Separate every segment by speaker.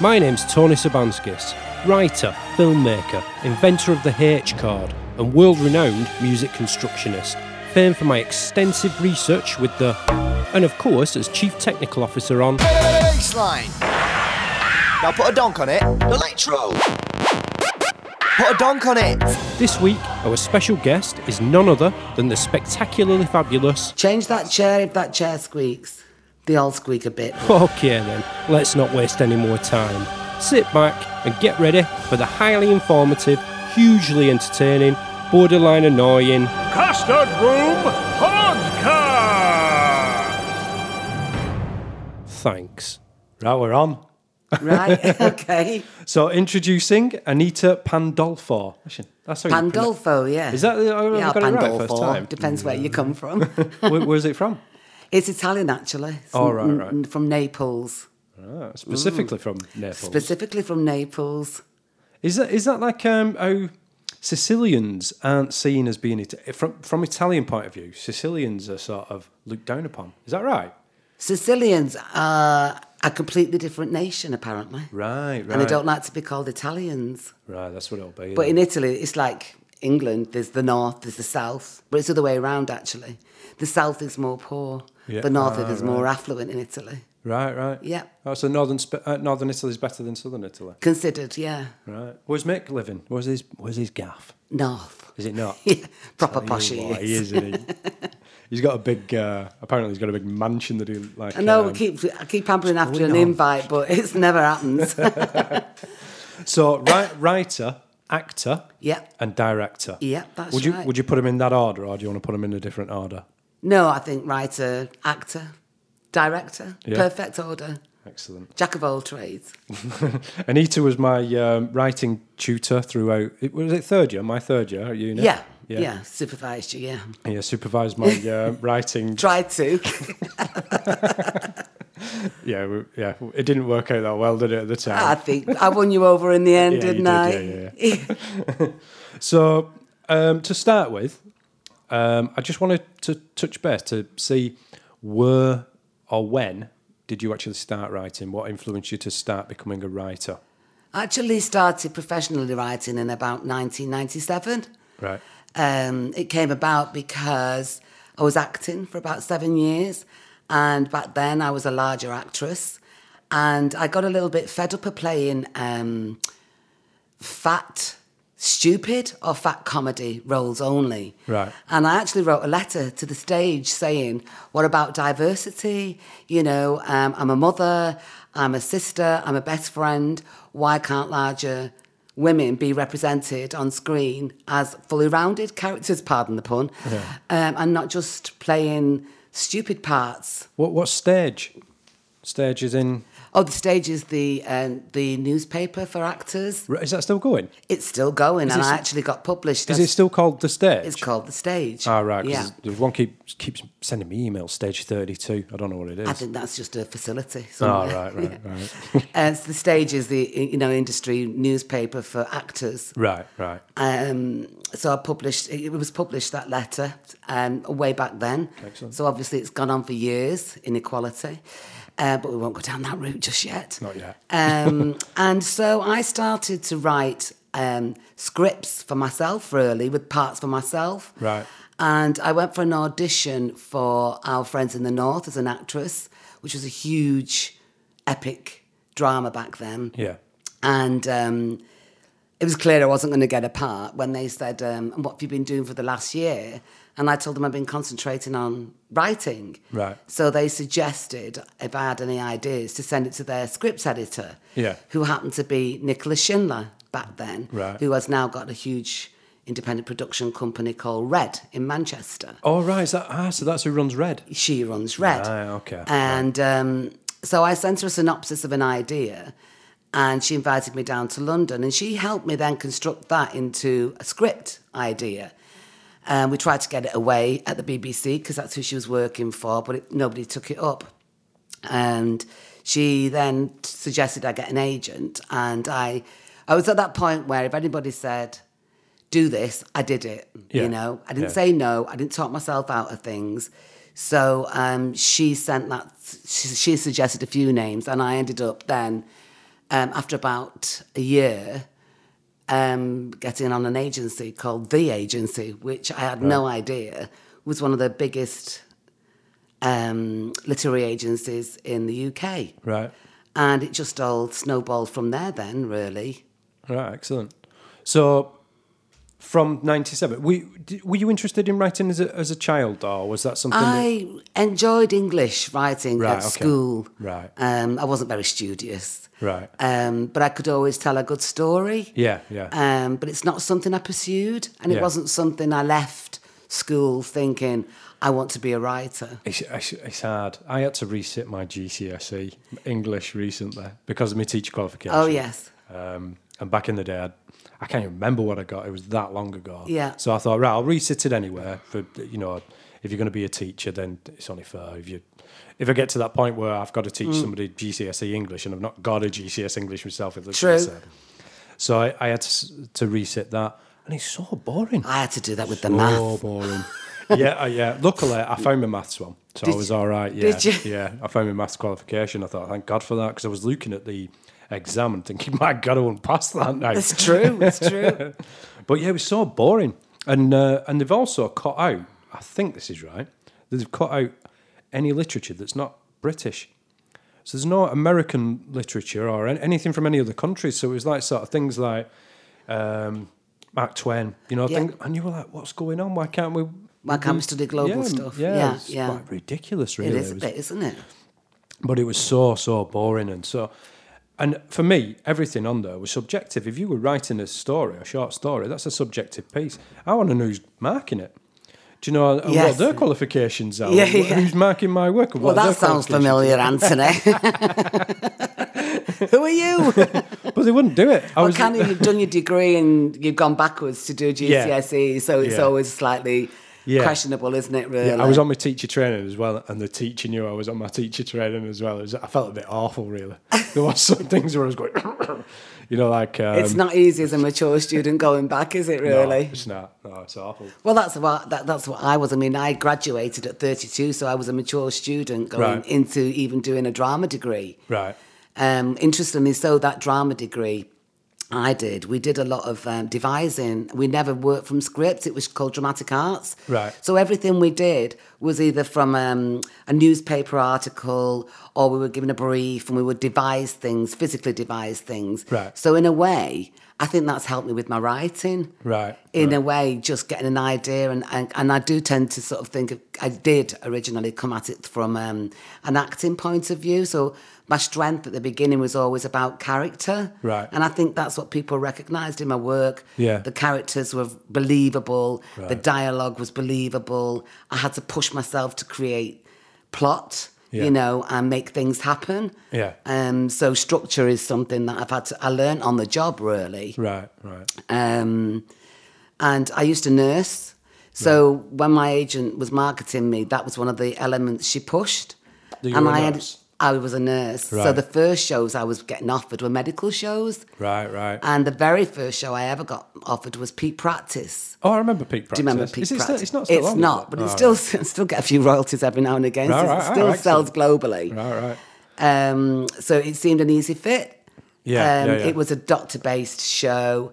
Speaker 1: My name's Tony Sabanskis, writer, filmmaker, inventor of the H card, and world renowned music constructionist, famed for my extensive research with the. and of course as Chief Technical Officer on.
Speaker 2: Baseline. Now put a donk on it. Electro. Put a donk on it.
Speaker 1: This week, our special guest is none other than the spectacularly fabulous.
Speaker 3: Change that chair if that chair squeaks. They all squeak a bit.
Speaker 1: Okay then, let's not waste any more time. Sit back and get ready for the highly informative, hugely entertaining, borderline annoying.
Speaker 4: Custard Room Podcast.
Speaker 1: Thanks.
Speaker 5: Right, we're on.
Speaker 3: Right? okay.
Speaker 5: So introducing Anita Pandolfo. Actually, That's how you pronounce-
Speaker 3: Pandolfo, yeah.
Speaker 5: Is that the- I
Speaker 3: yeah,
Speaker 5: got it right first time. Mm.
Speaker 3: Depends where you come from.
Speaker 5: Where, where's it from?
Speaker 3: it's Italian, actually. It's
Speaker 5: Oh, right,
Speaker 3: n-
Speaker 5: right.
Speaker 3: n- From Naples.
Speaker 5: Ah, specifically from Naples.
Speaker 3: Specifically from Naples.
Speaker 5: is that is that like um, how Sicilians aren't seen as being Ita- from from Italian point of view? Sicilians are sort of looked down upon. Is that right?
Speaker 3: Sicilians are a completely different nation, apparently.
Speaker 5: Right, right.
Speaker 3: And they don't like to be called Italians.
Speaker 5: Right, that's what it'll be.
Speaker 3: But
Speaker 5: then.
Speaker 3: in Italy, it's like England. There's the north, there's the south, but it's the other way around actually. The south is more poor.
Speaker 5: Yeah.
Speaker 3: The north
Speaker 5: Ah,
Speaker 3: is more affluent in Italy.
Speaker 5: right, right.
Speaker 3: Yeah.
Speaker 5: Oh, so northern Sp- uh, northern Italy's better than southern Italy.
Speaker 3: Considered, yeah,
Speaker 5: Right. Where's Mick living? Where's his Where's his gaff?
Speaker 3: north.
Speaker 5: Is it not?
Speaker 3: Yeah, proper
Speaker 5: Tell you
Speaker 3: posh
Speaker 5: what,
Speaker 3: he
Speaker 5: He
Speaker 3: is.
Speaker 5: is, isn't he? he's got a big. Uh, apparently, he's got a big mansion that he like.
Speaker 3: I know we
Speaker 5: um,
Speaker 3: keep I keep pampering after
Speaker 5: going
Speaker 3: an
Speaker 5: on?
Speaker 3: invite, but it's never happens.
Speaker 5: So, ri- writer, actor,
Speaker 3: Yeah.
Speaker 5: and director.
Speaker 3: Yeah, that's
Speaker 5: would you,
Speaker 3: right.
Speaker 5: Would you put him in that order, or do you want to put him in a different order?
Speaker 3: no, I think writer, actor, director,
Speaker 5: Yeah.
Speaker 3: perfect order,
Speaker 5: Excellent.
Speaker 3: jack of all trades.
Speaker 5: Anita was my um, writing tutor throughout. It, was it third year? My third year at uni.
Speaker 3: Yeah, yeah, supervised you. Yeah,
Speaker 5: Yeah, supervised my uh, writing.
Speaker 3: tried to.
Speaker 5: Yeah, we- yeah. It didn't work out that well, did it at the time?
Speaker 3: I think I won you over in the end,
Speaker 5: Yeah, you
Speaker 3: didn't
Speaker 5: did,
Speaker 3: I?
Speaker 5: yeah, So, um, to start with, um, I just wanted to touch base to see where or when did you actually start writing? What influenced you to start becoming a writer?
Speaker 3: actually started professionally writing in about 1997.
Speaker 5: Right.
Speaker 3: Um, it came about because I was acting for about seven years, and back then I was a larger actress, and I got a little bit fed up of playing um, fat, stupid, or fat comedy roles only.
Speaker 5: Right.
Speaker 3: And I actually wrote a letter to the stage saying, What about diversity? You know, um, I'm a mother, I'm a sister, I'm a best friend. Why can't larger women be represented on screen as fully rounded characters, pardon the pun, um, and not just playing stupid parts?
Speaker 5: What what stage? Stage is in.
Speaker 3: Oh, the stage is the, um, the newspaper for actors.
Speaker 5: Is that still going?
Speaker 3: It's still going, and
Speaker 5: it
Speaker 3: I
Speaker 5: s-
Speaker 3: actually got published.
Speaker 5: Is it still called the stage?
Speaker 3: It's called the stage.
Speaker 5: Ah, right. 'cause
Speaker 3: Yeah.
Speaker 5: There's one keep keeps sending me emails. Stage thirty-two. I don't know what it is.
Speaker 3: I think that's just a facility.
Speaker 5: Ah,
Speaker 3: somewhere.
Speaker 5: right, right, right,
Speaker 3: And so the stage is the you know industry newspaper for actors.
Speaker 5: right, right.
Speaker 3: Um, so I published it was published that letter um, way back then. Excellent. So obviously it's gone on for years inequality, uh, but we won't go down that route just yet.
Speaker 5: Not yet.
Speaker 3: Um, and so I started to write um, scripts for myself, really, with parts for myself.
Speaker 5: Right.
Speaker 3: And I went for an audition for Our Friends in the North as an actress, which was a huge, epic drama back then.
Speaker 5: Yeah.
Speaker 3: And um, it was clear I wasn't going to get a part when they said, um, "And What have you been doing for the last year? And I told them I've been concentrating on writing.
Speaker 5: Right.
Speaker 3: So they suggested, if I had any ideas, to send it to their scripts editor,
Speaker 5: Yeah.
Speaker 3: who happened to be Nicholas Schindler back then,
Speaker 5: Right.
Speaker 3: who has now got a huge independent production company called Red in Manchester
Speaker 5: Oh, right. Is that, ah, so that's who runs Red.
Speaker 3: she runs red.
Speaker 5: Right, okay.
Speaker 3: And um, so I sent her a synopsis of an idea, and she invited me down to London, and she helped me then construct that into a script idea. Um, we tried to get it away at the BBC because that's who she was working for, but it, nobody took it up. And she then suggested I get an agent, and I, I was at that point where if anybody said, "Do this," I did it. You
Speaker 5: Yeah.
Speaker 3: know, I didn't
Speaker 5: Yeah.
Speaker 3: say say no. I didn't talk myself out of things. So um, she sent that, she, she suggested a few names, and I ended up then um, after about a year, um, getting on an agency called The Agency, which I had no idea was one of the biggest um, literary agencies in the UK.
Speaker 5: Right.
Speaker 3: And it just all snowballed from there, then, really.
Speaker 5: Right. Excellent. So, from '97, were, you- d- were you interested in writing as a, as a child, or was that something? that,
Speaker 3: I enjoyed English writing
Speaker 5: Right,
Speaker 3: at
Speaker 5: okay.
Speaker 3: school.
Speaker 5: Right.
Speaker 3: Um, I wasn't very studious.
Speaker 5: Right.
Speaker 3: Um, but I could always tell a good story.
Speaker 5: yeah. Yeah.
Speaker 3: Um, but it's not something I pursued, and
Speaker 5: Yeah.
Speaker 3: it wasn't something I left school thinking I want to be a writer.
Speaker 5: It's, it's, it's hard. I had to resit my GCSE E English recently because of my teacher qualification.
Speaker 3: Oh yes,
Speaker 5: Um, and back in the day, I'd, I can't even remember what I got. It was that long ago.
Speaker 3: Yeah.
Speaker 5: So I thought, right, I'll resit it anyway. For you know, if you're going to be a teacher, then it's only fair. If you, if I get to that point where I've got to teach
Speaker 3: Mm.
Speaker 5: somebody GCSE E English and I've not got a GCSE E English myself, it looks
Speaker 3: True.
Speaker 5: absurd. So I, I had to, s- to resit that, and it's so boring.
Speaker 3: I had to do that with the
Speaker 5: so
Speaker 3: math.
Speaker 5: Oh, boring. yeah, uh, yeah. Luckily, I found my maths one, so I
Speaker 3: Did
Speaker 5: was
Speaker 3: you-
Speaker 5: all right. Yeah,
Speaker 3: did you?
Speaker 5: yeah. I found my maths qualification. I thought, thank God for that, because I was looking at the exam and thinking, my God, I won't pass that now.
Speaker 3: It's true. It's true.
Speaker 5: But yeah, it was so boring, and uh, and they've also cut out. I think this is right. that They've cut out any literature that's not British. So there's no American literature or an- anything from any other countries. So it was like sort of things like um, Mark Twain, you know,
Speaker 3: Yeah.
Speaker 5: thing, and you were like, what's going on? Why can't we?
Speaker 3: Why can't we study
Speaker 5: Yeah,
Speaker 3: global stuff?
Speaker 5: Yeah,
Speaker 3: Yeah,
Speaker 5: it's
Speaker 3: yeah.
Speaker 5: quite ridiculous,
Speaker 3: it
Speaker 5: really.
Speaker 3: is a
Speaker 5: was-
Speaker 3: bit, isn't it?
Speaker 5: but it was so so boring and so and for me everything on there was subjective if you were writing a story a short story that's a subjective piece i want to know who's marking it do you know and what
Speaker 3: Yes.
Speaker 5: their qualifications are
Speaker 3: Yeah,
Speaker 5: Wh-
Speaker 3: yeah.
Speaker 5: who's marking my work and
Speaker 3: Well,
Speaker 5: what their
Speaker 3: that sounds
Speaker 5: qualifications are?
Speaker 3: familiar, Anthony. Who are you?
Speaker 5: but they wouldn't do it i
Speaker 3: Well,
Speaker 5: was
Speaker 3: can you've done your degree and you've gone backwards to do
Speaker 5: Yeah.
Speaker 3: GCSE, E, so it's
Speaker 5: Yeah.
Speaker 3: always slightly
Speaker 5: Yeah.
Speaker 3: questionable, isn't it? Really,
Speaker 5: yeah, I was on my teacher training as well, and the teacher knew I was on my teacher training as well. It was, I felt a bit awful, really. There was some things where I was going, you know, like um,
Speaker 3: It's not easy as a mature student going back, is it?
Speaker 5: no,
Speaker 3: Really?
Speaker 5: it's not. No, it's awful.
Speaker 3: Well, that's what that, that's what I was. I mean, I graduated at 32, so I was a mature student going
Speaker 5: Right.
Speaker 3: into even doing a drama degree.
Speaker 5: Right.
Speaker 3: Um, interestingly, so that drama degree I did, we did a lot of um, devising. We never worked from scripts. It was called dramatic arts.
Speaker 5: Right.
Speaker 3: So everything we did was either from um, a newspaper article or we were given a brief and we would devise things, physically devise things.
Speaker 5: Right.
Speaker 3: So in a way, I think that's helped me with my writing
Speaker 5: Right.
Speaker 3: in a way, just getting an idea. And, and, and I do tend to sort of think, of, I did originally come at it from um, an acting point of view. So my strength at the beginning was always about character.
Speaker 5: Right.
Speaker 3: And I think that's what people recognised in my work.
Speaker 5: Yeah.
Speaker 3: The characters were believable, the dialogue was believable. I had to push myself to create plot.
Speaker 5: Yeah.
Speaker 3: You know, and make things happen.
Speaker 5: Yeah.
Speaker 3: Um. So structure is something that I've had to. I learned on the job, really.
Speaker 5: Right. Right.
Speaker 3: Um, and I used to nurse. So when my agent was marketing me, that was one of the elements she pushed.
Speaker 5: That you
Speaker 3: and
Speaker 5: were a
Speaker 3: I had,
Speaker 5: nurse?
Speaker 3: I was a nurse. So
Speaker 5: Right.
Speaker 3: the first shows I was getting offered were medical shows.
Speaker 5: Right. Right.
Speaker 3: And the very first show I ever got offered was Pete Practice.
Speaker 5: Oh, I remember Peak Practice.
Speaker 3: Do you remember Pete
Speaker 5: Is it
Speaker 3: Practice?
Speaker 5: still- it's not still
Speaker 3: It's
Speaker 5: on, is
Speaker 3: not, but
Speaker 5: Oh,
Speaker 3: it still still get a few royalties every now and again. so
Speaker 5: Right,
Speaker 3: it
Speaker 5: right, right,
Speaker 3: still sells
Speaker 5: excellent.
Speaker 3: globally.
Speaker 5: Right, right.
Speaker 3: Um, so it seemed an easy fit.
Speaker 5: Yeah,
Speaker 3: um,
Speaker 5: yeah, yeah.
Speaker 3: It was a doctor based show.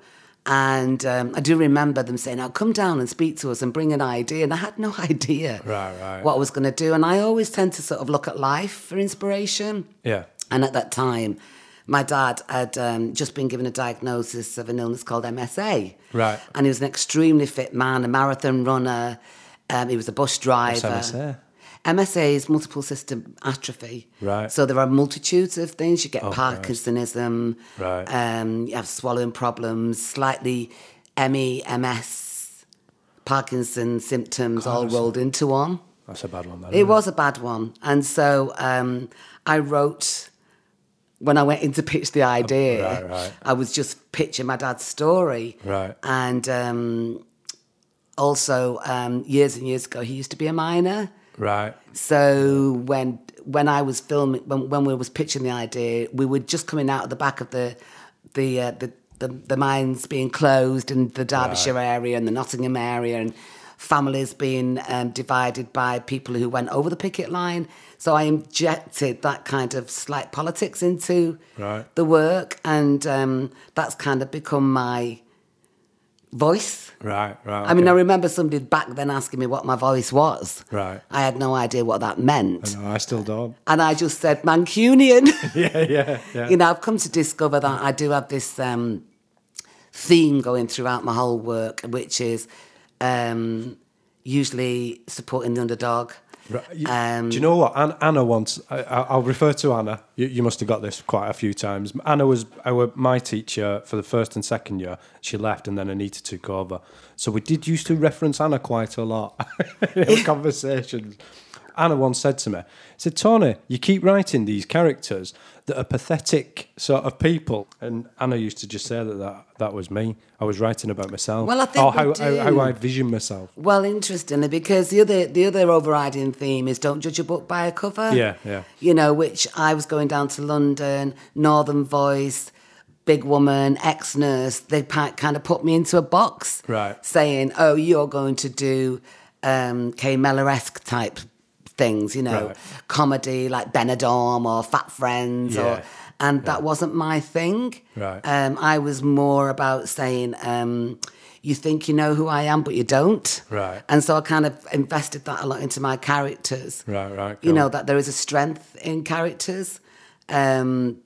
Speaker 3: And um, I do remember them saying, now come down and speak to us and bring an idea. And I had no idea
Speaker 5: Right, right.
Speaker 3: what I was going to do. And I always tend to sort of look at life for inspiration.
Speaker 5: Yeah.
Speaker 3: And at that time, my dad had um, just been given a diagnosis of an illness called MSA.
Speaker 5: Right.
Speaker 3: And he was an extremely fit man, a marathon runner. Um, he was a bus driver.
Speaker 5: MSA?
Speaker 3: MSA is multiple system atrophy.
Speaker 5: Right. Oh,
Speaker 3: So there are multitudes of things. You get Parkinsonism.
Speaker 5: Right.
Speaker 3: Um, you have swallowing problems, slightly ME, MS, Parkinson symptoms all rolled into one.
Speaker 5: That's a bad one. That,
Speaker 3: It
Speaker 5: isn't
Speaker 3: was a bad one. And so um, I wrote, when I went in to pitch the idea,
Speaker 5: Oh, Right, right.
Speaker 3: I was just pitching my dad's story.
Speaker 5: Right.
Speaker 3: And um, also, um, years and years ago, he used to be a miner.
Speaker 5: Right.
Speaker 3: So when when I was filming, when, when we was pitching the idea, we were just coming out of the back of the the uh, the, the the mines being closed and the Derbyshire area and the Nottingham area and families being um, divided by people who went over the picket line. So I injected that kind of slight politics into
Speaker 5: Right.
Speaker 3: the work, and um, that's kind of become my voice.
Speaker 5: Right, right.
Speaker 3: I mean, I
Speaker 5: okay.
Speaker 3: remember somebody back then asking me what my voice was.
Speaker 5: Right.
Speaker 3: I had no idea what that meant.
Speaker 5: No, I still don't.
Speaker 3: And I just said Mancunian.
Speaker 5: Yeah, yeah, yeah.
Speaker 3: you know, I've come to discover that I do have this um, theme going throughout my whole work, which is um, usually supporting the underdog.
Speaker 5: Right. You-
Speaker 3: Um,
Speaker 5: Do you know what An- Anna once? I, I- I'll refer to Anna. You, you must have got this quite a few times. Anna was our my teacher for the first and second year. She left, and then Anita took over. So we did used to reference Anna quite a lot in conversations. Anna once said to me, she "said Tony, you keep writing these characters that are pathetic sort of people." And Anna used to just say that that, that was me. I was writing about myself.
Speaker 3: Well, I think
Speaker 5: or
Speaker 3: we
Speaker 5: how,
Speaker 3: do.
Speaker 5: how, how I vision myself.
Speaker 3: Well, interestingly, because the other the other overriding theme is don't judge a book by a cover.
Speaker 5: Yeah, yeah.
Speaker 3: You know, which I was going down to London, Northern Voice, Big Woman, Ex Nurse. They pa- kind of put me into a box,
Speaker 5: Right.
Speaker 3: Saying, "Oh, you're going to do um, Kay Mellor esque type things, you know,
Speaker 5: Right.
Speaker 3: comedy like Benidorm or Fat Friends,
Speaker 5: Yeah.
Speaker 3: or and that wasn't my thing.
Speaker 5: Right.
Speaker 3: Um, I was more about saying, um, you think you know who I am, but you don't.
Speaker 5: Right.
Speaker 3: And so I kind of invested that a lot into my characters.
Speaker 5: Right, right,
Speaker 3: You
Speaker 5: cool.
Speaker 3: know, that there is a strength in characters. Um,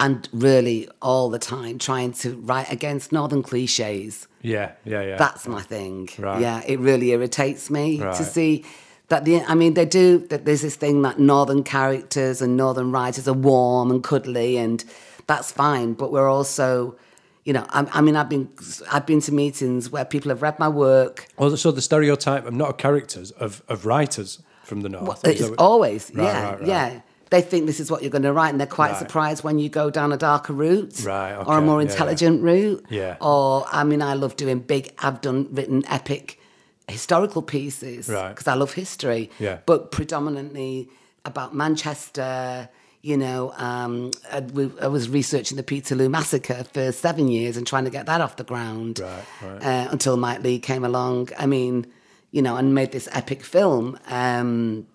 Speaker 3: and really all the time trying to write against northern cliches.
Speaker 5: Yeah, yeah, yeah.
Speaker 3: That's my thing.
Speaker 5: Right.
Speaker 3: Yeah, it really irritates me
Speaker 5: Right.
Speaker 3: to see that the. I mean, they do. That there's this thing that northern characters and northern writers are warm and cuddly, and that's fine. But we're also, you know, I, I mean, I've been I've been to meetings where people have read my work.
Speaker 5: Well, so the stereotype of not of characters of, of writers from the north. is
Speaker 3: It's
Speaker 5: that what-
Speaker 3: always
Speaker 5: Right,
Speaker 3: yeah
Speaker 5: right, right.
Speaker 3: yeah. They think this is what you're going to write, and they're quite
Speaker 5: Right.
Speaker 3: surprised when you go down a darker route,
Speaker 5: Right,
Speaker 3: or a
Speaker 5: okay,
Speaker 3: more
Speaker 5: yeah, yeah.
Speaker 3: intelligent route.
Speaker 5: Yeah.
Speaker 3: Or I mean, I love doing big. I've done written epic historical pieces
Speaker 5: Right.
Speaker 3: because I love history.
Speaker 5: Yeah.
Speaker 3: But predominantly about Manchester. You know, um, I, we, I was researching the Peterloo massacre for seven years and trying to get that off the ground
Speaker 5: Right, right.
Speaker 3: Uh, until Mike Lee came along. I mean, you know, and made this epic film. Um,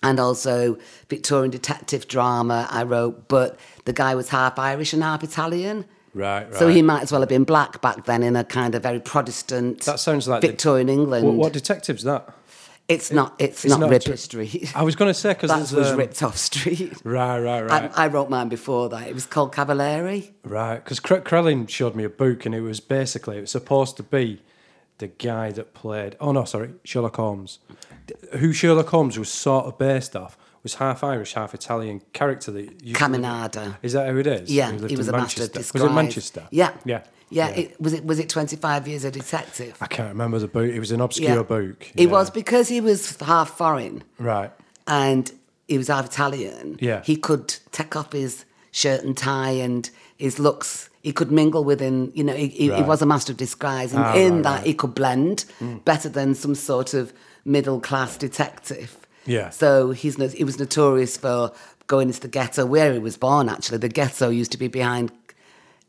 Speaker 3: and also Victorian detective drama I wrote, but the guy was half Irish and half Italian.
Speaker 5: Right, right.
Speaker 3: So he might as well have been black back then in a kind of very Protestant
Speaker 5: That sounds like the-
Speaker 3: Victorian England.
Speaker 5: What, what detective's that?
Speaker 3: it's not it's,
Speaker 5: it's
Speaker 3: not,
Speaker 5: not Oh,
Speaker 3: Ripper
Speaker 5: tr-
Speaker 3: Street.
Speaker 5: I was going to say because
Speaker 3: that was ripped off street.
Speaker 5: Right, right, um, right,
Speaker 3: I, I wrote mine before that. It was called Cavalieri.
Speaker 5: right. Because Krellin showed me a book, and it was basically it was supposed to be the guy that played. Oh no, sorry, Sherlock Holmes, D- who Sherlock Holmes was sort of based off was half Irish, half Italian character that you
Speaker 3: Caminada.
Speaker 5: Is that who it is?
Speaker 3: Yeah,
Speaker 5: Who lived
Speaker 3: he was a
Speaker 5: in
Speaker 3: master of
Speaker 5: Manchester.
Speaker 3: disguise.
Speaker 5: Was it Manchester?
Speaker 3: Yeah.
Speaker 5: yeah,
Speaker 3: Yeah. It, was it was it twenty five years a detective?
Speaker 5: I can't remember the book. It was an obscure book. Yeah.
Speaker 3: It was because he was half foreign.
Speaker 5: right.
Speaker 3: and he was half Italian.
Speaker 5: Yeah.
Speaker 3: He could take off his shirt and tie and his looks. He could mingle within, you know, he, he, he
Speaker 5: Right.
Speaker 3: was a master of disguise. And
Speaker 5: Ah,
Speaker 3: in
Speaker 5: right,
Speaker 3: that,
Speaker 5: right.
Speaker 3: he could blend better than some sort of middle class detective.
Speaker 5: Yeah.
Speaker 3: So he's no- he was notorious for going into the ghetto where he was born, actually. The ghetto used to be behind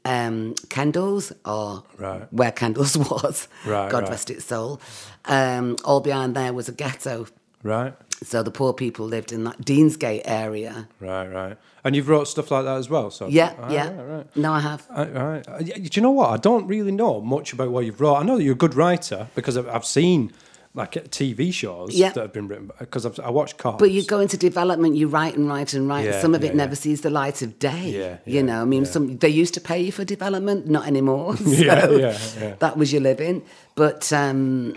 Speaker 3: um, Kendall's or
Speaker 5: Right.
Speaker 3: where Kendall's was.
Speaker 5: Right,
Speaker 3: God
Speaker 5: right.
Speaker 3: rest its soul. Um, all behind there was a ghetto.
Speaker 5: Right.
Speaker 3: So the poor people lived in that Deansgate area.
Speaker 5: Right, right. And you've wrote stuff like that as well, so
Speaker 3: Yeah,
Speaker 5: Ah,
Speaker 3: yeah.
Speaker 5: right, right.
Speaker 3: No, I have.
Speaker 5: Right, right. Uh, yeah, Do you know what? I don't really know much about what you've wrote. I know that you're a good writer because I've, I've seen like uh, TV shows
Speaker 3: Yeah.
Speaker 5: that have been written because I've, I watched Cops.
Speaker 3: But you go into development, you write and write and write.
Speaker 5: Yeah,
Speaker 3: some of it
Speaker 5: yeah,
Speaker 3: never
Speaker 5: yeah.
Speaker 3: sees the light of day.
Speaker 5: Yeah, yeah,
Speaker 3: you know, I mean,
Speaker 5: yeah.
Speaker 3: some they used to pay you for development, not anymore. So
Speaker 5: Yeah, yeah, yeah.
Speaker 3: That was your living. But um,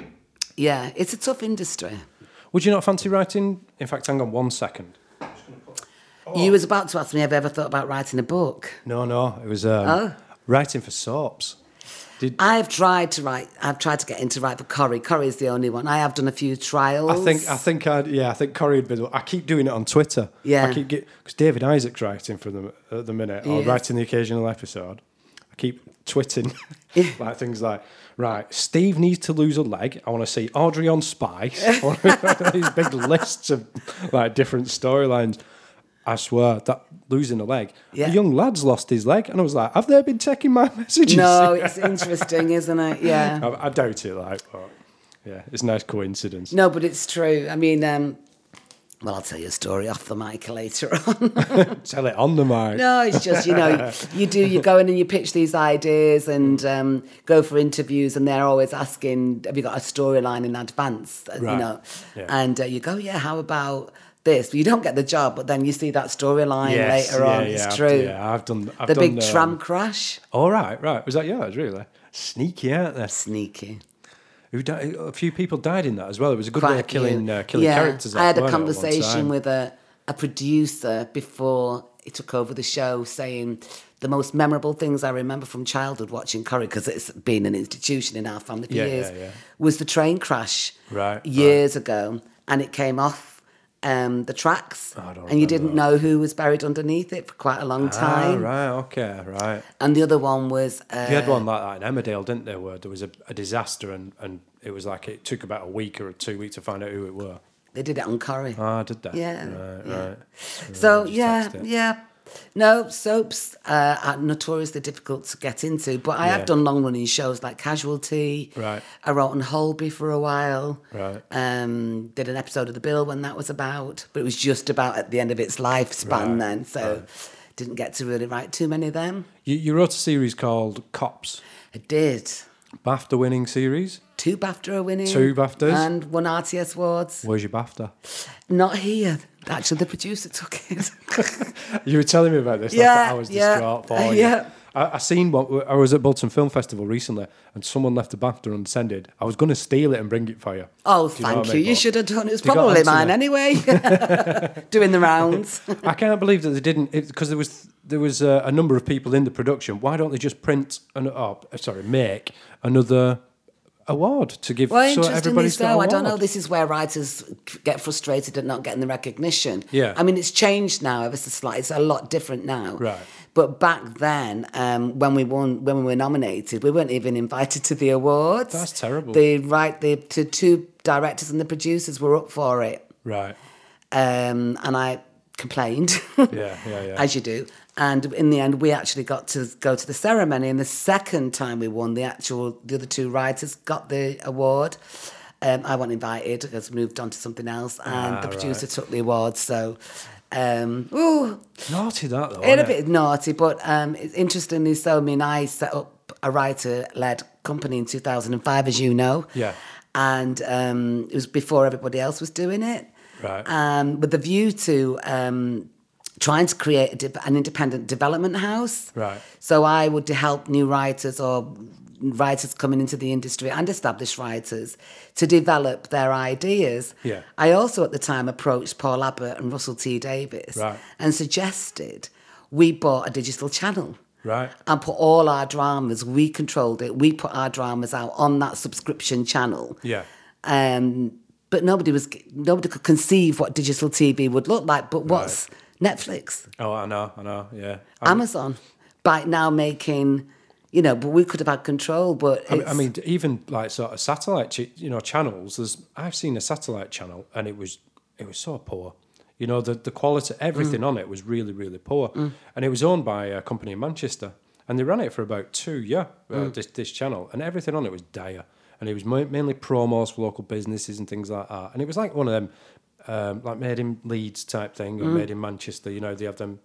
Speaker 3: yeah, it's a tough industry.
Speaker 5: Would you not fancy writing? In fact, hang on one second. Oh.
Speaker 3: You was about to ask me, have I ever thought about writing a book?
Speaker 5: No, no, it was um,
Speaker 3: Oh.
Speaker 5: writing for soaps.
Speaker 3: I've tried to write. I've tried to get into write for Corrie. Corrie's the only one. I have done a few trials.
Speaker 5: I think, I think, I'd, yeah, I think Corrie had been. I keep doing it on Twitter.
Speaker 3: Yeah.
Speaker 5: I keep because David Isaac's writing for them at the minute, or
Speaker 3: Yes.
Speaker 5: writing the occasional episode. I keep twitting like things like, right, Steve needs to lose a leg. I want to see Audrey on Spice. I wanna- These big lists of like different storylines. I swear that losing a leg,
Speaker 3: Yeah.
Speaker 5: a young lad's lost his leg, and I was like, have they been checking my messages? Oh,
Speaker 3: No, it's interesting, isn't it? Yeah.
Speaker 5: I, I doubt it. Like, but Yeah, it's a nice coincidence.
Speaker 3: No, but it's true. I mean, um, well, I'll tell you a story off the mic later on.
Speaker 5: Tell it on the mic.
Speaker 3: no, it's just, you know, you do, you go in and you pitch these ideas and um, go for interviews, and they're always asking, Have you got a storyline in advance? Uh,
Speaker 5: Right.
Speaker 3: You know,
Speaker 5: Yeah.
Speaker 3: and uh, you go, Yeah, how about this? But you don't get the job, but then you see that storyline
Speaker 5: Yes,
Speaker 3: later
Speaker 5: yeah,
Speaker 3: on.
Speaker 5: yeah,
Speaker 3: it's
Speaker 5: I've-
Speaker 3: true.
Speaker 5: yeah, I've done. I've
Speaker 3: the
Speaker 5: done
Speaker 3: big
Speaker 5: the- um,
Speaker 3: tram crash.
Speaker 5: All right, right. Was that yours? Really uh, sneaky, aren't they?
Speaker 3: Sneaky.
Speaker 5: Who died, a few people died in that as well. It was a good way
Speaker 3: quite
Speaker 5: of
Speaker 3: a
Speaker 5: killing
Speaker 3: few.
Speaker 5: uh, killing
Speaker 3: Yeah,
Speaker 5: characters.
Speaker 3: I had
Speaker 5: off,
Speaker 3: a
Speaker 5: weren't at one time?
Speaker 3: conversation with a, a producer before he took over the show, saying the most memorable things I remember from childhood watching Corrie, because it's been an institution in our family for
Speaker 5: Yeah, yeah,
Speaker 3: years,
Speaker 5: yeah.
Speaker 3: was the train crash
Speaker 5: Right,
Speaker 3: years ago, and it came off. Um, the tracks,
Speaker 5: Oh, I don't
Speaker 3: and you
Speaker 5: remember
Speaker 3: didn't know who was buried underneath it for quite a long
Speaker 5: Ah,
Speaker 3: time.
Speaker 5: right, okay, right.
Speaker 3: And the other one was uh,
Speaker 5: You had one like that in Emmerdale, didn't there? Where there was a, a disaster and, and it was like it took about a week or two weeks to find out who it were.
Speaker 3: they did it on Corrie.
Speaker 5: Ah, did that?
Speaker 3: Yeah,
Speaker 5: Right,
Speaker 3: yeah.
Speaker 5: right.
Speaker 3: So
Speaker 5: just
Speaker 3: yeah,
Speaker 5: text it.
Speaker 3: yeah. No, soaps uh, are notoriously difficult to get into, but I
Speaker 5: Yeah.
Speaker 3: have done long running shows like Casualty.
Speaker 5: Right.
Speaker 3: I wrote on Holby for a while.
Speaker 5: Right.
Speaker 3: Um, did an episode of The Bill when that was about, but it was just about at the end of its lifespan
Speaker 5: Right,
Speaker 3: then, so didn't get to really write too many of them.
Speaker 5: You, you wrote a series called Cops,
Speaker 3: I did.
Speaker 5: BAFTA winning series.
Speaker 3: Two BAFTA winning.
Speaker 5: Two BAFTAs?
Speaker 3: And one RTS Awards.
Speaker 5: Where's your BAFTA?
Speaker 3: Not here. Actually, the producer took it.
Speaker 5: You were telling me about this. Yeah,
Speaker 3: Yeah,
Speaker 5: I was
Speaker 3: yeah,
Speaker 5: distraught for
Speaker 3: uh,
Speaker 5: you.
Speaker 3: yeah.
Speaker 5: I, I seen what I was at Bolton Film Festival recently, and someone left a BAFTA unsended. I was going to steal it and bring it for you.
Speaker 3: Oh,
Speaker 5: Do know
Speaker 3: thank
Speaker 5: what I
Speaker 3: you.
Speaker 5: mean?
Speaker 3: You
Speaker 5: But
Speaker 3: should have done. It was
Speaker 5: they got
Speaker 3: probably
Speaker 5: onto
Speaker 3: mine
Speaker 5: me.
Speaker 3: anyway. Doing the rounds.
Speaker 5: I can't believe that they didn't because there was there was uh, a, a number of people in the production. Why don't they just print an oh, sorry make another award to give
Speaker 3: Well,
Speaker 5: so
Speaker 3: interestingly
Speaker 5: everybody's got
Speaker 3: so,
Speaker 5: an
Speaker 3: I don't know.
Speaker 5: award?
Speaker 3: This is where writers get frustrated at not getting the recognition.
Speaker 5: Yeah.
Speaker 3: I mean, it's changed now ever so slightly. It's a lot different now.
Speaker 5: Right.
Speaker 3: But back then, um, when we won, when we were nominated, we weren't even invited to the awards.
Speaker 5: That's terrible.
Speaker 3: The right, the, the two directors and the producers were up for it,
Speaker 5: Right.
Speaker 3: um, and I complained.
Speaker 5: Yeah, yeah, yeah.
Speaker 3: as you do. And in the end, we actually got to go to the ceremony. And the second time we won, the actual the other two writers got the award. Um, I wasn't invited because I moved on to something else, and
Speaker 5: Ah,
Speaker 3: the producer
Speaker 5: right.
Speaker 3: took the award. So, um, ooh,
Speaker 5: Naughty that though.
Speaker 3: a
Speaker 5: wasn't it?
Speaker 3: bit naughty, but um, it's interestingly so. I mean, I set up a writer-led company in 2005, as you know.
Speaker 5: Yeah.
Speaker 3: And um, it was before everybody else was doing it.
Speaker 5: Right.
Speaker 3: Um, with the view to um, trying to create a de- an independent development house.
Speaker 5: Right.
Speaker 3: So I would help new writers or writers coming into the industry and established writers to develop their ideas.
Speaker 5: Yeah.
Speaker 3: I also at the time approached Paul Abbott and Russell T Davis
Speaker 5: Right.
Speaker 3: and suggested we bought a digital channel.
Speaker 5: Right.
Speaker 3: And put all our dramas, we controlled it, we put our dramas out on that subscription channel.
Speaker 5: Yeah.
Speaker 3: Um, but nobody was nobody could conceive what digital TV would look like. But what's Netflix,
Speaker 5: Oh, I know. I know. Yeah. I mean-
Speaker 3: Amazon, by now making, you know, but we could have had control. But
Speaker 5: I mean, I
Speaker 3: it's-
Speaker 5: mean, even like sort of satellite, ch- you know, channels. There's I've seen a satellite channel, and it was it was so poor. You know, the the quality, everything on it was really, really poor, and it was owned by a company in Manchester, and they ran it for about two yeah uh, this this channel, and everything on it was dire, and it was ma- mainly promos for local businesses and things like that, and it was like one of them, um, like made in Leeds type thing or made in Manchester. You know, they have them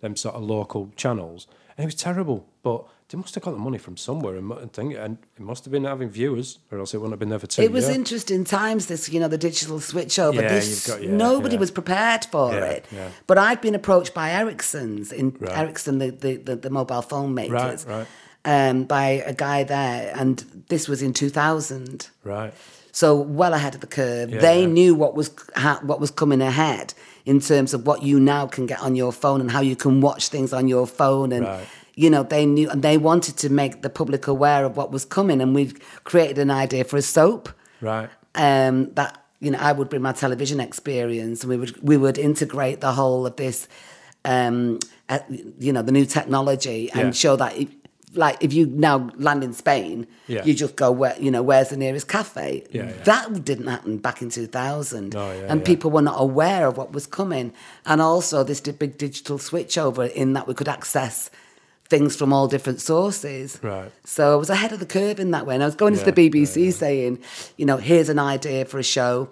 Speaker 5: them sort of local channels, and it was terrible. But they must have got the money from somewhere, and, mu- and thing, and it must have been having viewers, or else it wouldn't have been there for two.
Speaker 3: it was
Speaker 5: years.
Speaker 3: interesting times. This, you know, the digital switchover.
Speaker 5: Yeah,
Speaker 3: this
Speaker 5: you've got- yeah,
Speaker 3: nobody
Speaker 5: yeah.
Speaker 3: was prepared for
Speaker 5: Yeah,
Speaker 3: it.
Speaker 5: yeah.
Speaker 3: But I'd been approached by Ericsson's in
Speaker 5: Right.
Speaker 3: Ericsson, the, the the the mobile phone makers,
Speaker 5: right.
Speaker 3: Um, by a guy there, and this was in two thousand.
Speaker 5: right,
Speaker 3: So well ahead of the curve,
Speaker 5: Yeah,
Speaker 3: they
Speaker 5: yeah.
Speaker 3: knew what was ha what was coming ahead in terms of what you now can get on your phone and how you can watch things on your phone, and
Speaker 5: Right.
Speaker 3: you know they knew and they wanted to make the public aware of what was coming, and we've created an idea for a soap
Speaker 5: right,
Speaker 3: um, that you know I would bring my television experience, and we would we would integrate the whole of this, um, uh, you know, the new technology, and
Speaker 5: Yeah.
Speaker 3: show that. If, like if you now land in Spain,
Speaker 5: Yeah.
Speaker 3: you just go where you know where's the nearest cafe.
Speaker 5: Yeah, yeah.
Speaker 3: That didn't happen back in two thousand,
Speaker 5: No, yeah,
Speaker 3: and
Speaker 5: yeah.
Speaker 3: people were not aware of what was coming. And also this di- big digital switchover in that we could access things from all different sources.
Speaker 5: Right.
Speaker 3: So I was ahead of the curve in that way. And I was going
Speaker 5: Yeah,
Speaker 3: to the BBC saying, you know, here's an idea for a show.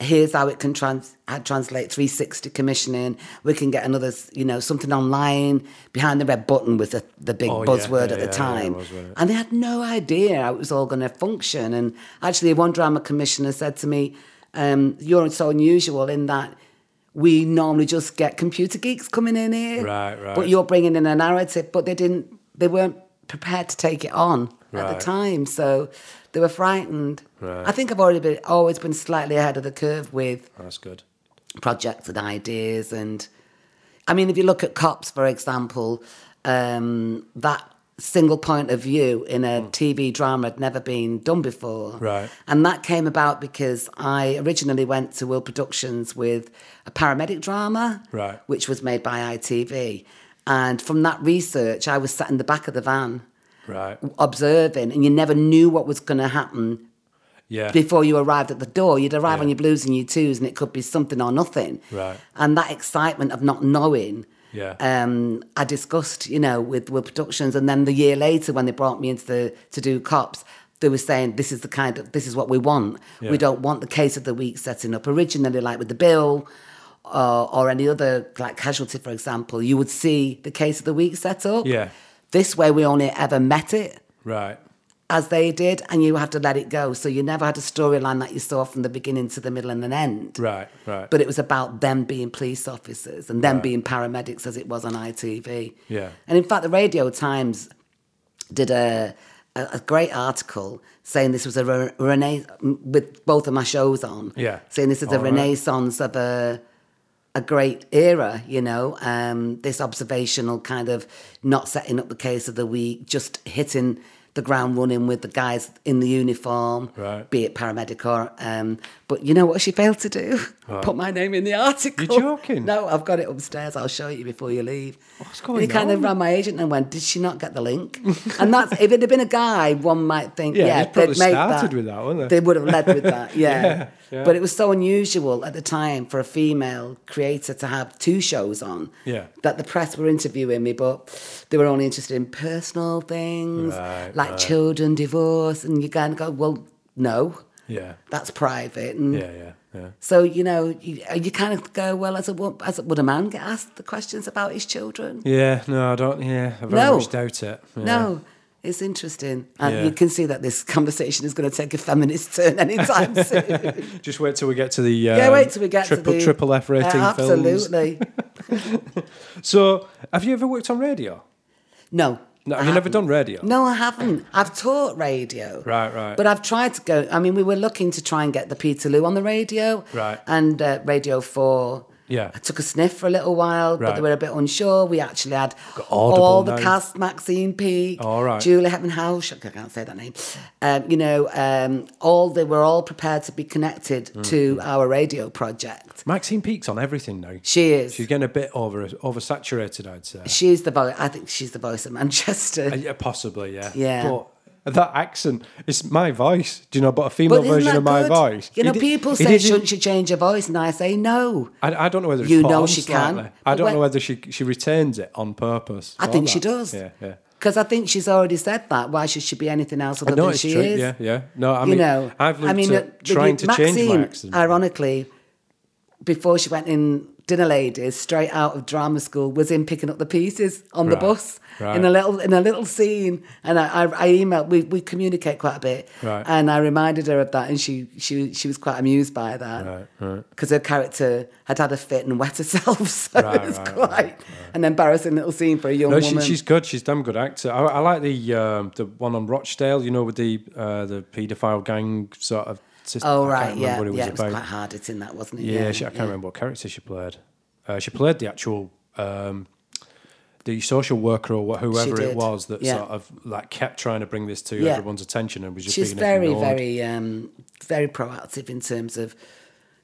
Speaker 3: Here's how it can trans- uh, translate 360 commissioning. We can get another, s- you know, something online. Behind the red button was the, the big
Speaker 5: Oh, yeah,
Speaker 3: buzzword
Speaker 5: yeah,
Speaker 3: at the
Speaker 5: yeah, yeah, it
Speaker 3: time.
Speaker 5: was, wasn't it?
Speaker 3: and they had no idea how it was all going to function. And actually, one drama commissioner said to me, um, You're so unusual in that we normally just get computer geeks coming in here.
Speaker 5: Right, right.
Speaker 3: But you're bringing in a narrative, but they didn't, they weren't prepared to take it on at
Speaker 5: Right.
Speaker 3: the time. So they were frightened.
Speaker 5: Right.
Speaker 3: I think I've already been, always been slightly ahead of the curve with
Speaker 5: That's good.
Speaker 3: projects and ideas. And I mean, if you look at Cops, for example, um, that single point of view in a TV drama had never been done before.
Speaker 5: Hmm. Right.
Speaker 3: And that came about because I originally went to World Productions with a paramedic drama,
Speaker 5: Right.
Speaker 3: which was made by ITV. And from that research, I was sat in the back of the van
Speaker 5: Right.
Speaker 3: observing, and you never knew what was going to happen
Speaker 5: Yeah.
Speaker 3: before you arrived at the door. You'd arrive on
Speaker 5: Yeah.
Speaker 3: your blues and your twos, and it could be something or nothing.
Speaker 5: Right.
Speaker 3: And that excitement of not knowing,
Speaker 5: Yeah.
Speaker 3: um, I discussed, you know, with with productions. And then the year later, when they brought me into the to do cops. They were saying this is the kind of this is what we want.
Speaker 5: Yeah.
Speaker 3: We don't want the case of the week setting up originally, like with the bill, or, or any other like casualty, for example. You would see the case of the week set up.
Speaker 5: Yeah.
Speaker 3: This way, we only ever met it
Speaker 5: right.
Speaker 3: as they did, and you had to let it go. So you never had a storyline that you saw from the beginning to the middle and an end.
Speaker 5: Right. Right.
Speaker 3: But it was about them being police officers and them being paramedics, as it was on ITV.
Speaker 5: Yeah.
Speaker 3: And in fact, the Radio Times did a a, a great article saying this was a re- rena- with both of my shows on.
Speaker 5: Yeah.
Speaker 3: Saying this is a
Speaker 5: All right.
Speaker 3: renaissance of a a great era, you know, um, this observational kind of not setting up the case of the week, just hitting the ground running with the guys in the uniform,
Speaker 5: Right.
Speaker 3: be it paramedic or. Um, but you know what she failed to do? Put my name in the article.
Speaker 5: You're joking?
Speaker 3: No, I've got it upstairs. I'll show you before you leave.
Speaker 5: What's
Speaker 3: And he
Speaker 5: going
Speaker 3: kind of
Speaker 5: on?
Speaker 3: rang my agent and went, "Did she not get the link?" and that's if it had been a guy, one might think,
Speaker 5: Yeah,
Speaker 3: yeah,
Speaker 5: they'd probably
Speaker 3: they'd made
Speaker 5: started
Speaker 3: that.
Speaker 5: with that, wouldn't they?
Speaker 3: They would have led with that, yeah.
Speaker 5: Yeah, yeah.
Speaker 3: But it was so unusual at the time for a female creator to have two shows on.
Speaker 5: Yeah.
Speaker 3: That the press were interviewing me, but they were only interested in personal things
Speaker 5: Right,
Speaker 3: like
Speaker 5: right.
Speaker 3: children, divorce, and you kind of go, "Well, no,
Speaker 5: Yeah.
Speaker 3: that's private." And
Speaker 5: Yeah. Yeah. Yeah.
Speaker 3: so you know, you, you kind of go, "Well, as a wo- as a, would a man get asked the questions about his children?"
Speaker 5: Yeah. No, I don't. Yeah. I very
Speaker 3: No.
Speaker 5: much doubt it. Yeah.
Speaker 3: No, it's interesting. And
Speaker 5: Yeah.
Speaker 3: you can see that this conversation is going to take a feminist turn anytime soon.
Speaker 5: Just wait till we get to the. Um,
Speaker 3: yeah, wait till we get
Speaker 5: triple,
Speaker 3: to the
Speaker 5: triple F rating
Speaker 3: Uh,
Speaker 5: films.
Speaker 3: absolutely.
Speaker 5: So, have you ever worked on radio?
Speaker 3: No.
Speaker 5: No,
Speaker 3: I
Speaker 5: have you never
Speaker 3: haven't.
Speaker 5: done radio?
Speaker 3: No, I haven't. I've taught radio.
Speaker 5: Right, right.
Speaker 3: But I've tried to go. I mean, we were looking to try and get the Peterloo on the radio.
Speaker 5: Right.
Speaker 3: And uh, Radio 4.
Speaker 5: Yeah.
Speaker 3: I took a sniff for a little while, but
Speaker 5: Right.
Speaker 3: they were a bit unsure. We actually had
Speaker 5: Audible
Speaker 3: all the
Speaker 5: now.
Speaker 3: cast Maxine Peake,
Speaker 5: All right.
Speaker 3: Julie Hepburn House, I can't say that name. Um, you know, um, all they were all prepared to be connected
Speaker 5: Mm,
Speaker 3: to our radio project.
Speaker 5: Maxine Peake's on everything now.
Speaker 3: She is.
Speaker 5: She's getting a bit over oversaturated, I'd say.
Speaker 3: she's the voice. I think she's the voice of Manchester.
Speaker 5: Uh, yeah, possibly, yeah.
Speaker 3: Yeah.
Speaker 5: But that accent, it's my voice. Do you know? But a female
Speaker 3: isn't
Speaker 5: version
Speaker 3: that
Speaker 5: of my
Speaker 3: good?
Speaker 5: voice.
Speaker 3: You
Speaker 5: It
Speaker 3: know,
Speaker 5: i-
Speaker 3: people
Speaker 5: it
Speaker 3: say,
Speaker 5: isn't-
Speaker 3: shouldn't you change your voice? And I say, no.
Speaker 5: I, I don't know whether it's
Speaker 3: You
Speaker 5: put
Speaker 3: know
Speaker 5: on
Speaker 3: she can,
Speaker 5: slightly. I
Speaker 3: but
Speaker 5: don't know
Speaker 3: when-
Speaker 5: whether she she retains it on purpose.
Speaker 3: I
Speaker 5: or
Speaker 3: think she
Speaker 5: not.
Speaker 3: does.
Speaker 5: Yeah, yeah.
Speaker 3: Because I think she's already said that. Why should she be anything else other
Speaker 5: No,
Speaker 3: than
Speaker 5: it's
Speaker 3: she
Speaker 5: true.
Speaker 3: is?
Speaker 5: Yeah, yeah. No, I
Speaker 3: you
Speaker 5: mean,
Speaker 3: know,
Speaker 5: I've lived
Speaker 3: I mean,
Speaker 5: to
Speaker 3: uh, the-
Speaker 5: trying to
Speaker 3: Maxine,
Speaker 5: change my accent.
Speaker 3: Ironically, before she went in Dinner Ladies, straight out of drama school, was in picking up the pieces on the
Speaker 5: Right,
Speaker 3: bus
Speaker 5: right.
Speaker 3: in a little in a little scene. And I, I, I emailed. We, we communicate quite a bit,
Speaker 5: Right.
Speaker 3: and I reminded her of that, and she she she was quite amused by that.
Speaker 5: Right, right.
Speaker 3: Because her character had had a fit and wet herself, so
Speaker 5: Right,
Speaker 3: it was
Speaker 5: right,
Speaker 3: quite
Speaker 5: right,
Speaker 3: an embarrassing little scene for a young
Speaker 5: No, she,
Speaker 3: woman.
Speaker 5: she's good. She's damn good actor. I, I like the um, the one on Rochdale. You know, with the uh, the paedophile gang sort of. System.
Speaker 3: Oh
Speaker 5: I
Speaker 3: right,
Speaker 5: can't
Speaker 3: yeah,
Speaker 5: remember what it was about.
Speaker 3: yeah. It was quite hard. It's in that, wasn't it?
Speaker 5: yeah, she, I can't remember what character she played. Uh, she played the actual um, the social worker or wh- whoever it
Speaker 3: did,
Speaker 5: was that
Speaker 3: yeah.
Speaker 5: sort of like kept trying to bring this to
Speaker 3: Yeah.
Speaker 5: everyone's attention and was just
Speaker 3: She's
Speaker 5: being
Speaker 3: very,
Speaker 5: ignored.
Speaker 3: very, um, very proactive in terms of.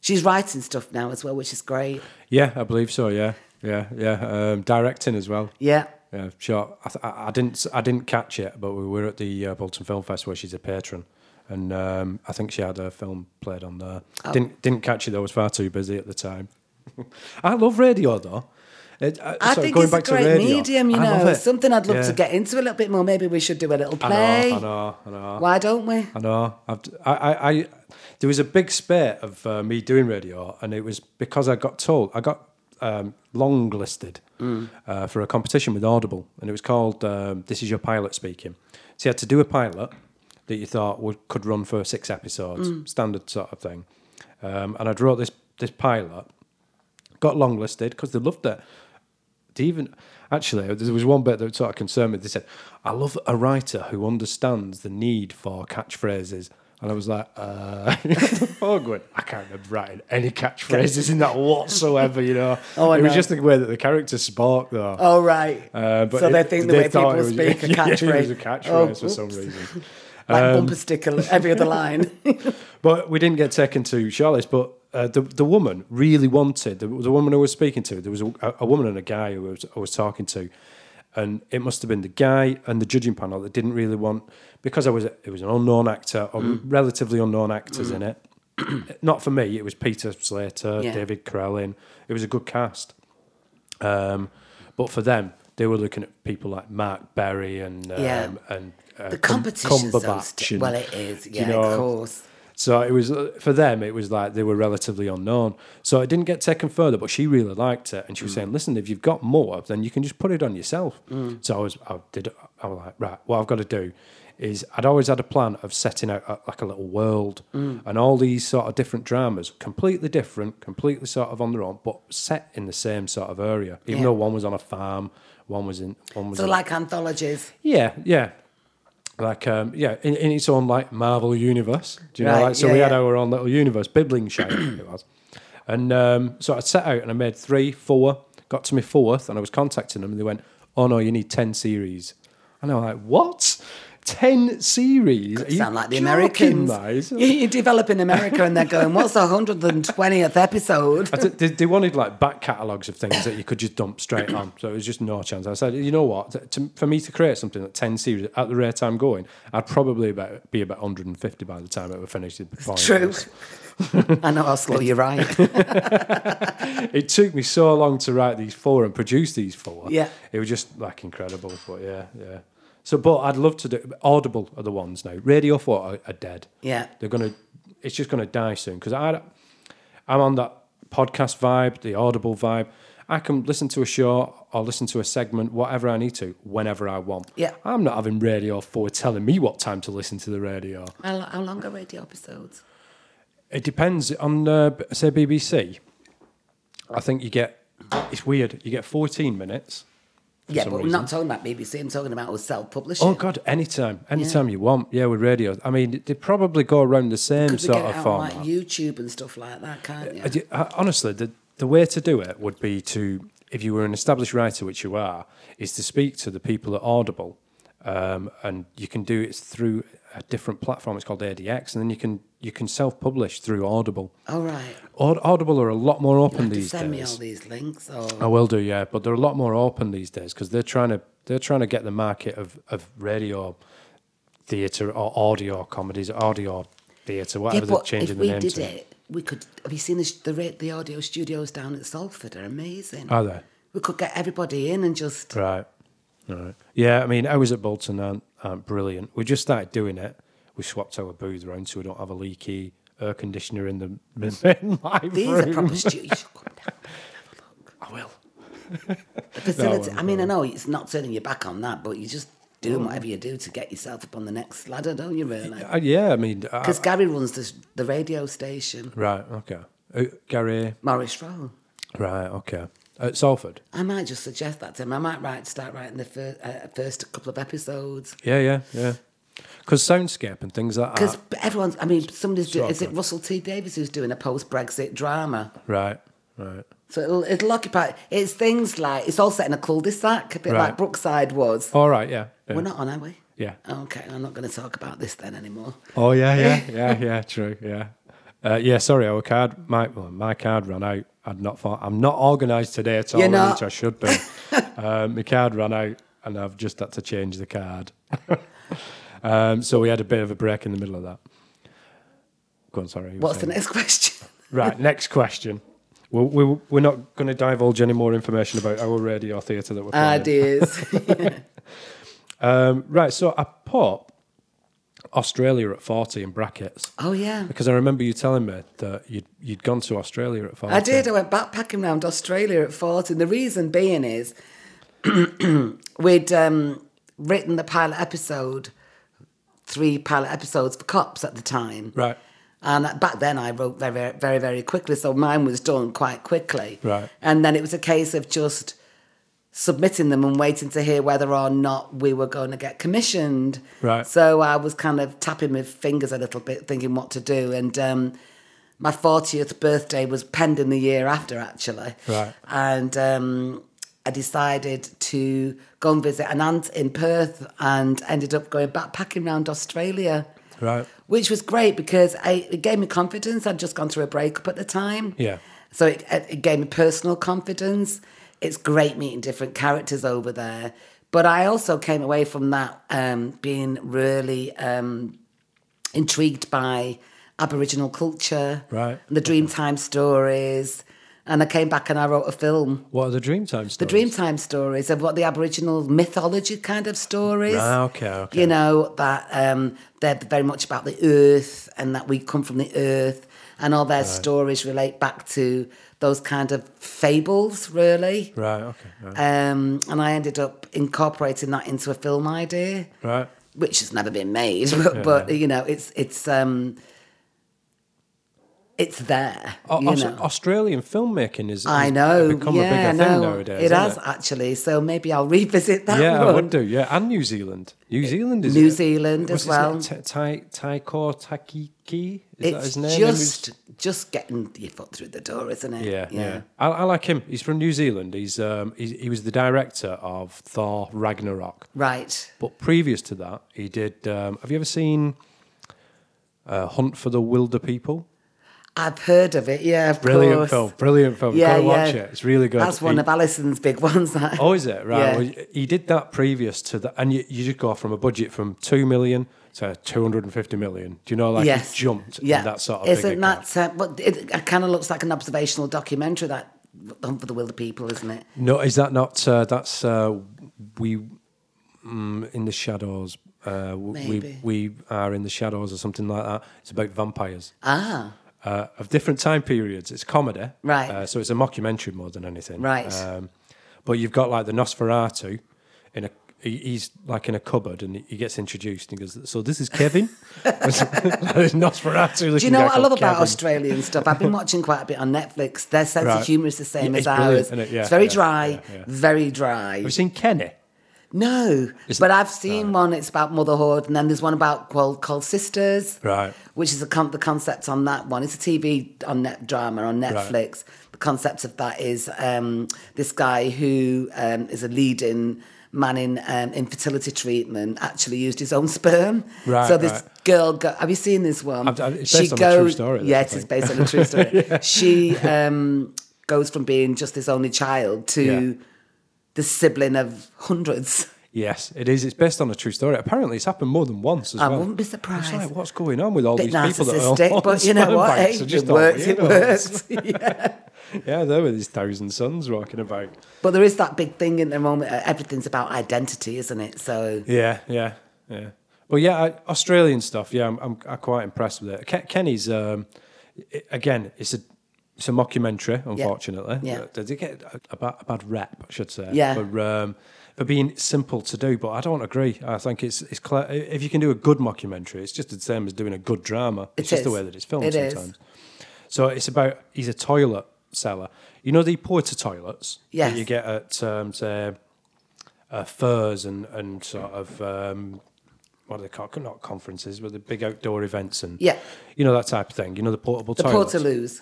Speaker 3: She's writing stuff now as well, which is great.
Speaker 5: yeah, I believe so. Yeah, yeah, yeah. Um, directing as well.
Speaker 3: Yeah.
Speaker 5: Yeah, sure. I, th- I I didn't, s- I didn't catch it, but we were at the uh, Bolton Film Fest where she's a patron, and um, I think she had her film played on
Speaker 3: Oh.
Speaker 5: there. Didn't didn't catch it though. I was far too busy at the time. I love radio though. It- uh,
Speaker 3: I
Speaker 5: sorry,
Speaker 3: think
Speaker 5: going
Speaker 3: it's a
Speaker 5: back to
Speaker 3: great
Speaker 5: radio,
Speaker 3: medium, you
Speaker 5: I love
Speaker 3: know.
Speaker 5: it.
Speaker 3: It's something I'd love
Speaker 5: Yeah.
Speaker 3: to get into a little bit more. Maybe we should do a little
Speaker 5: I know,
Speaker 3: play.
Speaker 5: I know, I know.
Speaker 3: Why don't we?
Speaker 5: I know. I've, I, I, I, there was a big spate of uh, me doing radio, and it was because I got told I got um, long listed uh, for a competition with Audible, and it was called um, "This Is Your Pilot Speaking." So you had to do a pilot that you thought would could run for six episodes, standard sort of thing. Um, and I'd wrote this this pilot, got long listed because they loved it. They even actually there was one bit that sort of concerned me. They said, "I love a writer who understands the need for catchphrases." And I was like, uh, oh, good. I can't remember writing any catchphrases in that whatsoever, you know.
Speaker 3: Oh, I
Speaker 5: it was
Speaker 3: know.
Speaker 5: just the way that the characters spark, though.
Speaker 3: All right.
Speaker 5: Uh, but
Speaker 3: so they
Speaker 5: it-
Speaker 3: think the way
Speaker 5: thought
Speaker 3: people
Speaker 5: it was-
Speaker 3: speak a
Speaker 5: yeah,
Speaker 3: catchphrase. Oh,
Speaker 5: it was a catchphrase for some Um,
Speaker 3: oops.
Speaker 5: reason.
Speaker 3: Like bumper sticker every other line.
Speaker 5: But we didn't get taken to Charlotte's. But uh, the the woman really wanted the, the woman I was speaking to. There was a, a woman and a guy who I was, I was talking to, and it must have been the guy and the judging panel that didn't really want because I was it was an unknown actor or
Speaker 3: Mm.
Speaker 5: relatively unknown actors in it. Not for me. It was Peter Slater,
Speaker 3: Yeah.
Speaker 5: David Crowlin. It was a good cast. Um, but for them, they were looking at people like Mark Berry and um,
Speaker 3: Yeah.
Speaker 5: and uh,
Speaker 3: the
Speaker 5: Cum-
Speaker 3: competition's so
Speaker 5: Cumberbatch
Speaker 3: st-
Speaker 5: and-
Speaker 3: well, it is.
Speaker 5: do
Speaker 3: Yeah, of course.
Speaker 5: so it was uh, for them. It was like they were relatively unknown. So it didn't get taken further. But she really liked it, and
Speaker 3: Mm.
Speaker 5: she was saying, "Listen, if you've got more, then you can just put it on yourself."
Speaker 3: Mm.
Speaker 5: So I was, I did, I was like, "Right, what I've got to do is I'd always had a plan of setting out a, like a little world
Speaker 3: Mm.
Speaker 5: and all these sort of different dramas, completely different, completely sort of on their own, but set in the same sort of area. Even
Speaker 3: Yeah.
Speaker 5: though one was on a farm, one was in, one was
Speaker 3: So
Speaker 5: in-
Speaker 3: like anthologies.
Speaker 5: yeah, yeah. Like um, yeah, in, in its own like Marvel universe. Do you know?
Speaker 3: Right,
Speaker 5: Like, so
Speaker 3: yeah,
Speaker 5: we had
Speaker 3: yeah.
Speaker 5: our own little universe, Biblingshire it was. And um, so I set out and I made three, four. Got to my fourth, and I was contacting them, and they went, "Oh no, you need ten series." And I was like, "What? Ten series? Are you
Speaker 3: Sound like the
Speaker 5: joking,
Speaker 3: Americans.
Speaker 5: guys?"
Speaker 3: You, you develop in America and they're going, what's the 120th episode?
Speaker 5: I did- they, they wanted like back catalogues of things that you could just dump straight on. So it was just no chance. I said, you know what? To, to- for me to create something like 10 series at the rate I'm going, I'd probably about, be about 150 by the time it were finished. at the point.
Speaker 3: True. I know how slow you're right.
Speaker 5: It took me so long to write these four and produce these four.
Speaker 3: Yeah.
Speaker 5: It was just like incredible. But yeah, yeah. So, but I'd love to do Audible are the ones now. Radio 4 are, are dead.
Speaker 3: Yeah.
Speaker 5: They're going to, it's just going to die soon because I, I'm on that podcast vibe, the Audible vibe. I can listen to a show or listen to a segment, whatever I need to, whenever I want.
Speaker 3: Yeah.
Speaker 5: I'm not having Radio 4 telling me what time to listen to the radio.
Speaker 3: How, how long are radio episodes?
Speaker 5: It depends on, uh, b- say, BBC. I think you get, it's weird, you get 14 minutes. for
Speaker 3: Yeah,
Speaker 5: some
Speaker 3: but I'm
Speaker 5: reason.
Speaker 3: not talking about BBC. I'm talking about us self-publishing.
Speaker 5: Oh God! Anytime, anytime you want. Yeah, with radio. I mean, they probably go around the same
Speaker 3: Could we
Speaker 5: sort
Speaker 3: get
Speaker 5: of
Speaker 3: it out on
Speaker 5: format.
Speaker 3: like YouTube and stuff like that, can't you?
Speaker 5: I do- I- honestly, the the way to do it would be to, if you were an established writer, which you are, is to speak to the people at Audible, um, and you can do it through a different platform. It's called ADX, and then you can you can self publish through Audible.
Speaker 3: All right.
Speaker 5: Aud- Audible are a lot more
Speaker 3: You
Speaker 5: open
Speaker 3: have to
Speaker 5: these
Speaker 3: send me all
Speaker 5: days. Oh,
Speaker 3: these links. Or...
Speaker 5: I will do, yeah, but they're a lot more open these days because they're trying to they're trying to get the market of of radio, theatre or audio comedies, audio theatre,
Speaker 3: yeah,
Speaker 5: whatever they're
Speaker 3: but if
Speaker 5: changing
Speaker 3: we
Speaker 5: the name
Speaker 3: did
Speaker 5: to.
Speaker 3: it, we could. Have you seen the, the ra- the audio studios down at Salford? Are amazing.
Speaker 5: Are they?
Speaker 3: we could get everybody in and just.
Speaker 5: Right. Right. Yeah, I mean, I was at Bolton and aren't brilliant. We just started doing it. We swapped our booth around so we don't have a leaky air conditioner in the main live
Speaker 3: These are
Speaker 5: room.
Speaker 3: proper studios. You should come down.
Speaker 5: I will.
Speaker 3: The facility.
Speaker 5: won't,
Speaker 3: I mean, I know it's not turning your back on that, but you just do whatever you do to get yourself up on the next ladder, don't you? Really?
Speaker 5: Uh, yeah, I mean, I-
Speaker 3: Because Gary runs the, the radio station,
Speaker 5: right. Okay. Uh, Gary.
Speaker 3: Morris Row.
Speaker 5: Right. Okay. At Salford.
Speaker 3: I might just suggest that to him. I might write, start writing the fir- uh, first couple of episodes.
Speaker 5: Yeah. Yeah. Yeah. Because soundscape and things like
Speaker 3: Because
Speaker 5: that.
Speaker 3: everyone's, I mean, somebody's doing,
Speaker 5: Sort
Speaker 3: is it
Speaker 5: of.
Speaker 3: Russell T Davies who's doing a post Brexit drama?
Speaker 5: Right. Right.
Speaker 3: So it'll, it'll occupy, it's things like, it's all set in a cul de sac, a bit
Speaker 5: Right.
Speaker 3: like Brookside was.
Speaker 5: All right. Yeah. yeah.
Speaker 3: We're not on, are we? Oh,
Speaker 5: Yeah.
Speaker 3: Okay, I'm not going to talk about this then anymore.
Speaker 5: Oh yeah, yeah, yeah, yeah. True. Yeah. Uh, yeah. Sorry, our card. My well, my card ran out. I'd not. Thought, I'm not organised today at all,
Speaker 3: You're not.
Speaker 5: which I should be. um, my card ran out, and I've just had to change the card. um, so we had a bit of a break in the middle of that. Go on. Sorry. you were
Speaker 3: What's the
Speaker 5: saying.
Speaker 3: next question?
Speaker 5: Right. Next question. Well, we, we're not going to divulge any more information about our radio theatre that we're playing.
Speaker 3: Ideas.
Speaker 5: Um, right, so I put Australia at 40 in brackets
Speaker 3: oh, yeah.
Speaker 5: because I remember you telling me that you'd, you'd gone to Australia at 40.
Speaker 3: I did. I went backpacking around Australia at 14. The reason being is we'd um, written the pilot episode, three pilot episodes for cops at the time.
Speaker 5: Right.
Speaker 3: And back then I wrote very, very, very quickly. So mine was done quite quickly.
Speaker 5: Right.
Speaker 3: And then it was a case of just submitting them and waiting to hear whether or not we were going to get commissioned.
Speaker 5: Right.
Speaker 3: So I was kind of tapping my fingers a little bit, thinking what to do. And um, my 40th birthday was pending the year after, actually.
Speaker 5: Right.
Speaker 3: And um, I decided to go and visit an aunt in Perth and ended up going backpacking around Australia
Speaker 5: Right.
Speaker 3: which was great because I, it gave me confidence. I'd just gone through a breakup at the time.
Speaker 5: Yeah.
Speaker 3: So it, it gave me personal confidence. It's great meeting different characters over there. But I also came away from that um, being really um, intrigued by Aboriginal culture,
Speaker 5: Right.
Speaker 3: And the Dreamtime stories. And I came back and I wrote a film,
Speaker 5: What are the Dreamtime stories?
Speaker 3: the Dreamtime stories of what the Aboriginal mythology kind of stories
Speaker 5: Ah, okay, okay.
Speaker 3: you know that um, they're very much about the earth and that we come from the earth and all their stories relate back to those kind of fables really
Speaker 5: Right, okay. Right.
Speaker 3: um, and i ended up incorporating that into a film idea
Speaker 5: right.
Speaker 3: which has never been made but, but you know it's it's um, it's there
Speaker 5: Au-
Speaker 3: you
Speaker 5: Aus-
Speaker 3: know.
Speaker 5: Australian filmmaking is,
Speaker 3: I
Speaker 5: is
Speaker 3: know.
Speaker 5: become
Speaker 3: yeah,
Speaker 5: a bigger
Speaker 3: no,
Speaker 5: thing nowadays.
Speaker 3: It
Speaker 5: isn't
Speaker 3: has actually. So maybe I'll revisit that
Speaker 5: Yeah, I
Speaker 3: one.
Speaker 5: would do. Yeah, and New Zealand. New Zealand is
Speaker 3: Eh, New
Speaker 5: it-
Speaker 3: Zealand
Speaker 5: what's his
Speaker 3: as
Speaker 5: name?
Speaker 3: well.
Speaker 5: Ta- Tai Taiko Takiki. Is that
Speaker 3: it's
Speaker 5: his name?
Speaker 3: just just getting your foot through the door, isn't it?
Speaker 5: Yeah, yeah. I, I like him. He's from New Zealand. He's um, he, he was the director of Thor Ragnarok.
Speaker 3: Right.
Speaker 5: But previous to that, he did. Um, have you ever seen uh, Hunt for the Wilder People?
Speaker 3: I've heard of it. Yeah, of
Speaker 5: Brilliant
Speaker 3: course.
Speaker 5: film. Brilliant film.
Speaker 3: Yeah,
Speaker 5: Go and watch
Speaker 3: yeah.
Speaker 5: it. It's really good.
Speaker 3: That's one
Speaker 5: He-
Speaker 3: of Alison's big ones. That.
Speaker 5: Oh, is it right?
Speaker 3: Yeah.
Speaker 5: Well, he did that previous to that, and you, you just go from a budget from two million to two hundred and fifty million. Do you know, like
Speaker 3: yes.
Speaker 5: he jumped? in that sort of
Speaker 3: Isn't
Speaker 5: bigger
Speaker 3: that? Uh, but it, it kind of looks like an observational documentary. That Hunt for the Wilder People, isn't it?
Speaker 5: No, is that not? Uh, that's uh, we mm, in the shadows. Uh, w-
Speaker 3: Maybe.
Speaker 5: we we are in the shadows or something like that. It's about vampires
Speaker 3: Ah,
Speaker 5: uh, of different time periods. It's comedy,
Speaker 3: Right.
Speaker 5: Uh, so it's a mockumentary more than anything,
Speaker 3: Right.
Speaker 5: Um, but you've got like the Nosferatu in a. he- He's like in a cupboard, and he gets introduced, and he goes, "So this is Kevin." Nosferatu.
Speaker 3: do you know what I love about Australian stuff? I've been watching quite a bit on Netflix. Their sense
Speaker 5: Right.
Speaker 3: of humour is the same
Speaker 5: Yeah,
Speaker 3: as
Speaker 5: it's brilliant,
Speaker 3: ours.
Speaker 5: isn't it? Yeah,
Speaker 3: it's very
Speaker 5: yeah,
Speaker 3: dry,
Speaker 5: yeah, yeah.
Speaker 3: very dry.
Speaker 5: Have you seen Kenny?
Speaker 3: No,
Speaker 5: Is
Speaker 3: but
Speaker 5: it-
Speaker 3: I've seen one. It's about motherhood, and then there's one about called, called Sisters,
Speaker 5: Right.
Speaker 3: Which is the con- the concept on that one. It's a TV on net drama on Netflix. The concept of that is um, this guy who um, is a leading man in um, infertility treatment actually used his own sperm.
Speaker 5: Right,
Speaker 3: So this
Speaker 5: right.
Speaker 3: girl, go- have you seen this one?
Speaker 5: I've- I've- it's based on a true story, this,
Speaker 3: Yeah,
Speaker 5: I
Speaker 3: it is
Speaker 5: think.
Speaker 3: based on a true story. She um, goes from being just this only child to
Speaker 5: Yeah.
Speaker 3: the sibling of hundreds.
Speaker 5: Yes, it is. It's based on a true story. Apparently, it's happened more than once as
Speaker 3: I
Speaker 5: well.
Speaker 3: wouldn't be
Speaker 5: It's
Speaker 3: surprised.
Speaker 5: like, what's going on with all
Speaker 3: bit
Speaker 5: these people that are
Speaker 3: narcissistic,
Speaker 5: on
Speaker 3: but you know
Speaker 5: sperm
Speaker 3: what?
Speaker 5: banks
Speaker 3: Hey,
Speaker 5: are just
Speaker 3: it
Speaker 5: all
Speaker 3: works. It
Speaker 5: weirdos?
Speaker 3: works. Yeah.
Speaker 5: Yeah, there were these thousand sons walking about.
Speaker 3: But there is that big thing in the moment. uh, Everything's about identity, isn't it? So
Speaker 5: Yeah, yeah, yeah. Well, yeah, I, Australian stuff. Yeah, I'm, I'm, I'm quite impressed with it. Ke- Kenny's um, i again, it's a it's a mockumentary, unfortunately.
Speaker 3: Yeah.
Speaker 5: Does it get a, a bad, a bad rep, I should say?
Speaker 3: Yeah.
Speaker 5: For, um, for being simple to do, but I don't agree. I think it's it's clear if you can do a good mockumentary, it's just the same as doing a good drama.
Speaker 3: It
Speaker 5: It's just the
Speaker 3: is.
Speaker 5: way that it's filmed
Speaker 3: It is.
Speaker 5: sometimes. So it's about he's a toilet seller. You know the porta toilets
Speaker 3: Yes.
Speaker 5: that you get at um, say uh, furs and and sort of um, what are they called? Not conferences, but the big outdoor events and
Speaker 3: Yeah.
Speaker 5: you know that type of thing. You know the portable
Speaker 3: the
Speaker 5: toilets.
Speaker 3: Portaloos.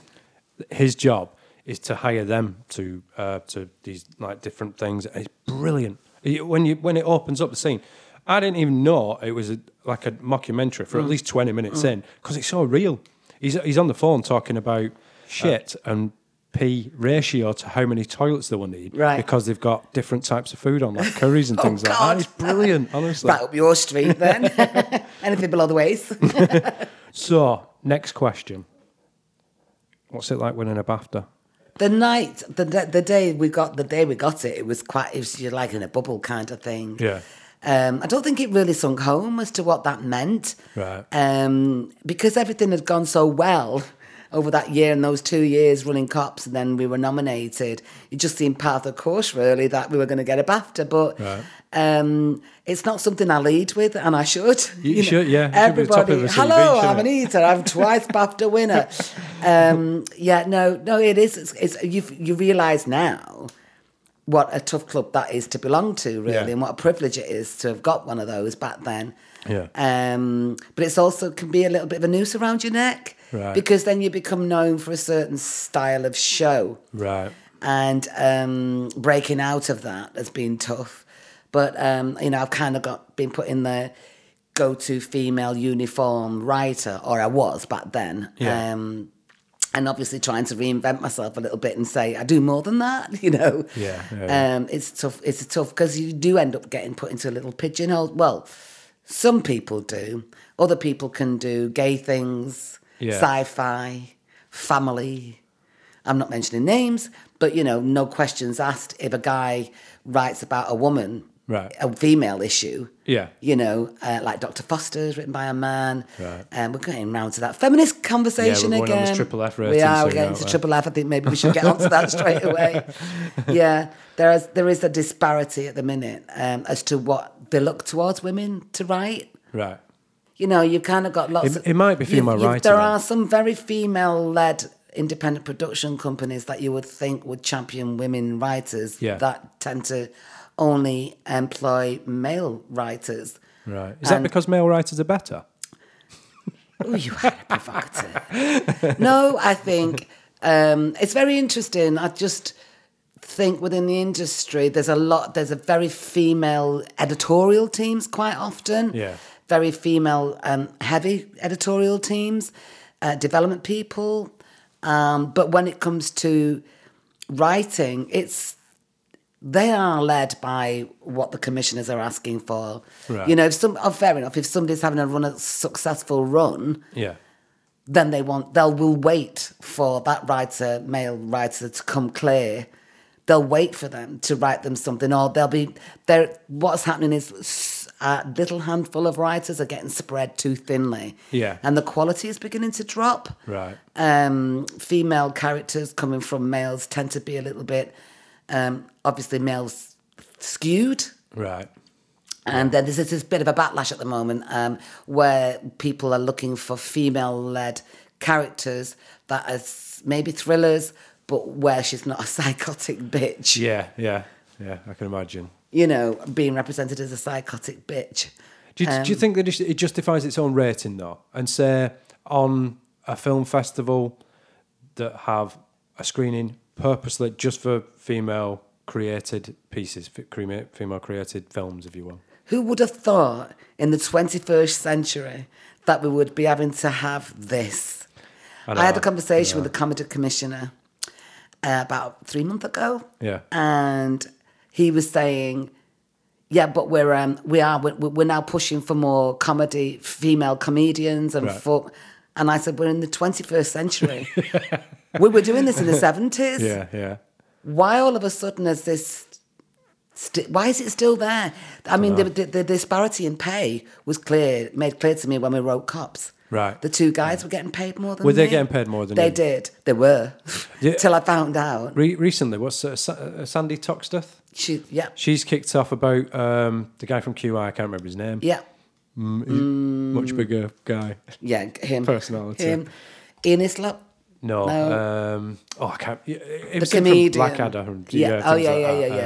Speaker 5: His job is to hire them to uh, to these like different things. It's brilliant You- when you when it opens up the scene. I didn't even know it was a, like a mockumentary for
Speaker 3: Mm.
Speaker 5: at least twenty minutes in because it's so real. He's he's on the phone talking about shit and p ratio to how many toilets they will need
Speaker 3: Right.
Speaker 5: because they've got different types of food on like curries and
Speaker 3: Oh,
Speaker 5: things like that.
Speaker 3: God.
Speaker 5: It's brilliant, honestly.
Speaker 3: Right up your street, then. Anything below the waist.
Speaker 5: So, next question. What's it like winning a BAFTA?
Speaker 3: The night, the the day we got the day we got it, it was quite. It was you're like in a bubble kind of thing.
Speaker 5: Yeah.
Speaker 3: Um, I don't think it really sunk home as to what that meant.
Speaker 5: Right.
Speaker 3: Um, because everything had gone so well over that year and those two years running cops, and then we were nominated. It just seemed part of the course, really, that we were going to get a BAFTA. But
Speaker 5: Right.
Speaker 3: um, it's not something I lead with, and I should.
Speaker 5: You should, yeah. It should be the top of
Speaker 3: Everybody,
Speaker 5: the CV,
Speaker 3: hello,
Speaker 5: shouldn't
Speaker 3: I'm an
Speaker 5: it?"
Speaker 3: eater. I'm twice BAFTA winner. Um, yeah, no, no, it is. It's, it's, you've, you realise now what a tough club that is to belong to, really,
Speaker 5: Yeah.
Speaker 3: and what a privilege it is to have got one of those back then.
Speaker 5: Yeah.
Speaker 3: Um, but it's also can be a little bit of a noose around your neck
Speaker 5: Right.
Speaker 3: because then you become known for a certain style of show,
Speaker 5: Right.
Speaker 3: and um, breaking out of that has been tough. But um, you know, I've kind of got been put in the go-to female uniform writer, or I was back then.
Speaker 5: Yeah.
Speaker 3: Um, and obviously trying to reinvent myself a little bit and say I do more than that, you know.
Speaker 5: Yeah, yeah, yeah.
Speaker 3: Um, it's tough. It's tough because you do end up getting put into a little pigeonhole. Well, some people do. Other people can do gay things,
Speaker 5: Yeah.
Speaker 3: sci-fi, family. I'm not mentioning names, but you know, no questions asked. If a guy writes about a woman,
Speaker 5: Right.
Speaker 3: a female issue,
Speaker 5: Yeah.
Speaker 3: you know, uh, like Dr. Foster's written by a man.
Speaker 5: Right.
Speaker 3: Um, we're getting round to that feminist conversation
Speaker 5: Yeah, we're going on
Speaker 3: again.
Speaker 5: this Triple F
Speaker 3: We
Speaker 5: rating
Speaker 3: are. We're
Speaker 5: soon,
Speaker 3: getting
Speaker 5: aren't
Speaker 3: to
Speaker 5: we?
Speaker 3: Triple F. I think maybe we should get onto that straight away. Yeah, there is there is a disparity at the minute um, as to what they look towards women to write.
Speaker 5: Right.
Speaker 3: You know, you've kind of got lots.
Speaker 5: It-
Speaker 3: of,
Speaker 5: it might be
Speaker 3: you've-
Speaker 5: female
Speaker 3: you've-
Speaker 5: writer
Speaker 3: There
Speaker 5: then.
Speaker 3: are some very female-led independent production companies that you would think would champion women writers
Speaker 5: Yeah.
Speaker 3: that tend to only employ male writers.
Speaker 5: Right. Is that because male writers are better?
Speaker 3: Oh, you are a provocative. no, I think um, it's very interesting. I just think within the industry, there's a lot, there's a very female editorial teams quite often.
Speaker 5: Yeah.
Speaker 3: Very female um, heavy editorial teams, uh, development people. Um, but when it comes to writing, it's they are led by what the commissioners are asking for.
Speaker 5: Right.
Speaker 3: You know, if some, oh, fair enough. If somebody's having a run a successful run,
Speaker 5: Yeah.
Speaker 3: then they want they'll will wait for that writer, male writer, to come clear. They'll wait for them to write them something, or they'll be there. What's happening is s- a little handful of writers are getting spread too thinly,
Speaker 5: Yeah.
Speaker 3: and the quality is beginning to drop.
Speaker 5: Right.
Speaker 3: Um, female characters coming from males tend to be a little bit, um, obviously males skewed.
Speaker 5: Right.
Speaker 3: And then there's this, this bit of a backlash at the moment um, where people are looking for female led characters that are s- maybe thrillers, but where she's not a psychotic bitch,
Speaker 5: Yeah. Yeah. Yeah. I can imagine.
Speaker 3: you know, being represented as a psychotic bitch.
Speaker 5: Do you, do you think that it it justifies its own rating though? And say on a film festival that have a screening purposely just for female created pieces, f- crema- female created films, if you will.
Speaker 3: Who would have thought in the 21st century that we would be having to have this? I,
Speaker 5: know,
Speaker 3: had
Speaker 5: I
Speaker 3: a conversation with the comedy commissioner uh, about three months ago.
Speaker 5: Yeah.
Speaker 3: and he was saying, "Yeah, but we're um, we are we're, we're now pushing for more comedy, female comedians, and
Speaker 5: Right.
Speaker 3: for." And I said, "We're in the 21st century. we were doing this in the 70s.
Speaker 5: Yeah. Yeah.
Speaker 3: Why all of a sudden is this?" St- why is it still there? I mean, the, the, the disparity in pay was clear, made clear to me when we wrote Cops.
Speaker 5: Right.
Speaker 3: The two guys were getting paid more than
Speaker 5: Were they
Speaker 3: me.
Speaker 5: getting paid more than
Speaker 3: they
Speaker 5: you?
Speaker 3: did? They were.
Speaker 5: Yeah.
Speaker 3: Till I found out.
Speaker 5: Re- recently, what's uh, Sa- uh, Sandy Toxteth?
Speaker 3: She, yeah,
Speaker 5: She's kicked off about um, the guy from QI. I can't remember his name.
Speaker 3: yeah.
Speaker 5: Much bigger guy.
Speaker 3: Yeah, him.
Speaker 5: Personality.
Speaker 3: Him. Ian Islop.
Speaker 5: No.
Speaker 3: No.
Speaker 5: Um, oh, I can't. yeah, It
Speaker 3: The
Speaker 5: was him from
Speaker 3: comedian.
Speaker 5: Blackadder. and-
Speaker 3: Yeah. Oh,
Speaker 5: things
Speaker 3: yeah,
Speaker 5: like
Speaker 3: yeah,
Speaker 5: that.
Speaker 3: yeah,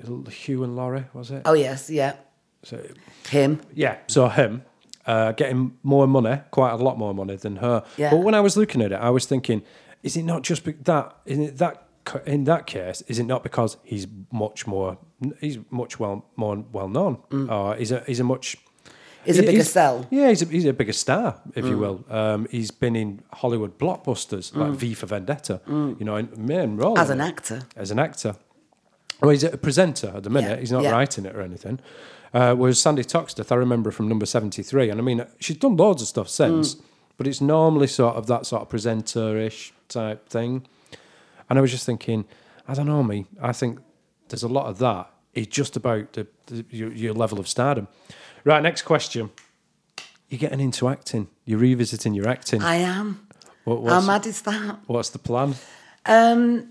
Speaker 3: yeah.
Speaker 5: Um, Hugh and Laurie, was it?
Speaker 3: Oh, yes, yeah.
Speaker 5: So,
Speaker 3: Him.
Speaker 5: yeah. So him uh, getting more money, quite a lot more money than her.
Speaker 3: Yeah.
Speaker 5: But when I was looking at it, I was thinking, is it not just be- that? In it that c- in that case, is it not because he's much more? He's much well more well known, or he's a he's a much
Speaker 3: Mm. Is a
Speaker 5: he-
Speaker 3: bigger
Speaker 5: he's-
Speaker 3: sell. Mm.
Speaker 5: Yeah, he's a, he's a bigger star, if you will. Um, he's been in Hollywood blockbusters like V for Vendetta, you know, in main role
Speaker 3: Mm. As
Speaker 5: in
Speaker 3: an
Speaker 5: it.
Speaker 3: actor.
Speaker 5: As an actor. Well, he's a presenter at the minute.
Speaker 3: Yeah,
Speaker 5: He's not
Speaker 3: yeah.
Speaker 5: writing it or anything. Uh, whereas Sandy Toxteth, I remember from number 73. And I mean, she's done
Speaker 3: Mm.
Speaker 5: loads of stuff since, but it's normally sort of that sort of presenter ish type thing. And I was just thinking, I don't know, me. I think there's a lot of that. It's just about the, the, your, your level of stardom. Right, next question. You're getting into acting. You're revisiting your acting.
Speaker 3: I am.
Speaker 5: What-
Speaker 3: How
Speaker 5: what's,
Speaker 3: mad is that?
Speaker 5: what's the plan?
Speaker 3: Um,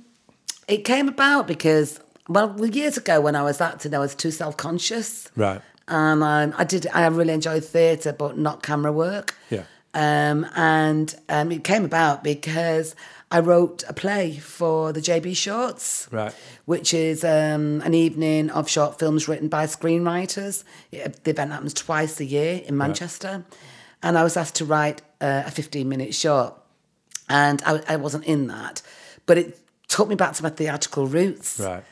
Speaker 3: it came about because, well, well, years ago when I was acting, I was too self conscious.
Speaker 5: Right.
Speaker 3: And um, I did, I really enjoyed theatre, but not camera work.
Speaker 5: Yeah.
Speaker 3: Um, and um, it came about because I wrote a play for the JB Shorts.
Speaker 5: Right.
Speaker 3: Which is um, an evening of short films written by screenwriters. It, the event happens twice a year in Manchester. And I was asked to write uh, a 15 minute short and I, I wasn't in that. But it took me back to my theatrical roots.
Speaker 5: Right.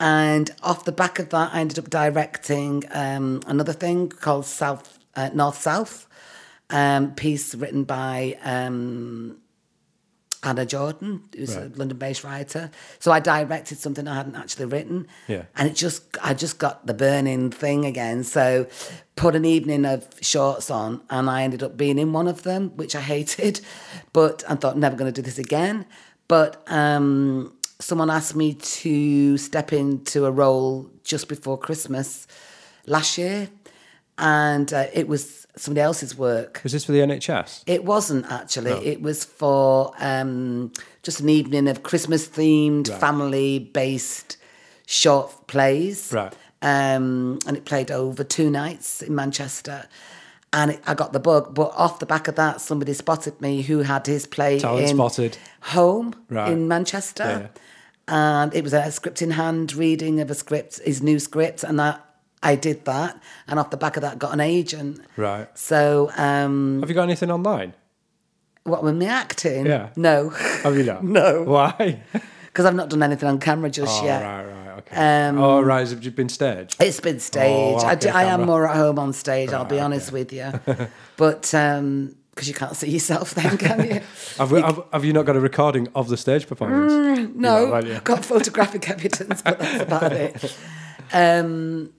Speaker 3: And off the back of that, I ended up directing um, another thing called South uh, North South, um, piece written by um, Anna Jordan, who's
Speaker 5: Right.
Speaker 3: a London-based writer. So I directed something I hadn't actually written.
Speaker 5: Yeah.
Speaker 3: And it just, I just got the burning thing again. So put an evening of shorts on, and I ended up being in one of them, which I hated, but I thought never going to do this again. But um, someone asked me to step into a role just before Christmas last year, and uh, it was somebody else's work.
Speaker 5: Was this for the NHS?
Speaker 3: It wasn't actually. It was for um, just an evening of Christmas themed,
Speaker 5: Right.
Speaker 3: family based short plays.
Speaker 5: Right.
Speaker 3: Um, and it played over two nights in Manchester. And it, I got the bug. But off the back of that, somebody spotted me who had his play
Speaker 5: Talent
Speaker 3: in
Speaker 5: spotted.
Speaker 3: Home
Speaker 5: Right.
Speaker 3: in Manchester.
Speaker 5: Yeah.
Speaker 3: And it was a script in hand reading of a script, his new script. And I, I did that. And off the back of that, got an agent.
Speaker 5: Right.
Speaker 3: So um,
Speaker 5: Have you got anything online?
Speaker 3: what with me acting?
Speaker 5: Yeah.
Speaker 3: No,
Speaker 5: Have you not?
Speaker 3: No.
Speaker 5: Why?
Speaker 3: because I've not done anything on camera just
Speaker 5: Oh,
Speaker 3: yet.
Speaker 5: right, right, okay.
Speaker 3: Um,
Speaker 5: oh, right, have you been staged?
Speaker 3: It's been stage.
Speaker 5: Oh,
Speaker 3: I, do,
Speaker 5: okay,
Speaker 3: I am
Speaker 5: camera.
Speaker 3: more at home on stage. I'll be honest with you, but um, because you can't see yourself, then can you?
Speaker 5: Have, we- have, have you not got a recording of the stage performance?
Speaker 3: Mm, no,
Speaker 5: won't you?
Speaker 3: got photographic evidence, but that's about it. Um,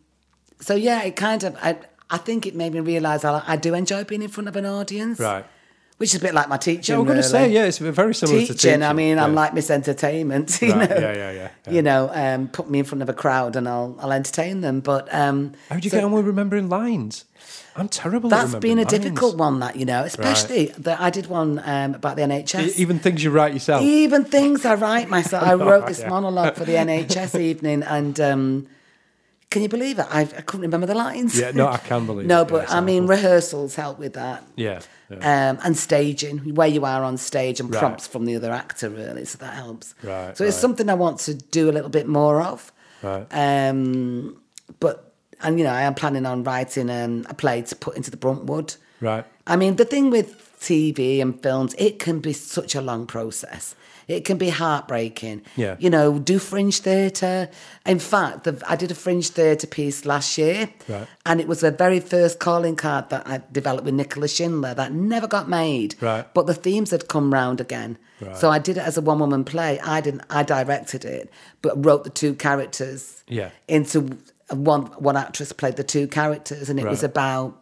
Speaker 3: so yeah, it kind of. I, I think it made me realise I, I do enjoy being in front of an audience,
Speaker 5: Right.
Speaker 3: Which is a bit like my teaching.
Speaker 5: Yeah, I'm going to
Speaker 3: really.
Speaker 5: say, yeah, it's very similar
Speaker 3: teaching,
Speaker 5: to teaching.
Speaker 3: I mean, I'm
Speaker 5: Yeah.
Speaker 3: like Miss Entertainment, you
Speaker 5: Right,
Speaker 3: know.
Speaker 5: yeah, yeah, yeah, yeah.
Speaker 3: You know, um, put me in front of a crowd and I'll I'll entertain them. But um,
Speaker 5: How do you
Speaker 3: so
Speaker 5: get on with remembering lines? I'm terrible at
Speaker 3: That's
Speaker 5: remembering
Speaker 3: been a
Speaker 5: lines.
Speaker 3: difficult one, that you know, especially that I did one um, about the
Speaker 5: E-
Speaker 3: NHS.
Speaker 5: Even things you write yourself.
Speaker 3: Even things I write myself. I wrote this
Speaker 5: yeah.
Speaker 3: monologue for the NHS evening, and um, can you believe it? I, I couldn't remember the lines.
Speaker 5: Yeah, no, I can believe
Speaker 3: no,
Speaker 5: it. Yeah,
Speaker 3: but
Speaker 5: it's
Speaker 3: I mean,
Speaker 5: awful.
Speaker 3: rehearsals help with that.
Speaker 5: yeah. yeah.
Speaker 3: um, and staging, where you are on stage and
Speaker 5: Right.
Speaker 3: prompts from the other actor, really. So that helps.
Speaker 5: Right,
Speaker 3: So it's
Speaker 5: right.
Speaker 3: something I want to do a little bit more of.
Speaker 5: Right.
Speaker 3: Um, but, and, you know, I am planning on writing um, a play to put into the Bruntwood.
Speaker 5: Right.
Speaker 3: I mean, the thing with TV and films, it can be such a long process. It can be heartbreaking.
Speaker 5: Yeah.
Speaker 3: You know, do fringe theatre. In fact, the, I did a fringe theatre piece last year.
Speaker 5: Right.
Speaker 3: And it was the very first calling card that I developed with Nicola Schindler that never got made.
Speaker 5: Right.
Speaker 3: But the themes had come round again.
Speaker 5: Right.
Speaker 3: So I did it as a one woman play. I didn't I directed it, but wrote the two characters
Speaker 5: Yeah.
Speaker 3: into one one actress played the two characters and it was
Speaker 5: Right.
Speaker 3: about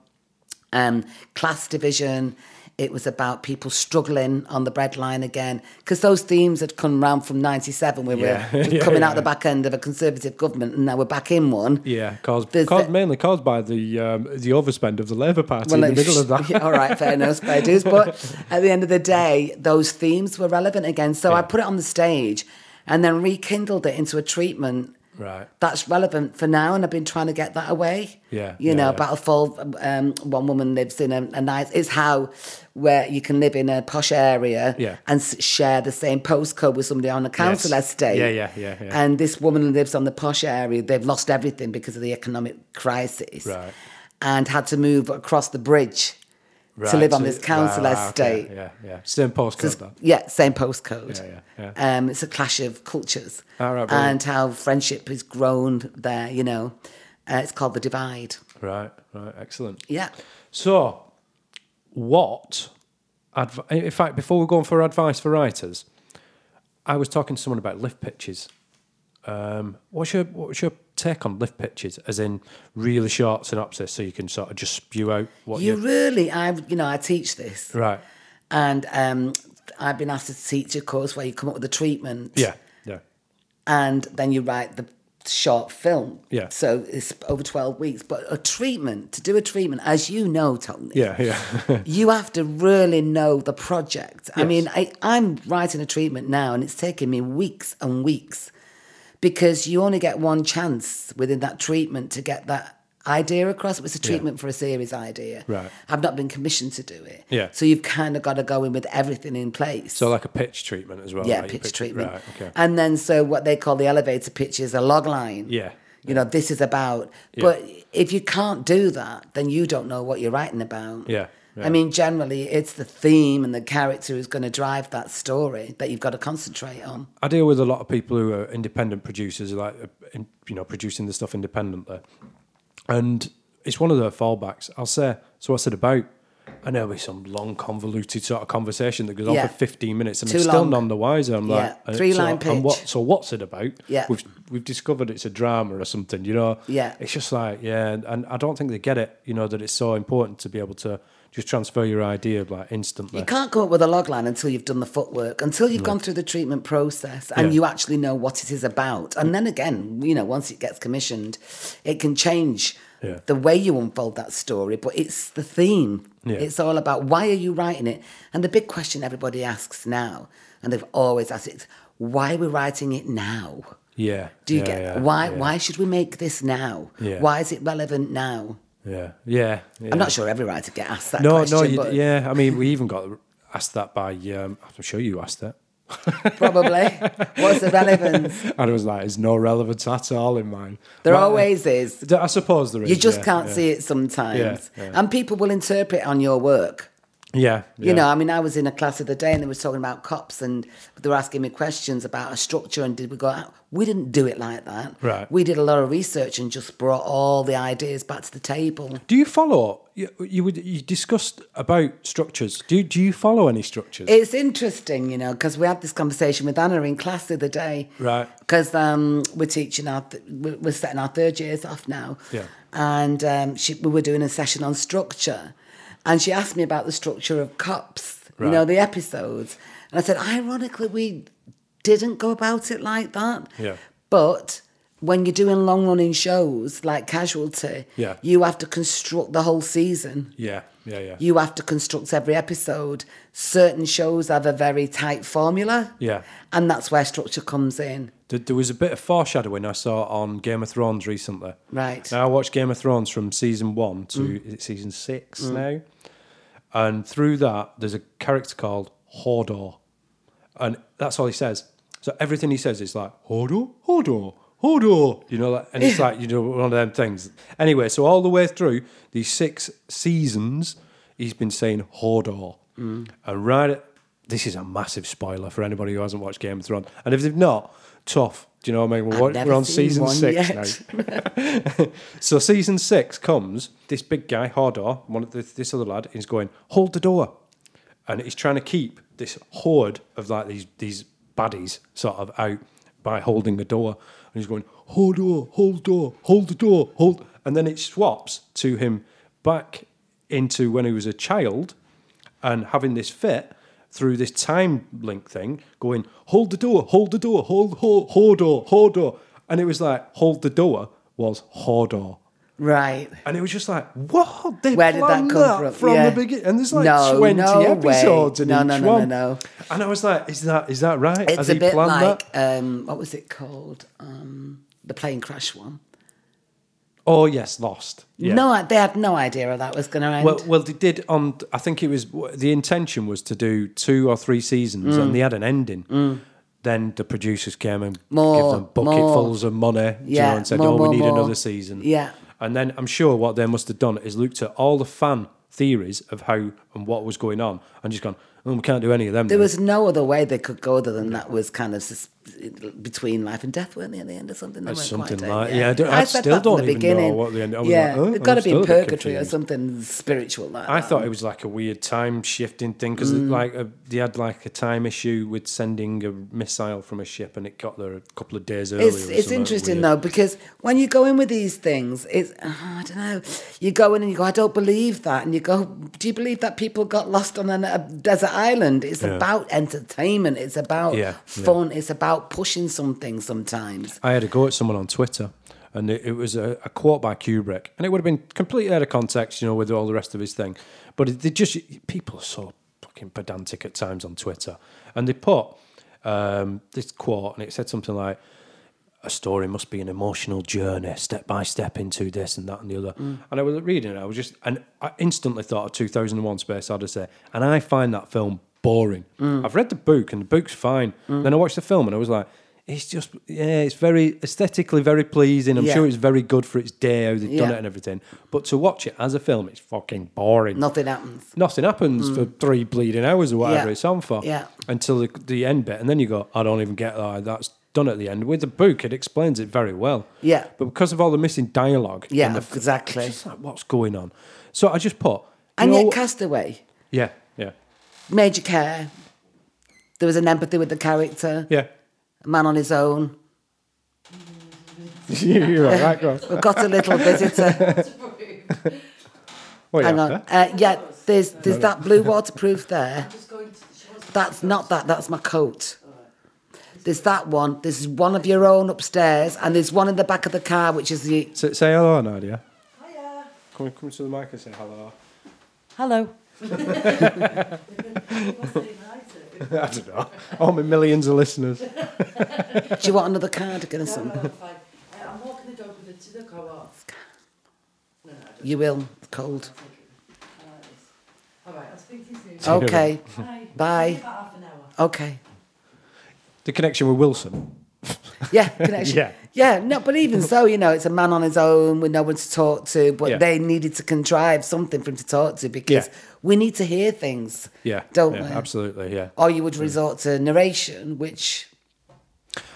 Speaker 3: um, class division. It was about people struggling on the breadline again because those themes had come round from '97. We
Speaker 5: Yeah.
Speaker 3: were just
Speaker 5: Yeah,
Speaker 3: coming out
Speaker 5: yeah.
Speaker 3: the back end of a conservative government, and now we're back in one.
Speaker 5: Yeah, caused,
Speaker 3: There's
Speaker 5: caused
Speaker 3: the-
Speaker 5: mainly caused by the um, the overspend of the Labour Party in the
Speaker 3: like,
Speaker 5: middle of that.
Speaker 3: yeah, all right, fair enough, fair dues. But at the end of the day, those themes were relevant again. So I put it on the stage, and then rekindled it into a treatment
Speaker 5: Right.
Speaker 3: that's relevant for now, and I've been trying to get that away.
Speaker 5: Yeah,
Speaker 3: you
Speaker 5: yeah,
Speaker 3: know,
Speaker 5: yeah.
Speaker 3: about a full um, one woman lives in a, a nice. It's how where you can live in a posh area
Speaker 5: Yeah.
Speaker 3: and s- share the same postcode with somebody on a council
Speaker 5: Yes.
Speaker 3: estate.
Speaker 5: Yeah, yeah, yeah, yeah.
Speaker 3: And this woman lives on the posh area. They've lost everything because of the economic crisis,
Speaker 5: Right.
Speaker 3: and had to move across the bridge
Speaker 5: Right,
Speaker 3: to live on
Speaker 5: so-
Speaker 3: this council
Speaker 5: wow, okay,
Speaker 3: estate.
Speaker 5: Yeah, yeah. Same postcode, though.
Speaker 3: Yeah, same postcode.
Speaker 5: Yeah, yeah,
Speaker 3: Um, it's a clash of cultures.
Speaker 5: All right, brilliant.
Speaker 3: and how friendship has grown there, you know. Uh, it's called The Divide.
Speaker 5: Right, right. Excellent.
Speaker 3: Yeah.
Speaker 5: So, what? Adv- in fact, before we go on for advice for writers, I was talking to someone about lift pitches. Um, what's your What's your take on lift pitches? As in, really short synopsis, so you can sort of just spew out what
Speaker 3: You
Speaker 5: you.
Speaker 3: really, I, you know, I teach this.
Speaker 5: Right.
Speaker 3: And um, I've been asked to teach a course where you come up with a treatment.
Speaker 5: Yeah.
Speaker 3: and then you write the short film.
Speaker 5: Yeah.
Speaker 3: So it's over 12 weeks. But a treatment, to do a treatment, as you know, Tony,
Speaker 5: Yeah, yeah.
Speaker 3: you have to really know the project. I
Speaker 5: Yes.
Speaker 3: mean, I, I'm writing a treatment now and it's taking me weeks and weeks because you only get one chance within that treatment to get that idea across. It was a treatment for a series idea.
Speaker 5: Right.
Speaker 3: I've not been commissioned to do it.
Speaker 5: Yeah.
Speaker 3: So you've kind of got to go in with everything in place.
Speaker 5: so like a pitch treatment as well.
Speaker 3: yeah,
Speaker 5: like you
Speaker 3: pitch treatment.
Speaker 5: Right. Okay.
Speaker 3: And then so what they call the elevator pitch is a log line.
Speaker 5: yeah.
Speaker 3: You know, this is about. But if you can't do that, then you don't know what you're writing about.
Speaker 5: Yeah, yeah.
Speaker 3: I mean, generally, it's the theme and the character who's going to drive that story that you've got to concentrate on.
Speaker 5: I deal with a lot of people who are independent producers, like uh, in, you know, producing the stuff independently, and it's one of their fallbacks. I'll say, so I said about, and there'll be some long, convoluted sort of conversation that goes on
Speaker 3: Yeah.
Speaker 5: for fifteen minutes, and
Speaker 3: Too
Speaker 5: I'm still
Speaker 3: long.
Speaker 5: none the wiser. I'm like,
Speaker 3: Yeah,
Speaker 5: uh,
Speaker 3: three-line
Speaker 5: so, And what,
Speaker 3: pitch.
Speaker 5: so what's it about?
Speaker 3: Yeah.
Speaker 5: we've we've discovered it's a drama or something. You know,
Speaker 3: Yeah.
Speaker 5: It's just like, yeah, and I don't think they get it. You know, that it's so important to be able to just transfer your idea like instantly.
Speaker 3: You can't come up with a log line until you've done the footwork, until you've gone through the treatment process and
Speaker 5: Yeah.
Speaker 3: you actually know what it is about. And then again, you know, once it gets commissioned, it can change
Speaker 5: Yeah.
Speaker 3: the way you unfold that story, but it's the theme.
Speaker 5: Yeah.
Speaker 3: It's all about why are you writing it? And the big question everybody asks now, and they've always asked it, why are we writing it now?
Speaker 5: yeah.
Speaker 3: Do you
Speaker 5: yeah,
Speaker 3: get
Speaker 5: yeah,
Speaker 3: why
Speaker 5: yeah,
Speaker 3: why should we make this now?
Speaker 5: Yeah.
Speaker 3: Why is it relevant now?
Speaker 5: Yeah. Yeah.
Speaker 3: I'm
Speaker 5: yeah.
Speaker 3: not sure every writer get asked that
Speaker 5: No,
Speaker 3: question,
Speaker 5: no, you,
Speaker 3: but
Speaker 5: yeah. I mean, we even got asked that by. Um, I'm sure you asked it,
Speaker 3: probably. What's the relevance?
Speaker 5: and it was like, "There's no relevance at all in mine."
Speaker 3: There
Speaker 5: But, uh,
Speaker 3: always is.
Speaker 5: d- I suppose there is.
Speaker 3: You just
Speaker 5: yeah,
Speaker 3: can't
Speaker 5: yeah.
Speaker 3: see it sometimes.
Speaker 5: Yeah, yeah.
Speaker 3: And people will interpret on your work.
Speaker 5: Yeah,
Speaker 3: You know, I mean, I was in a class the other day and they were talking about cops and they were asking me questions about a structure and did we go out? We didn't do it like that.
Speaker 5: Right.
Speaker 3: We did a lot of research and just brought all the ideas back to the table.
Speaker 5: Do you follow? You, you would you discussed about structures. Do do you follow any structures?
Speaker 3: It's interesting, you know, because we had this conversation with Anna in class the other day.
Speaker 5: Right.
Speaker 3: Because um, we're teaching our, th- we're we're setting our third years off now.
Speaker 5: Yeah.
Speaker 3: And um, she, we were doing a session on structure. And she asked me about the structure of cops, you know,
Speaker 5: Right.
Speaker 3: the episodes. And I said, ironically, we didn't go about it like that.
Speaker 5: Yeah.
Speaker 3: But when you're doing long running shows like Casualty,
Speaker 5: Yeah.
Speaker 3: you have to construct the whole season
Speaker 5: yeah, yeah, yeah,
Speaker 3: you have to construct every episode. Certain shows have a very tight formula.
Speaker 5: yeah.
Speaker 3: And that's where structure comes in.
Speaker 5: There, there was a bit of foreshadowing I saw on Game of Thrones recently.
Speaker 3: Right. Mm.
Speaker 5: Now I watched Game of Thrones from season one to is it season six now, and through that there's a character called Hodor, and that's all he says. So everything he says is like Hodor, Hodor, Hodor. You know, like, and it's like you know one of them things. Anyway, so all the way through these six seasons, he's been saying Hodor,
Speaker 3: Mm.
Speaker 5: and right. At, this is a massive spoiler for anybody who hasn't watched Game of Thrones, and if they've not, tough. Do you know what I mean? We're,
Speaker 3: I've
Speaker 5: wa-
Speaker 3: never
Speaker 5: we're on
Speaker 3: seen
Speaker 5: season
Speaker 3: one
Speaker 5: six
Speaker 3: yet.
Speaker 5: now. So season six comes. This big guy Hodor, one of the, this other lad, is going hold the door, and he's trying to keep this horde of like these these baddies sort of out by holding the door, and he's going hold door, hold door, hold the door, hold, and then it swaps to him back into when he was a child, and having this fit through this time link thing, going hold the door, hold the door, hold hold hold door, hold door, and it was like hold the door was Hodor.
Speaker 3: Right.
Speaker 5: And it was just like, what? They
Speaker 3: Where did that
Speaker 5: planned
Speaker 3: come from?
Speaker 5: from
Speaker 3: Yeah.
Speaker 5: the beginning? And there's like
Speaker 3: No,
Speaker 5: 20
Speaker 3: no way.
Speaker 5: episodes in
Speaker 3: No,
Speaker 5: each
Speaker 3: no, no, no,
Speaker 5: one.
Speaker 3: no.
Speaker 5: And I was like, is that is that right?
Speaker 3: It's
Speaker 5: Has
Speaker 3: a
Speaker 5: he
Speaker 3: bit
Speaker 5: planned
Speaker 3: like,
Speaker 5: that?
Speaker 3: um, what was it called? Um, the plane crash one.
Speaker 5: Oh, yes, Lost. Yeah.
Speaker 3: No, they had no idea how that was going to end.
Speaker 5: Well, well, they did on. I think it was the intention was to do two or three seasons,
Speaker 3: Mm.
Speaker 5: and they had an ending. Then the producers came and
Speaker 3: More,
Speaker 5: gave them bucketfuls of money, do you know,
Speaker 3: Yeah,
Speaker 5: and said,
Speaker 3: more,
Speaker 5: "Oh,
Speaker 3: more,
Speaker 5: we need
Speaker 3: more."
Speaker 5: another season."
Speaker 3: Yeah.
Speaker 5: And then I'm sure what they must have done is looked at all the fan theories of how and what was going on, and just gone, "Oh, we can't do any of them."
Speaker 3: there
Speaker 5: then."
Speaker 3: was no other way they could go other than that was kind of sus- between life and death, weren't they, at the end or something? They
Speaker 5: That's
Speaker 3: weren't quite
Speaker 5: something
Speaker 3: dead,
Speaker 5: like- yeah, I don't- I
Speaker 3: said
Speaker 5: still
Speaker 3: that from
Speaker 5: don't
Speaker 3: the
Speaker 5: even know
Speaker 3: beginning.
Speaker 5: what the end- I was
Speaker 3: yeah,
Speaker 5: like, oh,
Speaker 3: they've got to
Speaker 5: I'm
Speaker 3: be
Speaker 5: still
Speaker 3: in
Speaker 5: a bit
Speaker 3: purgatory or
Speaker 5: confused.
Speaker 3: something spiritual like
Speaker 5: I
Speaker 3: that.
Speaker 5: thought it was like a weird time shifting thing because
Speaker 3: Mm.
Speaker 5: like a, they had like a time issue with sending a missile from a ship and it got there a couple of days earlier.
Speaker 3: It's,
Speaker 5: or
Speaker 3: it's
Speaker 5: something
Speaker 3: interesting
Speaker 5: weird.
Speaker 3: though because when you go in with these things, it's ah, I don't know. You go in and you go, I don't believe that, and you go, Do you believe that people got lost on an, a desert island? It's
Speaker 5: Yeah.
Speaker 3: about entertainment. It's about
Speaker 5: Yeah, yeah.
Speaker 3: fun. It's about about pushing something sometimes.
Speaker 5: I had a go at someone on Twitter, and it, it was a, a quote by Kubrick, and it would have been completely out of context, you know, with all the rest of his thing. But it, they just people are so fucking pedantic at times on Twitter, and they put um, this quote, and it said something like, "A story must be an emotional journey, step by step into this and that and the other."
Speaker 3: Mm.
Speaker 5: And I was reading it, I was just, and I instantly thought of 2001: Space Odyssey, and I find that film boring.
Speaker 3: Mm.
Speaker 5: I've read the book, and the book's fine. Then I watched the film, and I was like. It's just, yeah, it's very aesthetically very pleasing. I'm
Speaker 3: Yeah.
Speaker 5: sure it's very good for its day, how they've done
Speaker 3: Yeah.
Speaker 5: it and everything. But to watch it as a film, it's fucking boring
Speaker 3: Nothing happens.
Speaker 5: nothing happens for three bleeding hours or whatever
Speaker 3: Mm. Yeah.
Speaker 5: it's on for
Speaker 3: Yeah.
Speaker 5: until the, the end bit. And then you go, I don't even get that. That's done at the end. With the book, it explains it very well.
Speaker 3: Yeah.
Speaker 5: But because of all the missing dialogue.
Speaker 3: Yeah,
Speaker 5: and the
Speaker 3: exactly.
Speaker 5: It's just like, what's going on? So I just put. you
Speaker 3: And
Speaker 5: know-
Speaker 3: yet, Castaway
Speaker 5: yeah, yeah,
Speaker 3: made you care. There was an empathy with the character.
Speaker 5: yeah.
Speaker 3: A man on his own.
Speaker 5: You're right, right, right.
Speaker 3: We've got a little visitor.
Speaker 5: What are you
Speaker 3: Hang on.
Speaker 5: after?
Speaker 3: Uh, yeah, there's there's that blue waterproof there. That's not that. That's my coat. There's that one. There's one of your own upstairs, and there's one in the back of the car, which is the
Speaker 5: Say, say hello, Nadia. Hiya. Come, come to the mic and say hello.
Speaker 3: hello.
Speaker 5: I don't know. All my millions of listeners.
Speaker 3: Do you want another cardigan or something?
Speaker 4: I'm walking the dog with it to the co-op.
Speaker 3: You will. It's cold.
Speaker 4: All right, I'll speak to you soon.
Speaker 3: Okay.
Speaker 4: Bye.
Speaker 3: Bye.
Speaker 4: About half an hour.
Speaker 3: Okay.
Speaker 5: The connection with Wilson.
Speaker 3: Yeah, connection.
Speaker 5: Yeah.
Speaker 3: Yeah, no, but even so, you know, it's a man on his own with no one to talk to, but
Speaker 5: Yeah.
Speaker 3: they needed to contrive something for him to talk to because
Speaker 5: Yeah.
Speaker 3: we need to hear things.
Speaker 5: Yeah.
Speaker 3: Don't
Speaker 5: yeah,
Speaker 3: we?
Speaker 5: Absolutely, yeah.
Speaker 3: Or you would resort to narration, which,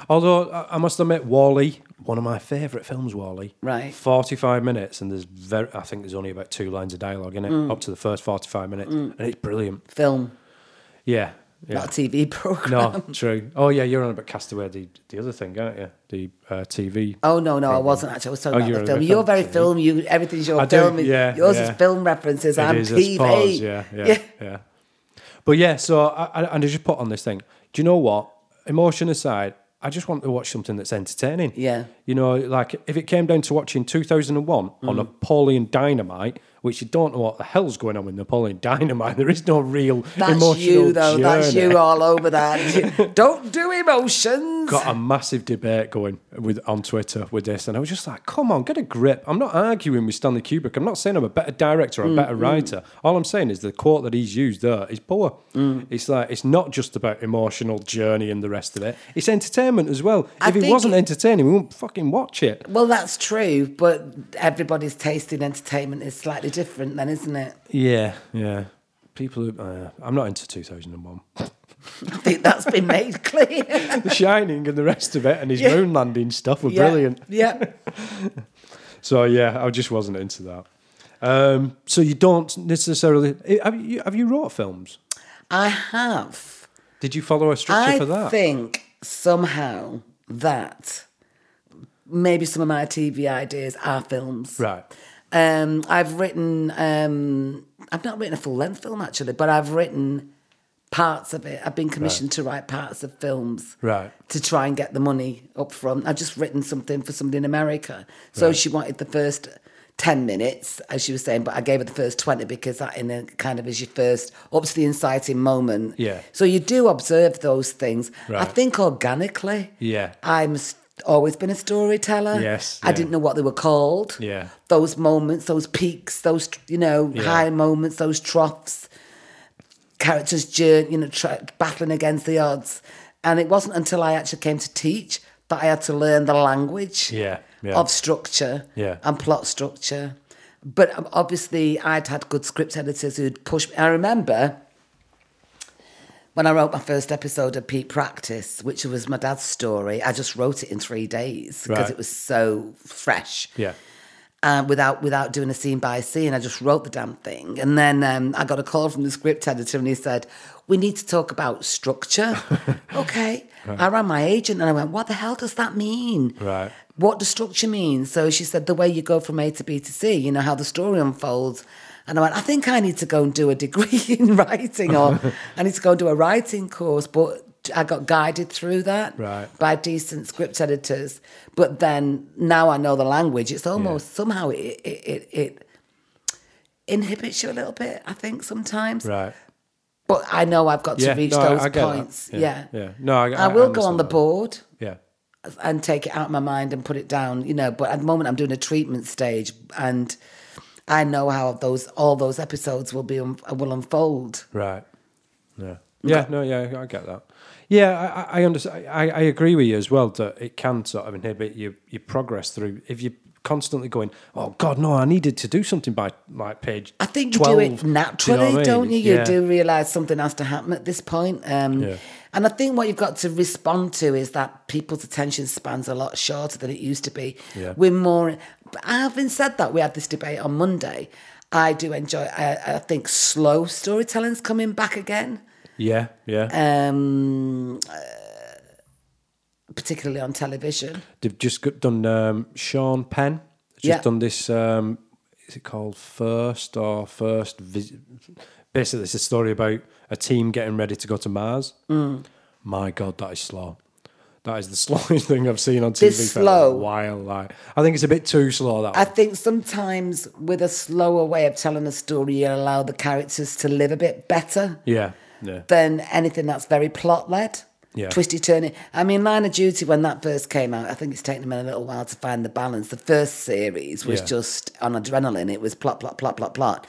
Speaker 5: Although I- I must admit, Wally, one of my favourite films, Wally.
Speaker 3: Right.
Speaker 5: Forty-five minutes, and there's very, I think there's only about two lines of dialogue in it, up to the first forty-five minutes, and it's brilliant.
Speaker 3: film,
Speaker 5: Yeah. Yeah.
Speaker 3: not a TV program.
Speaker 5: no, true. Oh yeah, you're on about Castaway, the the other thing, aren't you? The uh, TV.
Speaker 3: Oh no, no, I wasn't actually. I was
Speaker 5: Oh,
Speaker 3: talking
Speaker 5: you're
Speaker 3: about the
Speaker 5: a
Speaker 3: film.
Speaker 5: film,
Speaker 3: You're very
Speaker 5: sorry.
Speaker 3: film. You everything's your
Speaker 5: I do,
Speaker 3: film.
Speaker 5: yeah,
Speaker 3: Yours
Speaker 5: yeah.
Speaker 3: is film references. I'm
Speaker 5: It is, I
Speaker 3: TV.
Speaker 5: suppose, Yeah, yeah, yeah, But yeah, so I, I, and I just put on this thing. Do you know what? Emotion aside, I just want to watch something that's entertaining.
Speaker 3: Yeah.
Speaker 5: You know, like if it came down to watching 2001
Speaker 3: Mm.
Speaker 5: on Napoleon Dynamite, which you don't know what the hell's going on with Napoleon Dynamite. There is no real
Speaker 3: That's
Speaker 5: emotional
Speaker 3: you though.
Speaker 5: journey.
Speaker 3: That's you all over that. Don't do emotions.
Speaker 5: Got a massive debate going with on Twitter with this, and I was just like, "Come on, get a grip." I'm not arguing with Stanley Kubrick. I'm not saying I'm a better director or
Speaker 3: Mm,
Speaker 5: a better writer. All I'm saying is the quote that he's used there is poor.
Speaker 3: Mm.
Speaker 5: It's like it's not just about emotional journey and the rest of it. It's entertainment as well.
Speaker 3: I
Speaker 5: if it
Speaker 3: think
Speaker 5: wasn't
Speaker 3: it-
Speaker 5: entertaining, we wouldn't fucking watch it.
Speaker 3: Well, that's true, but everybody's taste in entertainment is slightly different, then, isn't it?
Speaker 5: Yeah, yeah. People, who, uh, I'm not into 2001,
Speaker 3: I think that's been made clear.
Speaker 5: The Shining, and the rest of it, and his
Speaker 3: Yeah.
Speaker 5: moon landing stuff were
Speaker 3: Yeah,
Speaker 5: brilliant.
Speaker 3: Yeah.
Speaker 5: So yeah, I just wasn't into that. Um, so you don't necessarily eh, have you, have you wrote films?
Speaker 3: I have.
Speaker 5: Did you follow a structure
Speaker 3: I
Speaker 5: for that?
Speaker 3: think somehow that maybe some of my TV ideas are films.
Speaker 5: right.
Speaker 3: Um, I've written. Um, I've not written a full length film actually, but I've written parts of it. I've been commissioned to write parts of films.
Speaker 5: Right.
Speaker 3: To try and get the money up front. I've just written something for somebody in America. So she wanted the first 10 minutes, as she was saying, but I gave her the first 20 because that in a kind of is your first up to the inciting moment.
Speaker 5: Yeah.
Speaker 3: So you do observe those things. I
Speaker 5: Right.
Speaker 3: think organically.
Speaker 5: Yeah.
Speaker 3: I'm s- always been a storyteller.
Speaker 5: Yes,
Speaker 3: I
Speaker 5: yeah.
Speaker 3: didn't know what they were called
Speaker 5: Yeah.
Speaker 3: those moments, those peaks, those you know
Speaker 5: Yeah.
Speaker 3: high moments, those troughs, characters' journey, you know, tra- battling against the odds. And it wasn't until I actually came to teach that I had to learn the language
Speaker 5: Yeah, yeah.
Speaker 3: of structure
Speaker 5: Yeah.
Speaker 3: and plot structure. But um, obviously, I'd had good script editors who'd push me. I remember when I wrote my first episode of Pete Practice, which was my dad's story. I just wrote it in three days because
Speaker 5: Right.
Speaker 3: it was so fresh
Speaker 5: Yeah.
Speaker 3: uh, without without doing a scene by scene. I just wrote the damn thing, and then um, I got a call from the script editor, and he said, "We need to talk about structure." okay, I rang my agent, and I went, "What the hell does that mean?"
Speaker 5: Right.
Speaker 3: What does structure mean? So she said, "The way you go from A to B to C, you know how the story unfolds." And I went, "I think I need to go and do a degree in writing, or I need to go and do a writing course." But I got guided through that
Speaker 5: Right.
Speaker 3: by decent script editors. But then now I know the language. It's almost somehow it it, it it inhibits you a little bit. I think sometimes.
Speaker 5: Right.
Speaker 3: But I know I've got
Speaker 5: Yeah,
Speaker 3: to reach
Speaker 5: no, I-
Speaker 3: those
Speaker 5: I get that.
Speaker 3: points.
Speaker 5: Yeah,
Speaker 3: Yeah.
Speaker 5: yeah. No, I- I- I
Speaker 3: will go
Speaker 5: understand
Speaker 3: on the
Speaker 5: that.
Speaker 3: board
Speaker 5: Yeah.
Speaker 3: and take it out of my mind and put it down, you know. But at the moment, I'm doing a treatment stage, and I know how those all those episodes will be un- will unfold.
Speaker 5: Right. Yeah. Yeah. No. Yeah. I get that. Yeah. I, I understand. I, I agree with you as well that it can sort of inhibit your your progress through if you're constantly going. Oh God, no! I needed to do something by like page.
Speaker 3: I think you
Speaker 5: 12.
Speaker 3: do it
Speaker 5: you know
Speaker 3: naturally,
Speaker 5: what I mean?
Speaker 3: don't you? You
Speaker 5: Yeah.
Speaker 3: do realize something has to happen at this point. Um,
Speaker 5: Yeah.
Speaker 3: And I think what you've got to respond to is that people's attention spans a lot shorter than it used to be.
Speaker 5: Yeah.
Speaker 3: We're more. But having said that, we had this debate on Monday. I do enjoy. I, I think slow storytelling's coming back again.
Speaker 5: Yeah. Yeah.
Speaker 3: um, uh, particularly on television.
Speaker 5: They've just got done um, Sean Penn. Just
Speaker 3: Yeah.
Speaker 5: done this. Um, is it called First or First? Vis- Basically, it's a story about a team getting ready to go to Mars.
Speaker 3: Mm.
Speaker 5: My God, that is slow. That is the slowest thing I've seen on TV
Speaker 3: This
Speaker 5: for a
Speaker 3: slow.
Speaker 5: while. Like, I think it's a bit too slow. That
Speaker 3: I
Speaker 5: one.
Speaker 3: think sometimes with a slower way of telling a story, you allow the characters to live a bit better
Speaker 5: yeah, yeah,
Speaker 3: than anything that's very plot led.
Speaker 5: Yeah.
Speaker 3: Twisty turny. I mean, Line of Duty, when that first came out, I think it's taken them a little while to find the balance. The first series was
Speaker 5: Yeah.
Speaker 3: just on adrenaline, it was plot, plot, plot, plot, plot.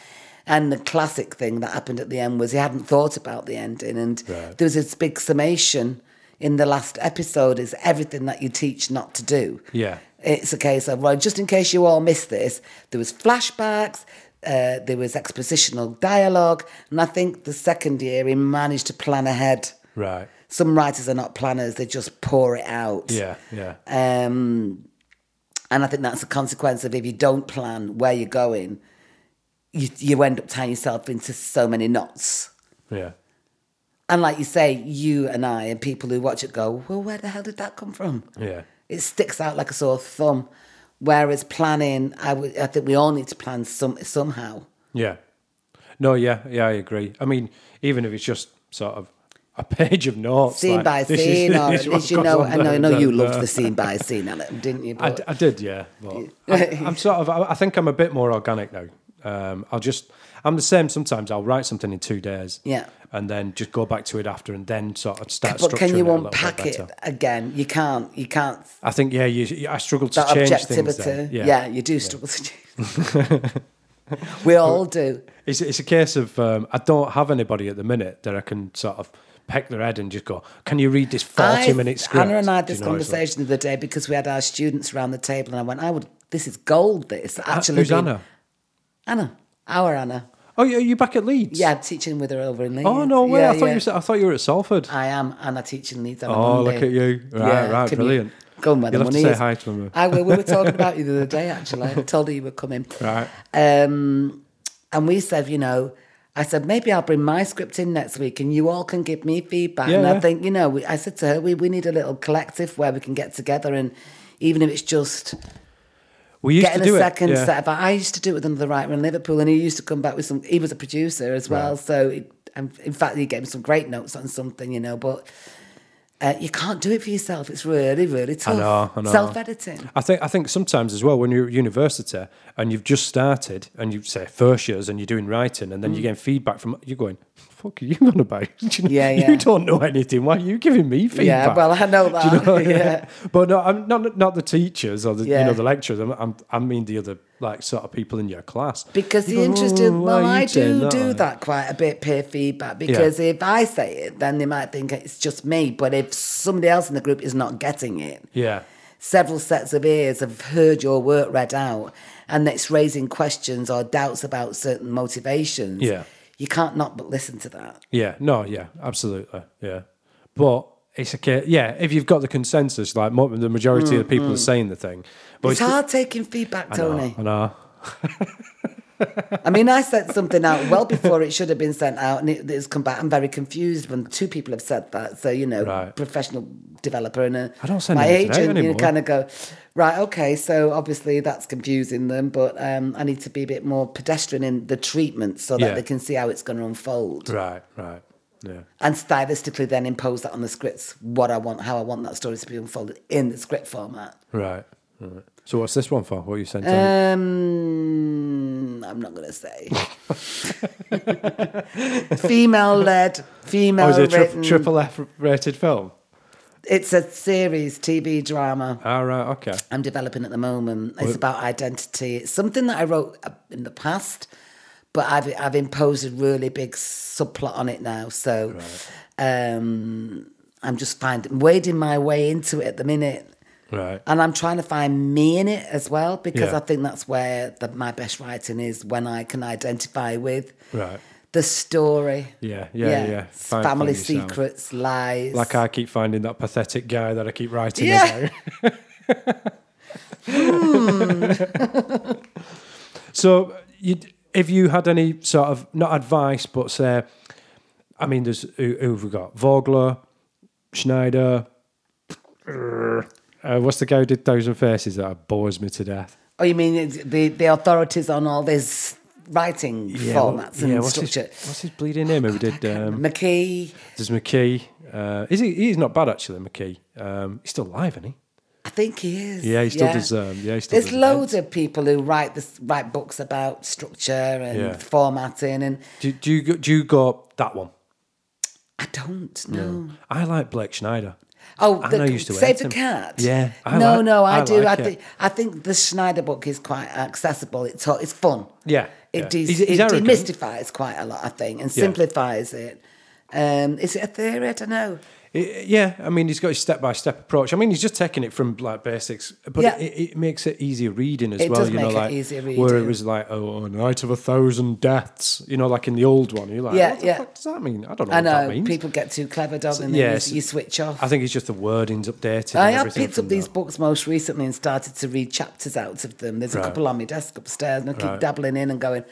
Speaker 3: And the classic thing that happened at the end was he hadn't thought about the ending. And
Speaker 5: Right.
Speaker 3: there was this big summation in the last episode is everything that you teach not to do.
Speaker 5: Yeah.
Speaker 3: It's a case of, well, just in case you all missed this, there was flashbacks, uh, there was expositional dialogue, and I think the second year he managed to plan ahead.
Speaker 5: right.
Speaker 3: Some writers are not planners, they just pour it out.
Speaker 5: Yeah, yeah,
Speaker 3: Um, and I think that's a consequence of if you don't plan where you're going, you, you end up tying yourself into so many knots.
Speaker 5: yeah,
Speaker 3: And like you say, you and I and people who watch it go, well, where the hell did that come from?
Speaker 5: yeah,
Speaker 3: It sticks out like a sore thumb. Whereas planning, I would, I think we all need to plan some somehow.
Speaker 5: yeah. No, yeah, yeah. I agree. I mean, even if it's just sort of a page of notes,
Speaker 3: Scene
Speaker 5: like,
Speaker 3: by
Speaker 5: this is-
Speaker 3: scene, or
Speaker 5: this
Speaker 3: at
Speaker 5: is what
Speaker 3: least you
Speaker 5: goes
Speaker 3: know,
Speaker 5: on
Speaker 3: I know, I
Speaker 5: there, uh,
Speaker 3: know you
Speaker 5: there,
Speaker 3: loved
Speaker 5: there.
Speaker 3: the scene by scene element, didn't you?
Speaker 5: I,
Speaker 3: But-
Speaker 5: d- I did, yeah. But I, I'm sort of. I, I think I'm a bit more organic now. Um, I'll just. I'm the same. Sometimes I'll write something in two days.
Speaker 3: Yeah.
Speaker 5: And then just go back to it after, and then sort of start.
Speaker 3: but can
Speaker 5: structuring it
Speaker 3: you
Speaker 5: a little bit
Speaker 3: unpack it
Speaker 5: better.
Speaker 3: again? You can't. You can't.
Speaker 5: I think yeah. You, you- I struggle to
Speaker 3: That
Speaker 5: change
Speaker 3: objectivity.
Speaker 5: things. Then.
Speaker 3: yeah.
Speaker 5: Yeah.
Speaker 3: you do struggle to change. we all do.
Speaker 5: It's it's a case of um, I don't have anybody at the minute that I can sort of peck their head and just go. Can you read this 40
Speaker 3: I-
Speaker 5: minute script?
Speaker 3: Anna and I had
Speaker 5: Do you
Speaker 3: this
Speaker 5: know, it's like-
Speaker 3: conversation the other day because we had our students round the table, and I went, "I would. This is gold. This
Speaker 5: Ah,
Speaker 3: actually."
Speaker 5: Who's
Speaker 3: being-
Speaker 5: Anna?
Speaker 3: Anna. Our Anna.
Speaker 5: Oh, you you back at Leeds?
Speaker 3: Yeah, I'm teaching with her over in Leeds.
Speaker 5: Oh no way!
Speaker 3: Yeah,
Speaker 5: I thought
Speaker 3: yeah.
Speaker 5: you said, I thought you were at Salford.
Speaker 3: I am, and I teach in Leeds on a
Speaker 5: Oh,
Speaker 3: Monday.
Speaker 5: look at you. Right, right,
Speaker 3: can you
Speaker 5: brilliant.
Speaker 3: Go and where
Speaker 5: You'll
Speaker 3: the
Speaker 5: have to
Speaker 3: money
Speaker 5: say
Speaker 3: is.
Speaker 5: hi to them.
Speaker 3: I will. We were talking about you the other day, actually. I told her you were coming.
Speaker 5: Right.
Speaker 3: Um, and we said, you know, I said, maybe I'll bring my script in next week and you all can give me feedback.
Speaker 5: Yeah,
Speaker 3: and
Speaker 5: yeah.
Speaker 3: I think, you know, we, I said to her, we, we need a little collective where we can get together and even if it's just
Speaker 5: We used
Speaker 3: getting
Speaker 5: to do
Speaker 3: a
Speaker 5: it.
Speaker 3: second
Speaker 5: yeah.
Speaker 3: set of I used to do it with another writer in Liverpool and he used to come back with some he was a producer as well. So it, and in fact he gave me some great notes on something, you know, but uh, you can't do it for yourself. It's really, really tough.
Speaker 5: know, I know.
Speaker 3: Self editing.
Speaker 5: I think I think sometimes as well when you're at university and you've just started and you say first years and you're doing writing and then
Speaker 3: Mm.
Speaker 5: you're getting feedback from you're going fuck are you on about Do you know,
Speaker 3: Yeah,
Speaker 5: you
Speaker 3: yeah.
Speaker 5: don't know anything why are you giving me feedback
Speaker 3: well, I know
Speaker 5: Do you
Speaker 3: that.
Speaker 5: what I mean?
Speaker 3: Yeah.
Speaker 5: but no I'm not not the teachers or the you know
Speaker 3: Yeah.
Speaker 5: the lecturers I'm, I'm, I mean the other like sort of people in your class
Speaker 3: Because
Speaker 5: You
Speaker 3: the
Speaker 5: go,
Speaker 3: interest
Speaker 5: "Oh,
Speaker 3: in,
Speaker 5: why are
Speaker 3: well,
Speaker 5: you
Speaker 3: I
Speaker 5: saying
Speaker 3: do do
Speaker 5: Like,
Speaker 3: that quite a bit, peer feedback, because if I say it, then they might think it's just me. But if somebody else in the group is not getting it,
Speaker 5: yeah
Speaker 3: several sets of ears have heard your work read out and it's raising questions or doubts about certain motivations.
Speaker 5: Yeah.
Speaker 3: You can't not but listen to that.
Speaker 5: Yeah, no, yeah, absolutely, yeah. But it's okay. Yeah, if you've got the consensus, like mo- the majority of the people are saying the thing, but
Speaker 3: Mm, It's hard taking feedback,
Speaker 5: I know,
Speaker 3: Tony.
Speaker 5: I know.
Speaker 3: I mean, I sent something out well before it should have been sent out, and it, it's come back. I'm very confused when two people have said that. So you know,
Speaker 5: Right.
Speaker 3: professional developer and a,
Speaker 5: I don't send
Speaker 3: my
Speaker 5: anything out
Speaker 3: agent, you
Speaker 5: anymore.
Speaker 3: kind of go, right, okay. So obviously that's confusing them, but um, I need to be a bit more pedestrian in the treatment so that
Speaker 5: Yeah.
Speaker 3: they can see how it's going to unfold.
Speaker 5: Right, right. Yeah.
Speaker 3: and stylistically then impose that on the scripts what I want, how I want that story to be unfolded in the script format.
Speaker 5: Right. Right. So what's this one for? What you sent? in?
Speaker 3: Um, I'm not gonna say. female led, female
Speaker 5: oh, is it a tri-
Speaker 3: written.
Speaker 5: triple F rated film?
Speaker 3: It's a series, TV drama.
Speaker 5: Ah, right. Okay.
Speaker 3: I'm developing at the moment. It's about identity. It's something that I wrote uh, in the past, but I've I've imposed a really big subplot on it now. So, um, I'm just finding wading my way into it at the minute,
Speaker 5: Right.
Speaker 3: and I'm trying to find me in it as well because
Speaker 5: Yeah.
Speaker 3: I think that's where the, my best writing is when I can identify with
Speaker 5: Right.
Speaker 3: the story.
Speaker 5: Yeah, yeah, yeah. Find-
Speaker 3: Family
Speaker 5: find yourself.
Speaker 3: secrets, lies.
Speaker 5: Like I keep finding that pathetic guy that I keep writing
Speaker 3: Yeah.
Speaker 5: about. so, you, if you had any sort of not advice, but say, I mean, there's who, who have we got? Vogler, Schneider. Uh, what's the guy who did Thousand Faces that bores me to death?
Speaker 3: Oh, you mean it's the, the authorities on all these writing formats and
Speaker 5: what's his,
Speaker 3: structure?
Speaker 5: what's his bleeding
Speaker 3: Oh,
Speaker 5: name? Who did um,
Speaker 3: McKee,
Speaker 5: there's McKee? Uh, is he? He's not bad actually. McKee. Um, he's still alive, isn't he?
Speaker 3: I think he is.
Speaker 5: Yeah, he still does, um, yeah, he still
Speaker 3: There's
Speaker 5: does
Speaker 3: loads of people who write this, write books about structure and
Speaker 5: Yeah.
Speaker 3: formatting, and
Speaker 5: Do, do you go- do you got that one?
Speaker 3: I don't know.
Speaker 5: I like Blake Schneider.
Speaker 3: Oh,
Speaker 5: I
Speaker 3: the,
Speaker 5: know you used to
Speaker 3: save
Speaker 5: hate
Speaker 3: the
Speaker 5: him.
Speaker 3: cat.
Speaker 5: Yeah, I
Speaker 3: no,
Speaker 5: like-
Speaker 3: no, I,
Speaker 5: I
Speaker 3: do.
Speaker 5: like
Speaker 3: I
Speaker 5: it.
Speaker 3: think I think the Schneider book is quite accessible. It's all- it's fun.
Speaker 5: Yeah,
Speaker 3: it,
Speaker 5: yeah.
Speaker 3: De-
Speaker 5: He's- he's
Speaker 3: it
Speaker 5: arrogant.
Speaker 3: demystifies quite a lot, I think, and simplifies it. Um, is it a theory? I don't know.
Speaker 5: I- yeah, I mean he's got his step by step approach. I mean he's just taking it from like basics, but
Speaker 3: Yeah.
Speaker 5: it, it makes it easier reading as
Speaker 3: It
Speaker 5: well.
Speaker 3: does
Speaker 5: you know,
Speaker 3: make it
Speaker 5: like
Speaker 3: easier
Speaker 5: where it
Speaker 3: reading.
Speaker 5: was like oh, a night of a thousand deaths. You know, like in the old one, you're like,
Speaker 3: Yeah,
Speaker 5: what the
Speaker 3: yeah.
Speaker 5: fuck does that mean? I don't know.
Speaker 3: I
Speaker 5: what that
Speaker 3: know
Speaker 5: means.
Speaker 3: people get too clever, don't they? And
Speaker 5: yeah,
Speaker 3: then
Speaker 5: so-
Speaker 3: you, you switch off.
Speaker 5: I think it's just the wording's updated.
Speaker 3: I
Speaker 5: and
Speaker 3: have
Speaker 5: everything
Speaker 3: picked up
Speaker 5: from
Speaker 3: these
Speaker 5: that.
Speaker 3: books most recently and started to read chapters out of them. There's
Speaker 5: Right.
Speaker 3: a couple on my desk upstairs, and I keep
Speaker 5: Right.
Speaker 3: dabbling in and going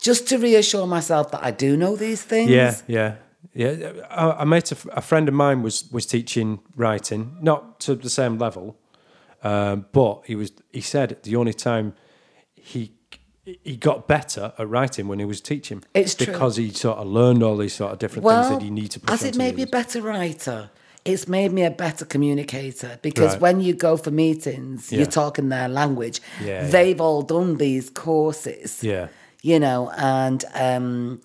Speaker 3: just to reassure myself that I do know these things.
Speaker 5: Yeah, yeah, yeah. I, I met a, f- a friend of mine was was teaching writing, not to the same level, um, but he was. He said the only time he he got better at writing when he was teaching.
Speaker 3: It's true.
Speaker 5: because he sort of learned all these sort of different
Speaker 3: well,
Speaker 5: things that you need to. Push
Speaker 3: as it
Speaker 5: onto
Speaker 3: made
Speaker 5: the
Speaker 3: me a
Speaker 5: others.
Speaker 3: better writer, it's made me a better communicator because
Speaker 5: Right.
Speaker 3: when you go for meetings,
Speaker 5: Yeah.
Speaker 3: you're talking their language.
Speaker 5: Yeah, yeah.
Speaker 3: They've all done these courses.
Speaker 5: Yeah.
Speaker 3: you know, and um,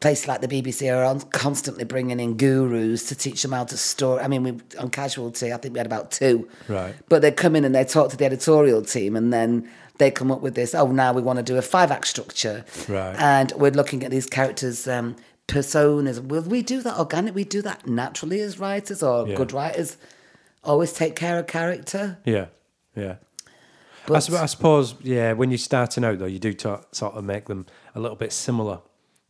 Speaker 3: places like the BBC are on constantly bringing in gurus to teach them how to store. I mean, we on Casualty, I think we had about two.
Speaker 5: Right.
Speaker 3: But they come in and they talk to the editorial team, and then they come up with this. Oh, now we want to do a five act structure.
Speaker 5: Right.
Speaker 3: And we're looking at these characters. Um, Personas. Will we do that organic? We do that naturally as writers or
Speaker 5: Yeah.
Speaker 3: good writers. Always take care of character.
Speaker 5: Yeah, yeah. I,
Speaker 3: But-
Speaker 5: sup- I suppose, yeah, when you're starting out, though, you do ta sort of make them a little bit similar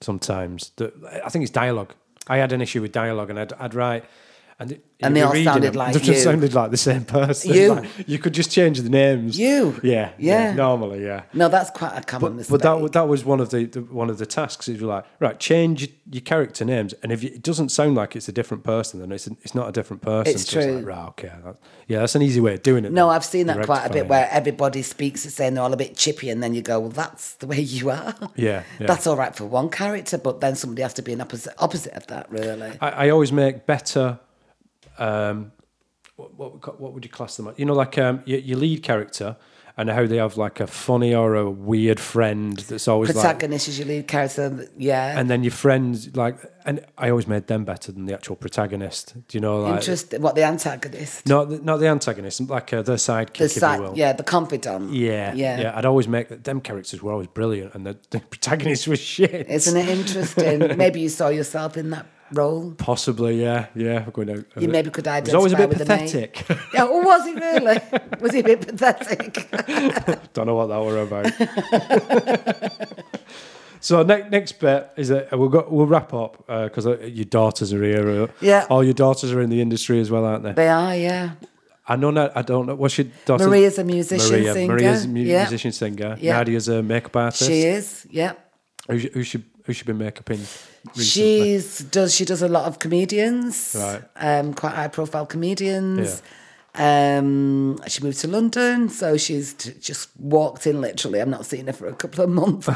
Speaker 5: sometimes. The- I think it's dialogue. I had an issue with dialogue, and I'd, I'd write. And, it- you'd
Speaker 3: And they
Speaker 5: be
Speaker 3: all
Speaker 5: reading
Speaker 3: sounded
Speaker 5: them,
Speaker 3: like
Speaker 5: they just
Speaker 3: you.
Speaker 5: sounded like the same person.
Speaker 3: You.
Speaker 5: Like, you could just change the names.
Speaker 3: You.
Speaker 5: Yeah. Yeah.
Speaker 3: Yeah.
Speaker 5: normally, yeah.
Speaker 3: No, that's quite a common
Speaker 5: But,
Speaker 3: mistake.
Speaker 5: but that wa- that was one of the, the one of the tasks. Is you're like right, change your- your character names, and if you- it doesn't sound like it's a different person, then it's it's not a different person.
Speaker 3: It's
Speaker 5: like,
Speaker 3: true.
Speaker 5: right, okay, that, yeah, that's an easy way of doing it.
Speaker 3: No,
Speaker 5: then.
Speaker 3: I've seen
Speaker 5: You
Speaker 3: that quite a
Speaker 5: rectify
Speaker 3: bit
Speaker 5: it.
Speaker 3: where everybody speaks as saying they're all a bit chippy, and then you go, "Well, that's the way you are."
Speaker 5: Yeah, yeah.
Speaker 3: that's all right for one character, but then somebody has to be an opposite opposite of that, really.
Speaker 5: I, I always make better. Um, what, what, we ca- what would you class them? At? You know, like um, your, your lead character, and how they have like a funny or a weird friend that's always like,
Speaker 3: Protagonist is your lead character, yeah.
Speaker 5: and then your friends like, and I always made them better than the actual protagonist. Do you know, like
Speaker 3: Interesting. What the antagonist?
Speaker 5: not the- not the antagonist, like uh, their sidekick,
Speaker 3: the
Speaker 5: if
Speaker 3: side,
Speaker 5: you will.
Speaker 3: yeah, the confidant.
Speaker 5: Yeah,
Speaker 3: yeah,
Speaker 5: I'd always make them characters were always brilliant, and the, the protagonist was shit.
Speaker 3: Isn't it interesting? maybe you saw yourself in that role.
Speaker 5: Possibly, yeah, yeah. We're going out.
Speaker 3: You maybe could
Speaker 5: It
Speaker 3: identify
Speaker 5: was always a bit
Speaker 3: with the name.
Speaker 5: pathetic.
Speaker 3: Yeah, well, was he really? was he a bit pathetic?
Speaker 5: Don't know what that were about. so next next bit is that we'll go, we'll wrap up because uh, your daughters are here. uh,
Speaker 3: Yeah.
Speaker 5: all your daughters are in the industry as well, aren't they?
Speaker 3: they are, yeah.
Speaker 5: I know. Not, I don't know. What's your daughter?
Speaker 3: Maria's a musician,
Speaker 5: Maria,
Speaker 3: singer,
Speaker 5: Maria's a mu-
Speaker 3: yeah.
Speaker 5: musician singer.
Speaker 3: Yeah.
Speaker 5: Nadia's a makeup artist.
Speaker 3: She is, yeah.
Speaker 5: Who, sh- who should who should be makeup in? Recently?
Speaker 3: She's does she does a lot of comedians,
Speaker 5: Right.
Speaker 3: um, quite high profile comedians. Um, she moved to London, so she's t- just walked in. Literally, I'm not seeing her for a couple of months.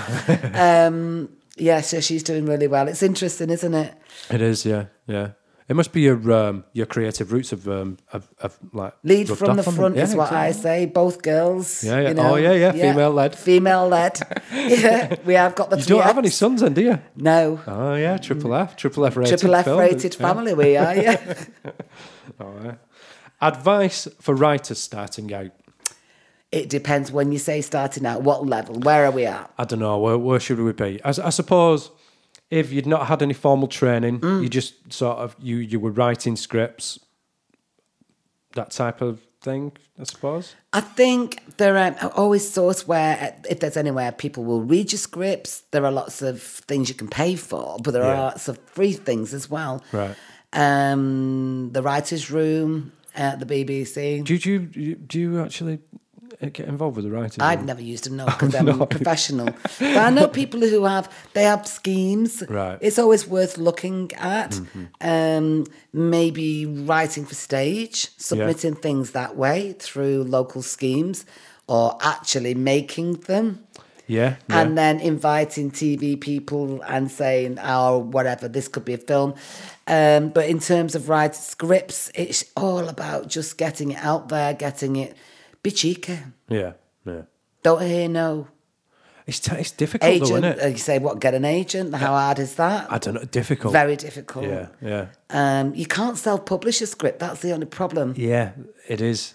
Speaker 3: um, Yeah, so she's doing really well. It's interesting, isn't it?
Speaker 5: It is, yeah, yeah. It must be your um, your creative roots of um of, of like
Speaker 3: Lead
Speaker 5: rubbed
Speaker 3: from the
Speaker 5: off on you.
Speaker 3: front
Speaker 5: Yeah,
Speaker 3: is what
Speaker 5: exactly.
Speaker 3: I say. Both girls.
Speaker 5: Yeah, yeah. Oh, yeah, yeah, female-led.
Speaker 3: Female led. yeah, we have got the.
Speaker 5: You
Speaker 3: three
Speaker 5: don't have any
Speaker 3: Fs.
Speaker 5: sons, then, do you?
Speaker 3: No.
Speaker 5: Oh yeah, triple F, triple F rated.
Speaker 3: Triple F
Speaker 5: film,
Speaker 3: rated
Speaker 5: yeah.
Speaker 3: family we are. Yeah.
Speaker 5: Advice for writers starting out.
Speaker 3: it depends when you say starting out. What level? Where are we at?
Speaker 5: I don't know where, where should we be? I, s- I suppose if you'd not had any formal training,
Speaker 3: Mm.
Speaker 5: you just sort of you you were writing scripts, that type of thing. I suppose.
Speaker 3: I think there are always source where, if there's anywhere people will read your scripts, there are lots of things you can pay for, but there
Speaker 5: Yeah.
Speaker 3: are lots of free things as well.
Speaker 5: Right.
Speaker 3: Um, the writer's room at the BBC.
Speaker 5: Do you do you, do you actually uh, get involved with the writing?
Speaker 3: I've never used them, no,
Speaker 5: Oh,
Speaker 3: because I'm a professional. But I know people who have, they have schemes.
Speaker 5: Right. Mm-hmm.
Speaker 3: It's always worth looking at. Um, maybe writing for stage, submitting things that way through local schemes, or actually making them.
Speaker 5: yeah. yeah.
Speaker 3: And then inviting TV people and saying, oh, whatever, this could be a film. Um, but in terms of writing scripts, it's all about just getting it out there, getting it. Be cheeky.
Speaker 5: yeah. Yeah.
Speaker 3: Don't hear no.
Speaker 5: It's t- it's difficult though,
Speaker 3: Agent,
Speaker 5: isn't it?
Speaker 3: uh, you say, what, get an agent? How hard is that?
Speaker 5: I don't know. Difficult.
Speaker 3: Very difficult.
Speaker 5: Yeah. Yeah.
Speaker 3: Um, you can't self publish a script. That's the only problem.
Speaker 5: Yeah. It is.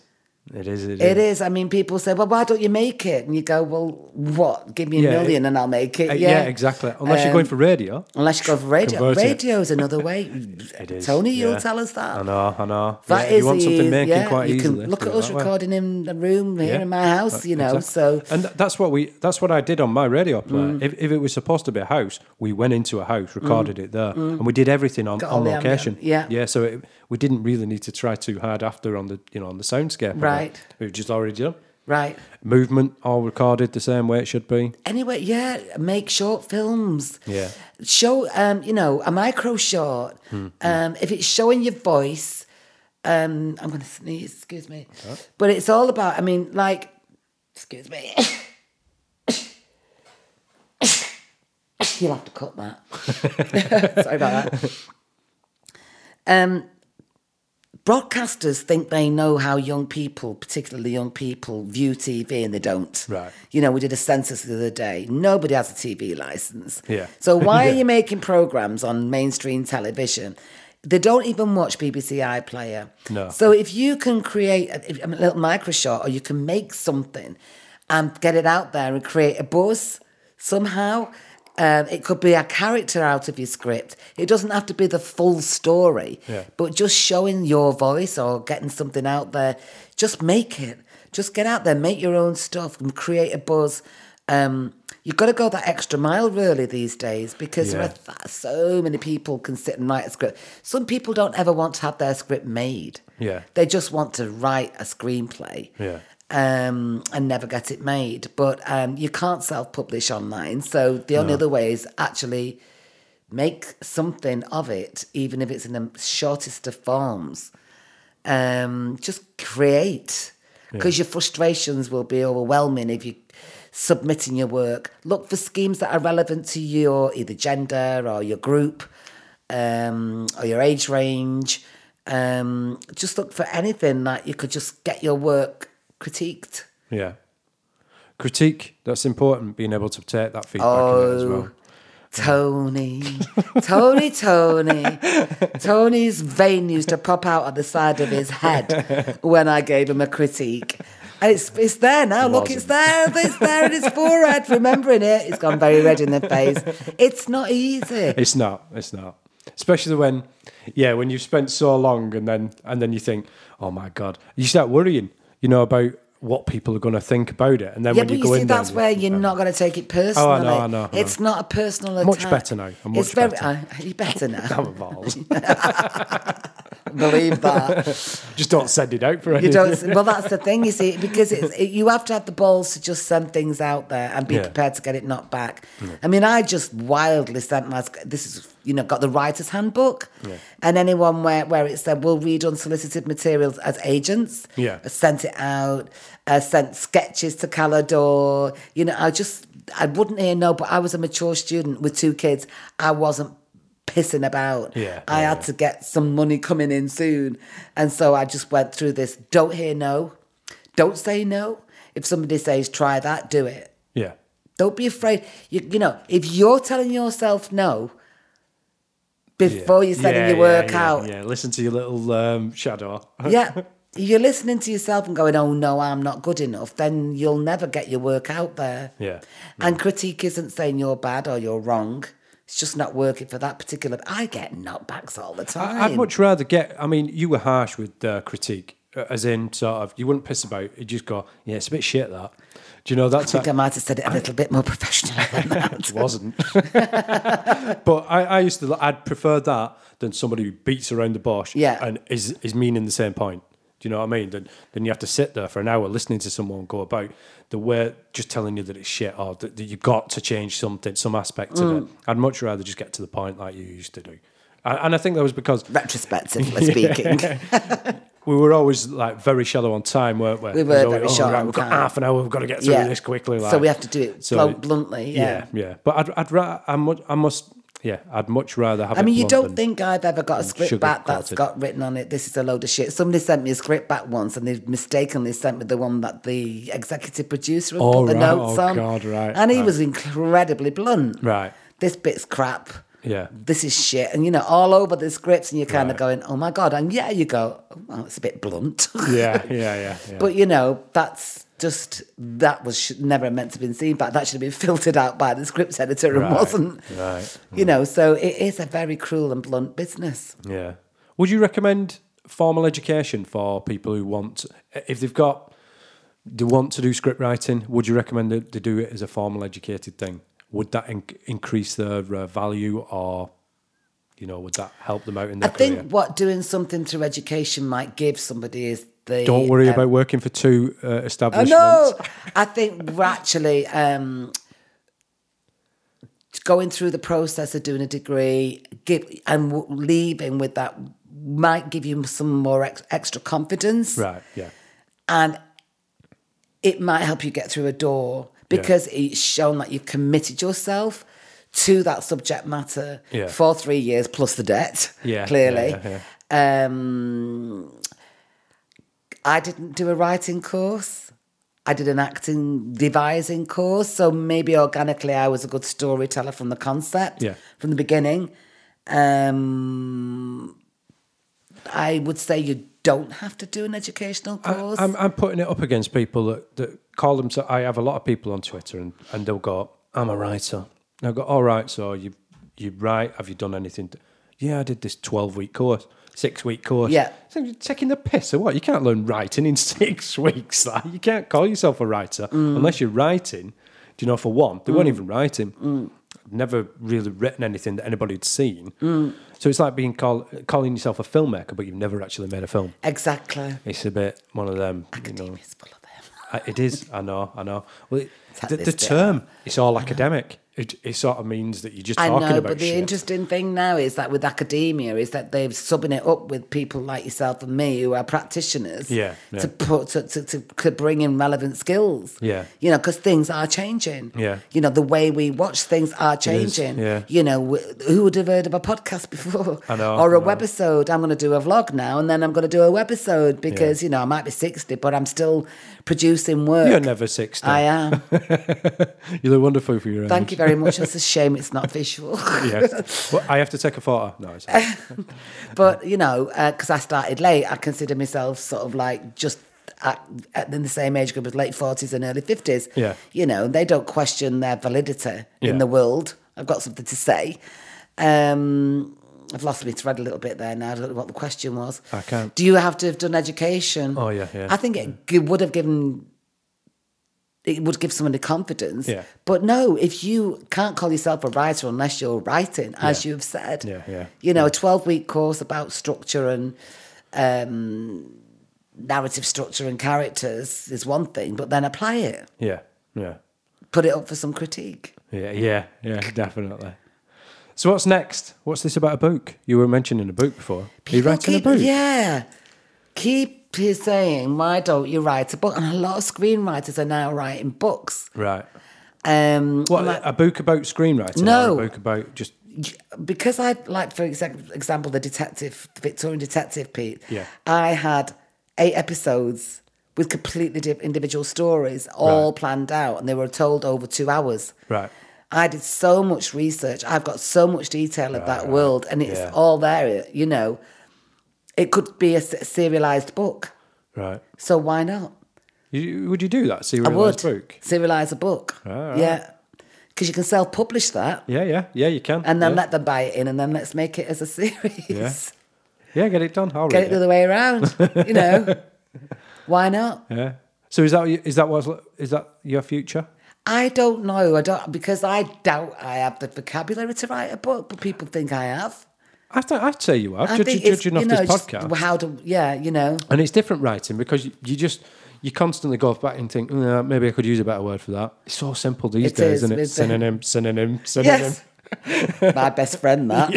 Speaker 5: It is. It,
Speaker 3: It is. I mean, people say, well, why don't you make it? And you go, well, what? Give me a
Speaker 5: Yeah, it-
Speaker 3: million and I'll make it.
Speaker 5: Uh,
Speaker 3: yeah.
Speaker 5: yeah. Exactly. Unless you're going
Speaker 3: Um,
Speaker 5: for radio.
Speaker 3: Unless you go for radio.
Speaker 5: Convert it.
Speaker 3: radio is another way.
Speaker 5: It is.
Speaker 3: Tony,
Speaker 5: yeah.
Speaker 3: you'll tell us that.
Speaker 5: I know, I know.
Speaker 3: That
Speaker 5: yeah,
Speaker 3: is
Speaker 5: you want something
Speaker 3: the-
Speaker 5: making
Speaker 3: yeah,
Speaker 5: quite
Speaker 3: you
Speaker 5: easily.
Speaker 3: Can look
Speaker 5: do
Speaker 3: at
Speaker 5: it
Speaker 3: us
Speaker 5: that way.
Speaker 3: recording in the room here
Speaker 5: Yeah, Uh,
Speaker 3: in my house,
Speaker 5: that-
Speaker 3: you know.
Speaker 5: exactly.
Speaker 3: So Mm.
Speaker 5: and th- that's what we that's what I did on my radio player. If, if it was supposed to be a house, we went into a house, recorded it there, and we did everything on,
Speaker 3: Mm. Got
Speaker 5: on
Speaker 3: all the
Speaker 5: location.
Speaker 3: ambient, yeah.
Speaker 5: yeah. So it, we didn't really need to try too hard after on the you know on the soundscape. of it.
Speaker 3: Right.
Speaker 5: It was just already done.
Speaker 3: right.
Speaker 5: Movement all recorded the same way it should be.
Speaker 3: Anyway, yeah, make short films.
Speaker 5: Yeah.
Speaker 3: Show um, you know, a micro short. Um, if it's showing your voice, um, I'm gonna sneeze, excuse me. But it's all about I mean, like excuse me. You'll have to cut that. Sorry about that. Um, broadcasters think they know how young people, particularly young people, view TV and they don't.
Speaker 5: Right.
Speaker 3: You know, we did a census the other day. Nobody has a TV license.
Speaker 5: Yeah.
Speaker 3: So why
Speaker 5: Yeah.
Speaker 3: are you making programs on mainstream television? They don't even watch BBC iPlayer.
Speaker 5: No.
Speaker 3: So if you can create a, a little micro shot or you can make something and get it out there and create a buzz somehow, um, it could be a character out of your script. It doesn't have to be the full story,
Speaker 5: Yeah.
Speaker 3: but just showing your voice or getting something out there, just make it. Just get out there, make your own stuff and create a buzz. Um, you've got to go that extra mile really these days because there
Speaker 5: Yeah.
Speaker 3: are th- so many people can sit and write a script. Some people don't ever want to have their script made.
Speaker 5: Yeah.
Speaker 3: They just want to write a screenplay.
Speaker 5: Yeah.
Speaker 3: Um, and never get it made. But um, you can't self publish online. So the only other way is actually make something of it, even if it's in the shortest of forms. Um, just create because your frustrations will be overwhelming if you submitting your work. Look for schemes that are relevant to your either gender or your group um, or your age range. Um, just look for anything that you could just get your work critiqued.
Speaker 5: Yeah. Critique. That's important. Being able to take that feedback in
Speaker 3: Oh,
Speaker 5: it as well.
Speaker 3: Tony, Tony, Tony. Tony's vein used to pop out at the side of his head when I gave him a critique. And it's, it's there now. Look, it's there. It's there in his forehead. Remembering it, he's gone very red in the face. It's not easy.
Speaker 5: It's not. It's not. Especially when, yeah, when you've spent so long and then and then you think, oh my god, you start worrying, you know, about what people are going to think about it, and then
Speaker 3: Yeah,
Speaker 5: when
Speaker 3: but
Speaker 5: you,
Speaker 3: you
Speaker 5: go
Speaker 3: see,
Speaker 5: in, there,
Speaker 3: that's
Speaker 5: you
Speaker 3: where
Speaker 5: think,
Speaker 3: you're
Speaker 5: "Oh."
Speaker 3: not going to take it personally.
Speaker 5: I know, I
Speaker 3: It's not a personal attack.
Speaker 5: Much better now. I'm much
Speaker 3: it's very.
Speaker 5: better.
Speaker 3: Uh, you better now.
Speaker 5: I'm involved.
Speaker 3: Believe that.
Speaker 5: Just don't send it out for
Speaker 3: You
Speaker 5: anything.
Speaker 3: don't. Well, that's the thing, you see, because it's, it, you have to have the balls to just send things out there and be
Speaker 5: Yeah.
Speaker 3: prepared to get it knocked back. I mean, I just wildly sent my. sc- This is, you know, got the writer's handbook, and anyone where where it said we'll read unsolicited materials as agents.
Speaker 5: Yeah.
Speaker 3: I sent it out. I sent sketches to Calidore. You know, I just I wouldn't hear no, but I was a mature student with two kids. I wasn't pissing about.
Speaker 5: Yeah,
Speaker 3: I
Speaker 5: yeah,
Speaker 3: had to get some money coming in soon. And so I just went through this don't hear no, don't say no. If somebody says try that, do it.
Speaker 5: Yeah.
Speaker 3: Don't be afraid. You, you know, if you're telling yourself no before you're setting your work
Speaker 5: yeah,
Speaker 3: out,
Speaker 5: Yeah, listen to your little um, shadow.
Speaker 3: yeah. You're listening to yourself and going, oh no, I'm not good enough, then you'll never get your work out there.
Speaker 5: Yeah.
Speaker 3: And critique isn't saying you're bad or you're wrong. It's just not working for that particular. I get knockbacks all the time.
Speaker 5: I- I'd much rather get. I mean, you were harsh with uh, critique, uh, as in sort of you wouldn't piss about. You just go, yeah, it's a bit shit that. Do you know
Speaker 3: I
Speaker 5: that's
Speaker 3: think I might have said it a little bit more professionally than that.
Speaker 5: It wasn't. but I, I used to, I'd prefer that than somebody who beats around the bush
Speaker 3: Yeah.
Speaker 5: and is, is meaning the same point. Do you know what I mean? Then, then you have to sit there for an hour listening to someone go about the way just telling you that it's shit or that, that you've got to change something, some aspect of it. I'd much rather just get to the point like you used to do. And and I think that was because
Speaker 3: Retrospectively speaking,
Speaker 5: we were always like very shallow on time, weren't we?
Speaker 3: We were
Speaker 5: It was
Speaker 3: very
Speaker 5: always, "Oh,
Speaker 3: shallow on
Speaker 5: we've got
Speaker 3: time.
Speaker 5: half an hour. We've got to get through
Speaker 3: Yeah.
Speaker 5: this quickly.
Speaker 3: So
Speaker 5: Like.
Speaker 3: we have to do it blunt- bluntly, yeah.
Speaker 5: yeah, But I'd, I'd ra- I must, I must, yeah, I'd much rather have.
Speaker 3: I
Speaker 5: it
Speaker 3: mean, you
Speaker 5: blunt
Speaker 3: don't
Speaker 5: than-
Speaker 3: think I've ever got a script back that's
Speaker 5: sugar-coated.
Speaker 3: got written on it. This is a load of shit. Somebody sent me a script back once, and they mistakenly sent me the one that the executive producer had
Speaker 5: Oh,
Speaker 3: put the
Speaker 5: right.
Speaker 3: notes
Speaker 5: Oh,
Speaker 3: on.
Speaker 5: God, right,
Speaker 3: And he
Speaker 5: right.
Speaker 3: was incredibly blunt.
Speaker 5: Right.
Speaker 3: This bit's crap.
Speaker 5: Yeah.
Speaker 3: this is shit. And you know, all over the scripts, and you're kind
Speaker 5: Right.
Speaker 3: of going, oh my God. And yeah, you go, well, it's a bit blunt.
Speaker 5: Yeah, yeah, yeah. yeah.
Speaker 3: But you know, that's just, that was sh- never meant to have been seen back. That should have been filtered out by the script editor and
Speaker 5: Right,
Speaker 3: wasn't.
Speaker 5: right, Hmm.
Speaker 3: You know, so it is a very cruel and blunt business.
Speaker 5: yeah. Would you recommend formal education for people who want, if they've got, they want to do script writing? Would you recommend that they do it as a formal educated thing? Would that inc increase their uh, value, or you know, would that help them out in
Speaker 3: I
Speaker 5: their
Speaker 3: think
Speaker 5: career?
Speaker 3: what doing something through education might give somebody is the.
Speaker 5: Don't worry
Speaker 3: um,
Speaker 5: about working for two uh,
Speaker 3: I
Speaker 5: establishments.
Speaker 3: know. I think we're actually um, going through the process of doing a degree give, and w- leaving with that might give you some more ex- extra confidence.
Speaker 5: Right. Yeah.
Speaker 3: And it might help you get through a door because it's shown that you've committed yourself to that subject matter
Speaker 5: Yeah.
Speaker 3: for three years plus the debt,
Speaker 5: Yeah,
Speaker 3: clearly.
Speaker 5: yeah, yeah,
Speaker 3: Um, I didn't do a writing course. I did an acting devising course. So maybe organically I was a good storyteller from the concept,
Speaker 5: Yeah.
Speaker 3: from the beginning. Um, I would say you don't have to do an educational course.
Speaker 5: I'm, I'm putting it up against people that, that call themselves. I have a lot of people on Twitter, and, and they'll go, "I'm a writer." And I go, "All right, so you you write? Have you done anything?" to-" yeah, I did this twelve week course, six week course.
Speaker 3: Yeah.
Speaker 5: so you're taking the piss or what? You can't learn writing in six weeks. Like you can't call yourself a writer unless you're writing. Do you know? For one, they weren't even writing. I'd Never really written anything that anybody had seen. So it's like being call, calling yourself a filmmaker, but you've never actually made a film.
Speaker 3: exactly.
Speaker 5: It's a bit one of them. You know.
Speaker 3: It's full of them.
Speaker 5: I- It is. I know. I know. Well, it,
Speaker 3: like
Speaker 5: the,
Speaker 3: this
Speaker 5: the
Speaker 3: bit.
Speaker 5: term it's all academic. It, it sort of means that you're just
Speaker 3: I
Speaker 5: talking
Speaker 3: know,
Speaker 5: about
Speaker 3: but the
Speaker 5: shit.
Speaker 3: interesting thing now is that with academia is that they're subbing it up with people like yourself and me who are practitioners
Speaker 5: Yeah, yeah.
Speaker 3: to put to, to, to, to bring in relevant skills.
Speaker 5: Yeah.
Speaker 3: You know, because things are changing.
Speaker 5: Yeah.
Speaker 3: You know, the way we watch things are
Speaker 5: is,
Speaker 3: changing.
Speaker 5: yeah.
Speaker 3: You know, wh- who would have heard of a podcast before?
Speaker 5: I know,
Speaker 3: Or a
Speaker 5: I know.
Speaker 3: webisode. I'm going to do a vlog now and then I'm going to do a webisode because, you know, I might be 60, but I'm still producing work.
Speaker 5: You're never sixty.
Speaker 3: I am.
Speaker 5: You look wonderful for your age.
Speaker 3: Thank you very much. It's a shame it's not visual.
Speaker 5: Yes. well, I have to take a photo. No, it's
Speaker 3: But you know, because I started late, I consider myself sort of like just at, at, in the same age group as late forties and early fifties.
Speaker 5: Yeah.
Speaker 3: you know, they don't question their validity
Speaker 5: Yeah.
Speaker 3: in the world. I've got something to say. Um, I've lost my thread a little bit there now. I don't know what the question was.
Speaker 5: I can't.
Speaker 3: Do you have to have done education?
Speaker 5: Oh, yeah, yeah.
Speaker 3: I think it g- would have given. It would give someone the confidence.
Speaker 5: Yeah.
Speaker 3: But no, if you can't call yourself a writer unless you're writing, as you've said,
Speaker 5: Yeah, yeah.
Speaker 3: you know, a 12 week course about structure and um, narrative structure and characters is one thing, but then apply it,
Speaker 5: yeah, yeah,
Speaker 3: put it up for some critique.
Speaker 5: yeah, yeah, yeah, definitely. So what's next? What's this about a book? You were mentioning a book before. Are you
Speaker 3: People
Speaker 5: writing
Speaker 3: keep-
Speaker 5: a book?
Speaker 3: Yeah. Keep saying, why don't you write a book? And a lot of screenwriters are now writing books.
Speaker 5: Right.
Speaker 3: Um,
Speaker 5: What
Speaker 3: like-
Speaker 5: a book about screenwriting?
Speaker 3: No.
Speaker 5: or a book about just
Speaker 3: because I like, for exa- example, the detective, the Victorian detective Pete.
Speaker 5: Yeah.
Speaker 3: I had eight episodes with completely di- individual stories, all
Speaker 5: Right.
Speaker 3: planned out, and they were told over two hours.
Speaker 5: Right.
Speaker 3: I did so much research. I've got so much detail of that world, and it's
Speaker 5: Yeah.
Speaker 3: all there. You know, it could be a s- serialized book,
Speaker 5: right.
Speaker 3: so why not?
Speaker 5: You, would you do that?
Speaker 3: I would
Speaker 5: Serialized book?
Speaker 3: serialize a book.
Speaker 5: Alright.
Speaker 3: Yeah, because you can self-publish that.
Speaker 5: Yeah, yeah, yeah. You can.
Speaker 3: And then
Speaker 5: yeah.
Speaker 3: let them buy it in, and then let's make it as a series.
Speaker 5: Yeah. yeah, get it done. I'll
Speaker 3: get
Speaker 5: read
Speaker 3: it the other way around. You know, why not?
Speaker 5: Yeah. So is that is that what's is that your future?
Speaker 3: I don't know. I don't because I doubt I have the vocabulary to write a book, but people think I have.
Speaker 5: I th- I'd say you are
Speaker 3: I
Speaker 5: judge,
Speaker 3: think it's,
Speaker 5: judging off
Speaker 3: you know,
Speaker 5: this
Speaker 3: just
Speaker 5: podcast,
Speaker 3: How to? Yeah, you know.
Speaker 5: and it's different writing because you, you just you constantly go back and think "Mm, uh, maybe I could use a better word for that. It's so simple these
Speaker 3: It
Speaker 5: days,
Speaker 3: is,
Speaker 5: isn't it?
Speaker 3: with the-
Speaker 5: Synonym, synonym, synonym.
Speaker 3: Yes. My best friend, that.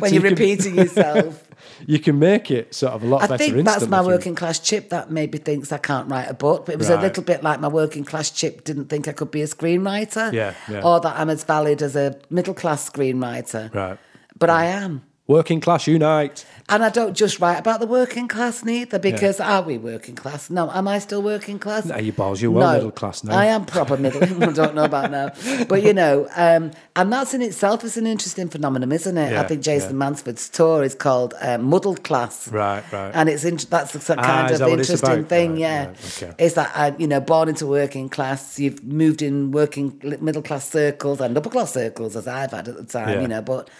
Speaker 3: when
Speaker 5: So
Speaker 3: you're
Speaker 5: you can-
Speaker 3: repeating yourself.
Speaker 5: You can make it sort of a lot
Speaker 3: I
Speaker 5: better.
Speaker 3: think that's
Speaker 5: instantly
Speaker 3: my
Speaker 5: if you-
Speaker 3: working class chip that maybe thinks I can't write a book, but it was
Speaker 5: Right.
Speaker 3: a little bit like my working class chip didn't think I could be a screenwriter
Speaker 5: Yeah, yeah.
Speaker 3: or that I'm as valid as a middle class screenwriter.
Speaker 5: Right.
Speaker 3: But I am.
Speaker 5: Working class unite.
Speaker 3: And I don't just write about the working class neither, because are we working class? No, am I still working class?
Speaker 5: No, you balls, you're well middle class now.
Speaker 3: I am proper middle. I don't know about now, but you know, um, and that's in itself is an interesting phenomenon, isn't it?
Speaker 5: Yeah,
Speaker 3: I think Jason
Speaker 5: yeah.
Speaker 3: Mansford's tour is called uh, Muddled Class,
Speaker 5: Right, right.
Speaker 3: And it's int- that's the sort-
Speaker 5: Ah,
Speaker 3: kind
Speaker 5: is
Speaker 3: of
Speaker 5: that what it's
Speaker 3: interesting
Speaker 5: about?
Speaker 3: thing,
Speaker 5: Right,
Speaker 3: yeah.
Speaker 5: right, okay.
Speaker 3: It's that uh, you know, born into working class, you've moved in working middle class circles and upper class circles, as I've had at the time,
Speaker 5: Yeah.
Speaker 3: you know, but.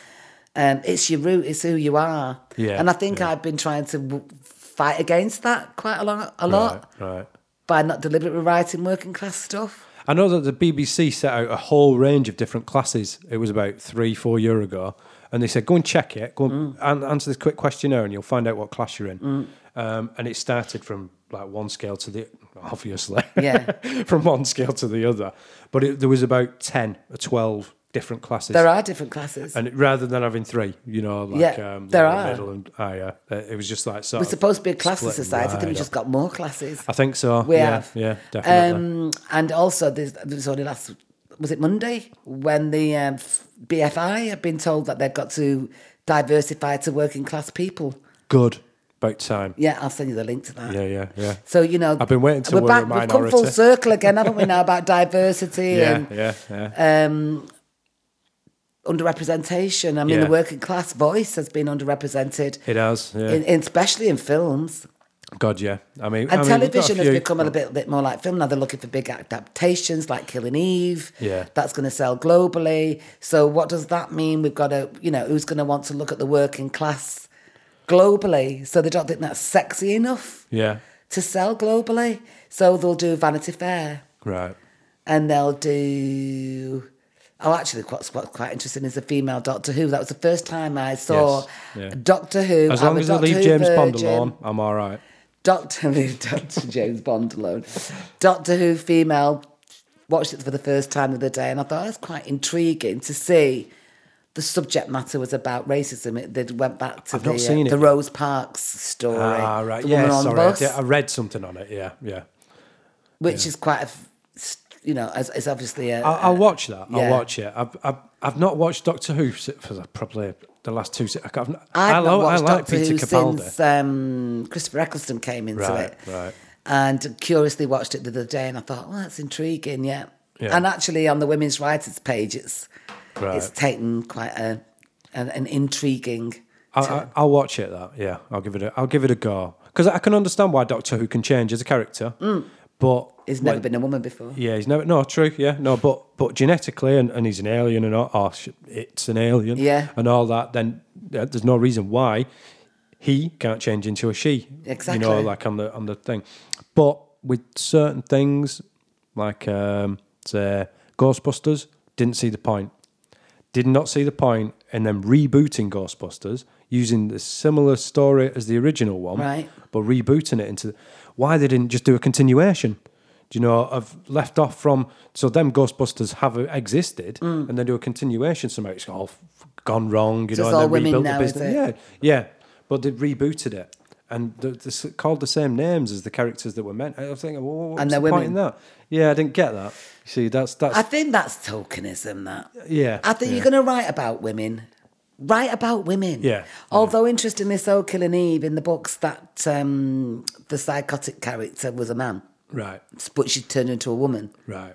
Speaker 3: Um, it's your root. It's who you are.
Speaker 5: Yeah,
Speaker 3: And I think
Speaker 5: yeah.
Speaker 3: I've been trying to w- fight against that quite a lot, a lot,
Speaker 5: Right, right.
Speaker 3: by not deliberately writing working class stuff.
Speaker 5: I know that the BBC set out a whole range of different classes. It was about three, four year ago, and they said, "Go and check it. Go
Speaker 3: Mm.
Speaker 5: and an- answer this quick questionnaire, and you'll find out what class you're in." Um, and it started from like one scale to the obviously,
Speaker 3: Yeah.
Speaker 5: from one scale to the other. But it, there was about ten or twelve different classes.
Speaker 3: There are different classes.
Speaker 5: and it- rather than having three, you know, like
Speaker 3: Yeah,
Speaker 5: um,
Speaker 3: there
Speaker 5: lower,
Speaker 3: are.
Speaker 5: middle and higher, uh, it was just like sort
Speaker 3: We're
Speaker 5: of
Speaker 3: supposed to be a classless
Speaker 5: splitting
Speaker 3: society. I think
Speaker 5: right
Speaker 3: we just
Speaker 5: up.
Speaker 3: got more classes.
Speaker 5: I think so.
Speaker 3: We
Speaker 5: yeah,
Speaker 3: have.
Speaker 5: yeah, definitely.
Speaker 3: Um, and also, there's, there was only last, was it Monday, when the um, f- BFI had been told that they've got to diversify to working class people.
Speaker 5: Good, about time.
Speaker 3: Yeah, I'll send you the link to that.
Speaker 5: Yeah, yeah, yeah.
Speaker 3: So you know,
Speaker 5: I've been waiting till
Speaker 3: we're
Speaker 5: we're
Speaker 3: back.
Speaker 5: a
Speaker 3: We've come full
Speaker 5: minority.
Speaker 3: circle again, haven't we? Now about diversity
Speaker 5: yeah,
Speaker 3: and
Speaker 5: yeah, yeah.
Speaker 3: underrepresentation. I mean,
Speaker 5: Yeah.
Speaker 3: the working class voice has been underrepresented,
Speaker 5: It has, yeah.
Speaker 3: in, in, especially in films.
Speaker 5: God, yeah. I mean, I mean, we've
Speaker 3: And
Speaker 5: got
Speaker 3: television
Speaker 5: a
Speaker 3: has
Speaker 5: few-
Speaker 3: become a bit, bit more like film. Now they're looking for big adaptations like Killing Eve.
Speaker 5: Yeah.
Speaker 3: That's going to sell globally. So what does that mean? We've got to, you know, who's going to want to look at the working class globally? So they don't think that's sexy enough
Speaker 5: Yeah,
Speaker 3: to sell globally. So they'll do Vanity Fair
Speaker 5: right.
Speaker 3: and they'll do. Oh, actually, what's, what's quite interesting is the female Doctor Who. That was the first time I saw
Speaker 5: Yes, yeah.
Speaker 3: Doctor Who.
Speaker 5: As
Speaker 3: I'm
Speaker 5: long
Speaker 3: a
Speaker 5: as I
Speaker 3: Doctor
Speaker 5: leave
Speaker 3: Who uh,
Speaker 5: James Bond
Speaker 3: virgin.
Speaker 5: alone, I'm all right.
Speaker 3: Doctor leave Doctor James Bond alone. Doctor Who female watched it for the first time the other day, and I thought "Oh, that's quite intriguing to see. The subject matter was about racism. It, they went back to
Speaker 5: I've
Speaker 3: the, uh,
Speaker 5: not seen it.
Speaker 3: the Rose Parks story,
Speaker 5: Ah, right.
Speaker 3: the
Speaker 5: Yeah,
Speaker 3: woman on
Speaker 5: sorry. I,
Speaker 3: bus,
Speaker 5: did, I read something on it. Yeah, yeah.
Speaker 3: which is quite, a, f- you know, as, as obviously a,
Speaker 5: I'll, I'll watch that. I'll
Speaker 3: Uh, yeah.
Speaker 5: watch it. I've, I've, I've not watched Doctor Who si- for the- probably the last two. se- I've, not-
Speaker 3: I've
Speaker 5: I,
Speaker 3: not
Speaker 5: lo- I
Speaker 3: watched
Speaker 5: like
Speaker 3: Doctor
Speaker 5: Peter
Speaker 3: Who
Speaker 5: Capaldi.
Speaker 3: since um, Christopher Eccleston came into
Speaker 5: Right,
Speaker 3: it.
Speaker 5: right.
Speaker 3: And curiously watched it the other day and I thought, well, that's intriguing, yeah.
Speaker 5: Yeah.
Speaker 3: And actually on the women's writers page, it's
Speaker 5: Right.
Speaker 3: it's taken quite a, an, an intriguing...
Speaker 5: I, I, I'll watch it. That yeah, I'll give it. A, I'll give it a go because I can understand why Doctor Who can change as a character, but when-
Speaker 3: There's Mm. never been a woman before.
Speaker 5: Yeah, he's never. No, true. Yeah, no, but but genetically, and, and he's an alien, and all, oh, sh- it's an alien.
Speaker 3: Yeah.
Speaker 5: and all that. Then uh, there's no reason why he can't change into a she.
Speaker 3: Exactly.
Speaker 5: You know, like on the on the thing, but with certain things, like um, say Ghostbusters, didn't see the point. Did not see the point in them rebooting Ghostbusters using the similar story as the original one
Speaker 3: Right.
Speaker 5: but rebooting it into why they didn't just do a continuation. Do you know? I've left off from so them Ghostbusters have existed, and then do a continuation somehow. It's all f- gone wrong, you
Speaker 3: Mm. So
Speaker 5: know.
Speaker 3: it's
Speaker 5: and
Speaker 3: all
Speaker 5: then
Speaker 3: women
Speaker 5: rebuilt
Speaker 3: now,
Speaker 5: the
Speaker 3: is
Speaker 5: business.
Speaker 3: it?
Speaker 5: Yeah, yeah. But they rebooted it, and they're, they're s- called the same names as the characters that were meant. I was thinking, well, what's
Speaker 3: And
Speaker 5: the
Speaker 3: they're
Speaker 5: point in
Speaker 3: women.
Speaker 5: that? Yeah, I didn't get that. You see, that's that's
Speaker 3: I think that's tokenism. That
Speaker 5: Yeah,
Speaker 3: I think
Speaker 5: yeah.
Speaker 3: you're going to write about women. Write about women.
Speaker 5: Yeah,
Speaker 3: Although interestingly, so Killing Eve in the books that um, the psychotic character was a man,
Speaker 5: right,
Speaker 3: but she turned into a woman,
Speaker 5: right.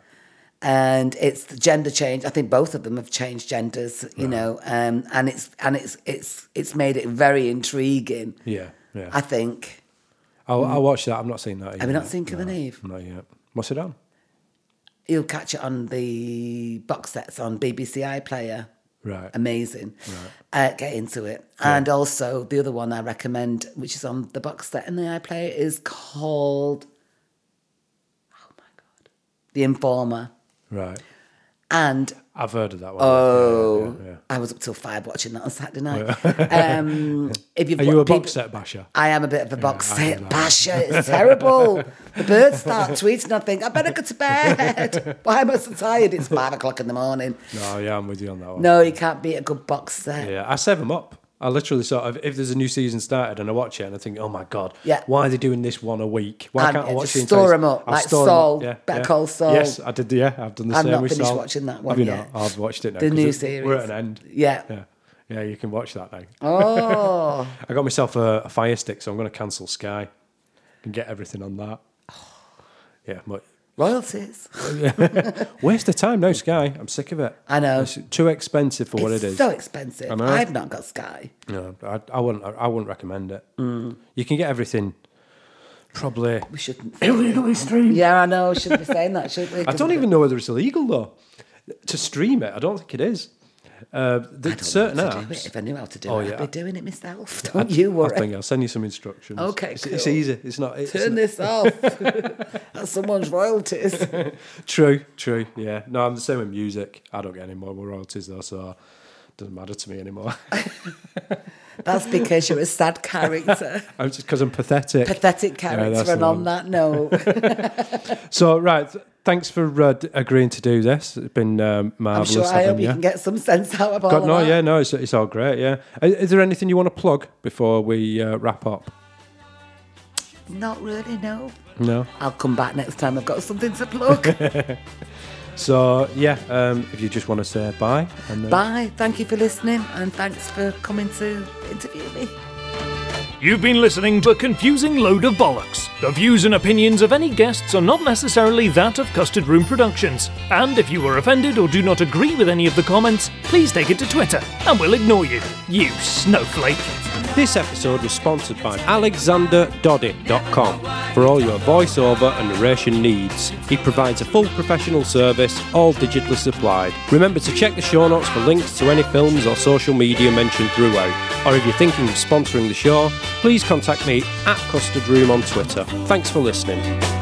Speaker 3: and it's the gender change. I think both of them have changed genders. You know, um, and it's and it's it's it's made it very intriguing.
Speaker 5: Yeah, yeah.
Speaker 3: I think.
Speaker 5: I'll, I'll watch that. I've not seen that. Either.
Speaker 3: Mm. not seen Killing Eve?
Speaker 5: Not yet. What's it on?
Speaker 3: You'll catch it on the box sets on BBC iPlayer.
Speaker 5: Right.
Speaker 3: Amazing. Uh, get into it. And also, the other one I recommend, which is on the box set and the iPlayer, is called, oh my God, The Informer.
Speaker 5: Right.
Speaker 3: And
Speaker 5: I've heard of that one.
Speaker 3: oh,
Speaker 5: Yeah, yeah,
Speaker 3: I was up till five watching that on Saturday night. um, if you've
Speaker 5: yeah. Are you
Speaker 3: wa-
Speaker 5: a box
Speaker 3: people-
Speaker 5: set basher?
Speaker 3: I am a bit of a box
Speaker 5: I know.
Speaker 3: set basher. It's terrible. the birds start tweeting. I think I better go to bed. Why am I so tired? It's five o'clock in the morning.
Speaker 5: No, yeah, I'm with you on that one.
Speaker 3: No, you can't beat a good box set.
Speaker 5: Yeah, I save them up. I literally sort of, if there's a new season started and I watch it and I think, oh my God,
Speaker 3: Yeah.
Speaker 5: why are they doing this one a week? Why
Speaker 3: And,
Speaker 5: can't I
Speaker 3: yeah,
Speaker 5: watch
Speaker 3: just
Speaker 5: the entire
Speaker 3: store
Speaker 5: se-
Speaker 3: 'em up,
Speaker 5: I'll
Speaker 3: like
Speaker 5: store 'em up,
Speaker 3: Saul, Better Call Saul.
Speaker 5: Yes, I did, yeah, I've done the
Speaker 3: I've
Speaker 5: same
Speaker 3: not
Speaker 5: with
Speaker 3: finished
Speaker 5: Saul.
Speaker 3: watching that one
Speaker 5: Have you
Speaker 3: yet.
Speaker 5: not? I've watched it now.
Speaker 3: The
Speaker 5: 'cause
Speaker 3: new
Speaker 5: it- We're at
Speaker 3: series.
Speaker 5: an end.
Speaker 3: Yeah.
Speaker 5: Yeah, yeah you can watch that now.
Speaker 3: Oh,
Speaker 5: I got myself a, a Fire Stick, so I'm going to cancel Sky and get everything on that. Yeah, but
Speaker 3: royalties.
Speaker 5: waste of time now, Sky. I'm sick of it.
Speaker 3: I know.
Speaker 5: It's too expensive for what it
Speaker 3: it's
Speaker 5: is.
Speaker 3: so expensive.
Speaker 5: I know.
Speaker 3: I've not got Sky.
Speaker 5: No, I, I wouldn't. I wouldn't recommend it.
Speaker 3: Mm.
Speaker 5: You can get everything. Probably.
Speaker 3: We shouldn't. yeah, I know. Shouldn't be saying that, should we?
Speaker 5: I
Speaker 3: 'Cause
Speaker 5: don't
Speaker 3: we-
Speaker 5: even know whether it's illegal though to stream it. I don't think it is. Uh, the,
Speaker 3: I don't
Speaker 5: certain
Speaker 3: know how to do it.
Speaker 5: apps.
Speaker 3: If I knew how to do
Speaker 5: Oh,
Speaker 3: it,
Speaker 5: yeah.
Speaker 3: I'd be doing it myself. Don't you worry.
Speaker 5: I think I'll send you some instructions.
Speaker 3: Okay,
Speaker 5: it's, it's
Speaker 3: cool.
Speaker 5: easy. It's not. It's
Speaker 3: Turn this off. That's someone's royalties.
Speaker 5: True, true. Yeah. No, I'm the same with music. I don't get any more royalties though, so it doesn't matter to me anymore.
Speaker 3: That's because you're a sad character,
Speaker 5: I'm just because I'm pathetic.
Speaker 3: pathetic
Speaker 5: Yeah,
Speaker 3: character.
Speaker 5: that's the
Speaker 3: and
Speaker 5: one.
Speaker 3: on that note,
Speaker 5: So right, th- thanks for uh, d- agreeing to do this. It's been um,
Speaker 3: I'm
Speaker 5: marvelous.
Speaker 3: sure I hope
Speaker 5: having
Speaker 3: you
Speaker 5: you.
Speaker 3: can get some sense out of all
Speaker 5: God,
Speaker 3: of
Speaker 5: no,
Speaker 3: that.
Speaker 5: yeah, no, it's, it's all great, yeah. Is, is there anything you want to plug before we uh, wrap up?
Speaker 3: Not really, no.
Speaker 5: No.
Speaker 3: I'll come back next time. I've got something to plug.
Speaker 5: So yeah, um, if you just want to say bye, and then
Speaker 3: Bye. Thank you for listening, and thanks for coming to interview me.
Speaker 6: You've been listening to a confusing load of bollocks. The views and opinions of any guests are not necessarily that of Custard Room Productions. And if you were offended or do not agree with any of the comments, please take it to Twitter and we'll ignore you. You snowflake.
Speaker 1: This episode was sponsored by alexanderdoddy.com for all your voiceover and narration needs. He provides a full professional service, all digitally supplied. Remember to check the show notes for links to any films or social media mentioned throughout. Or if you're thinking of sponsoring the show, please contact me at Custard Room on Twitter. Thanks for listening.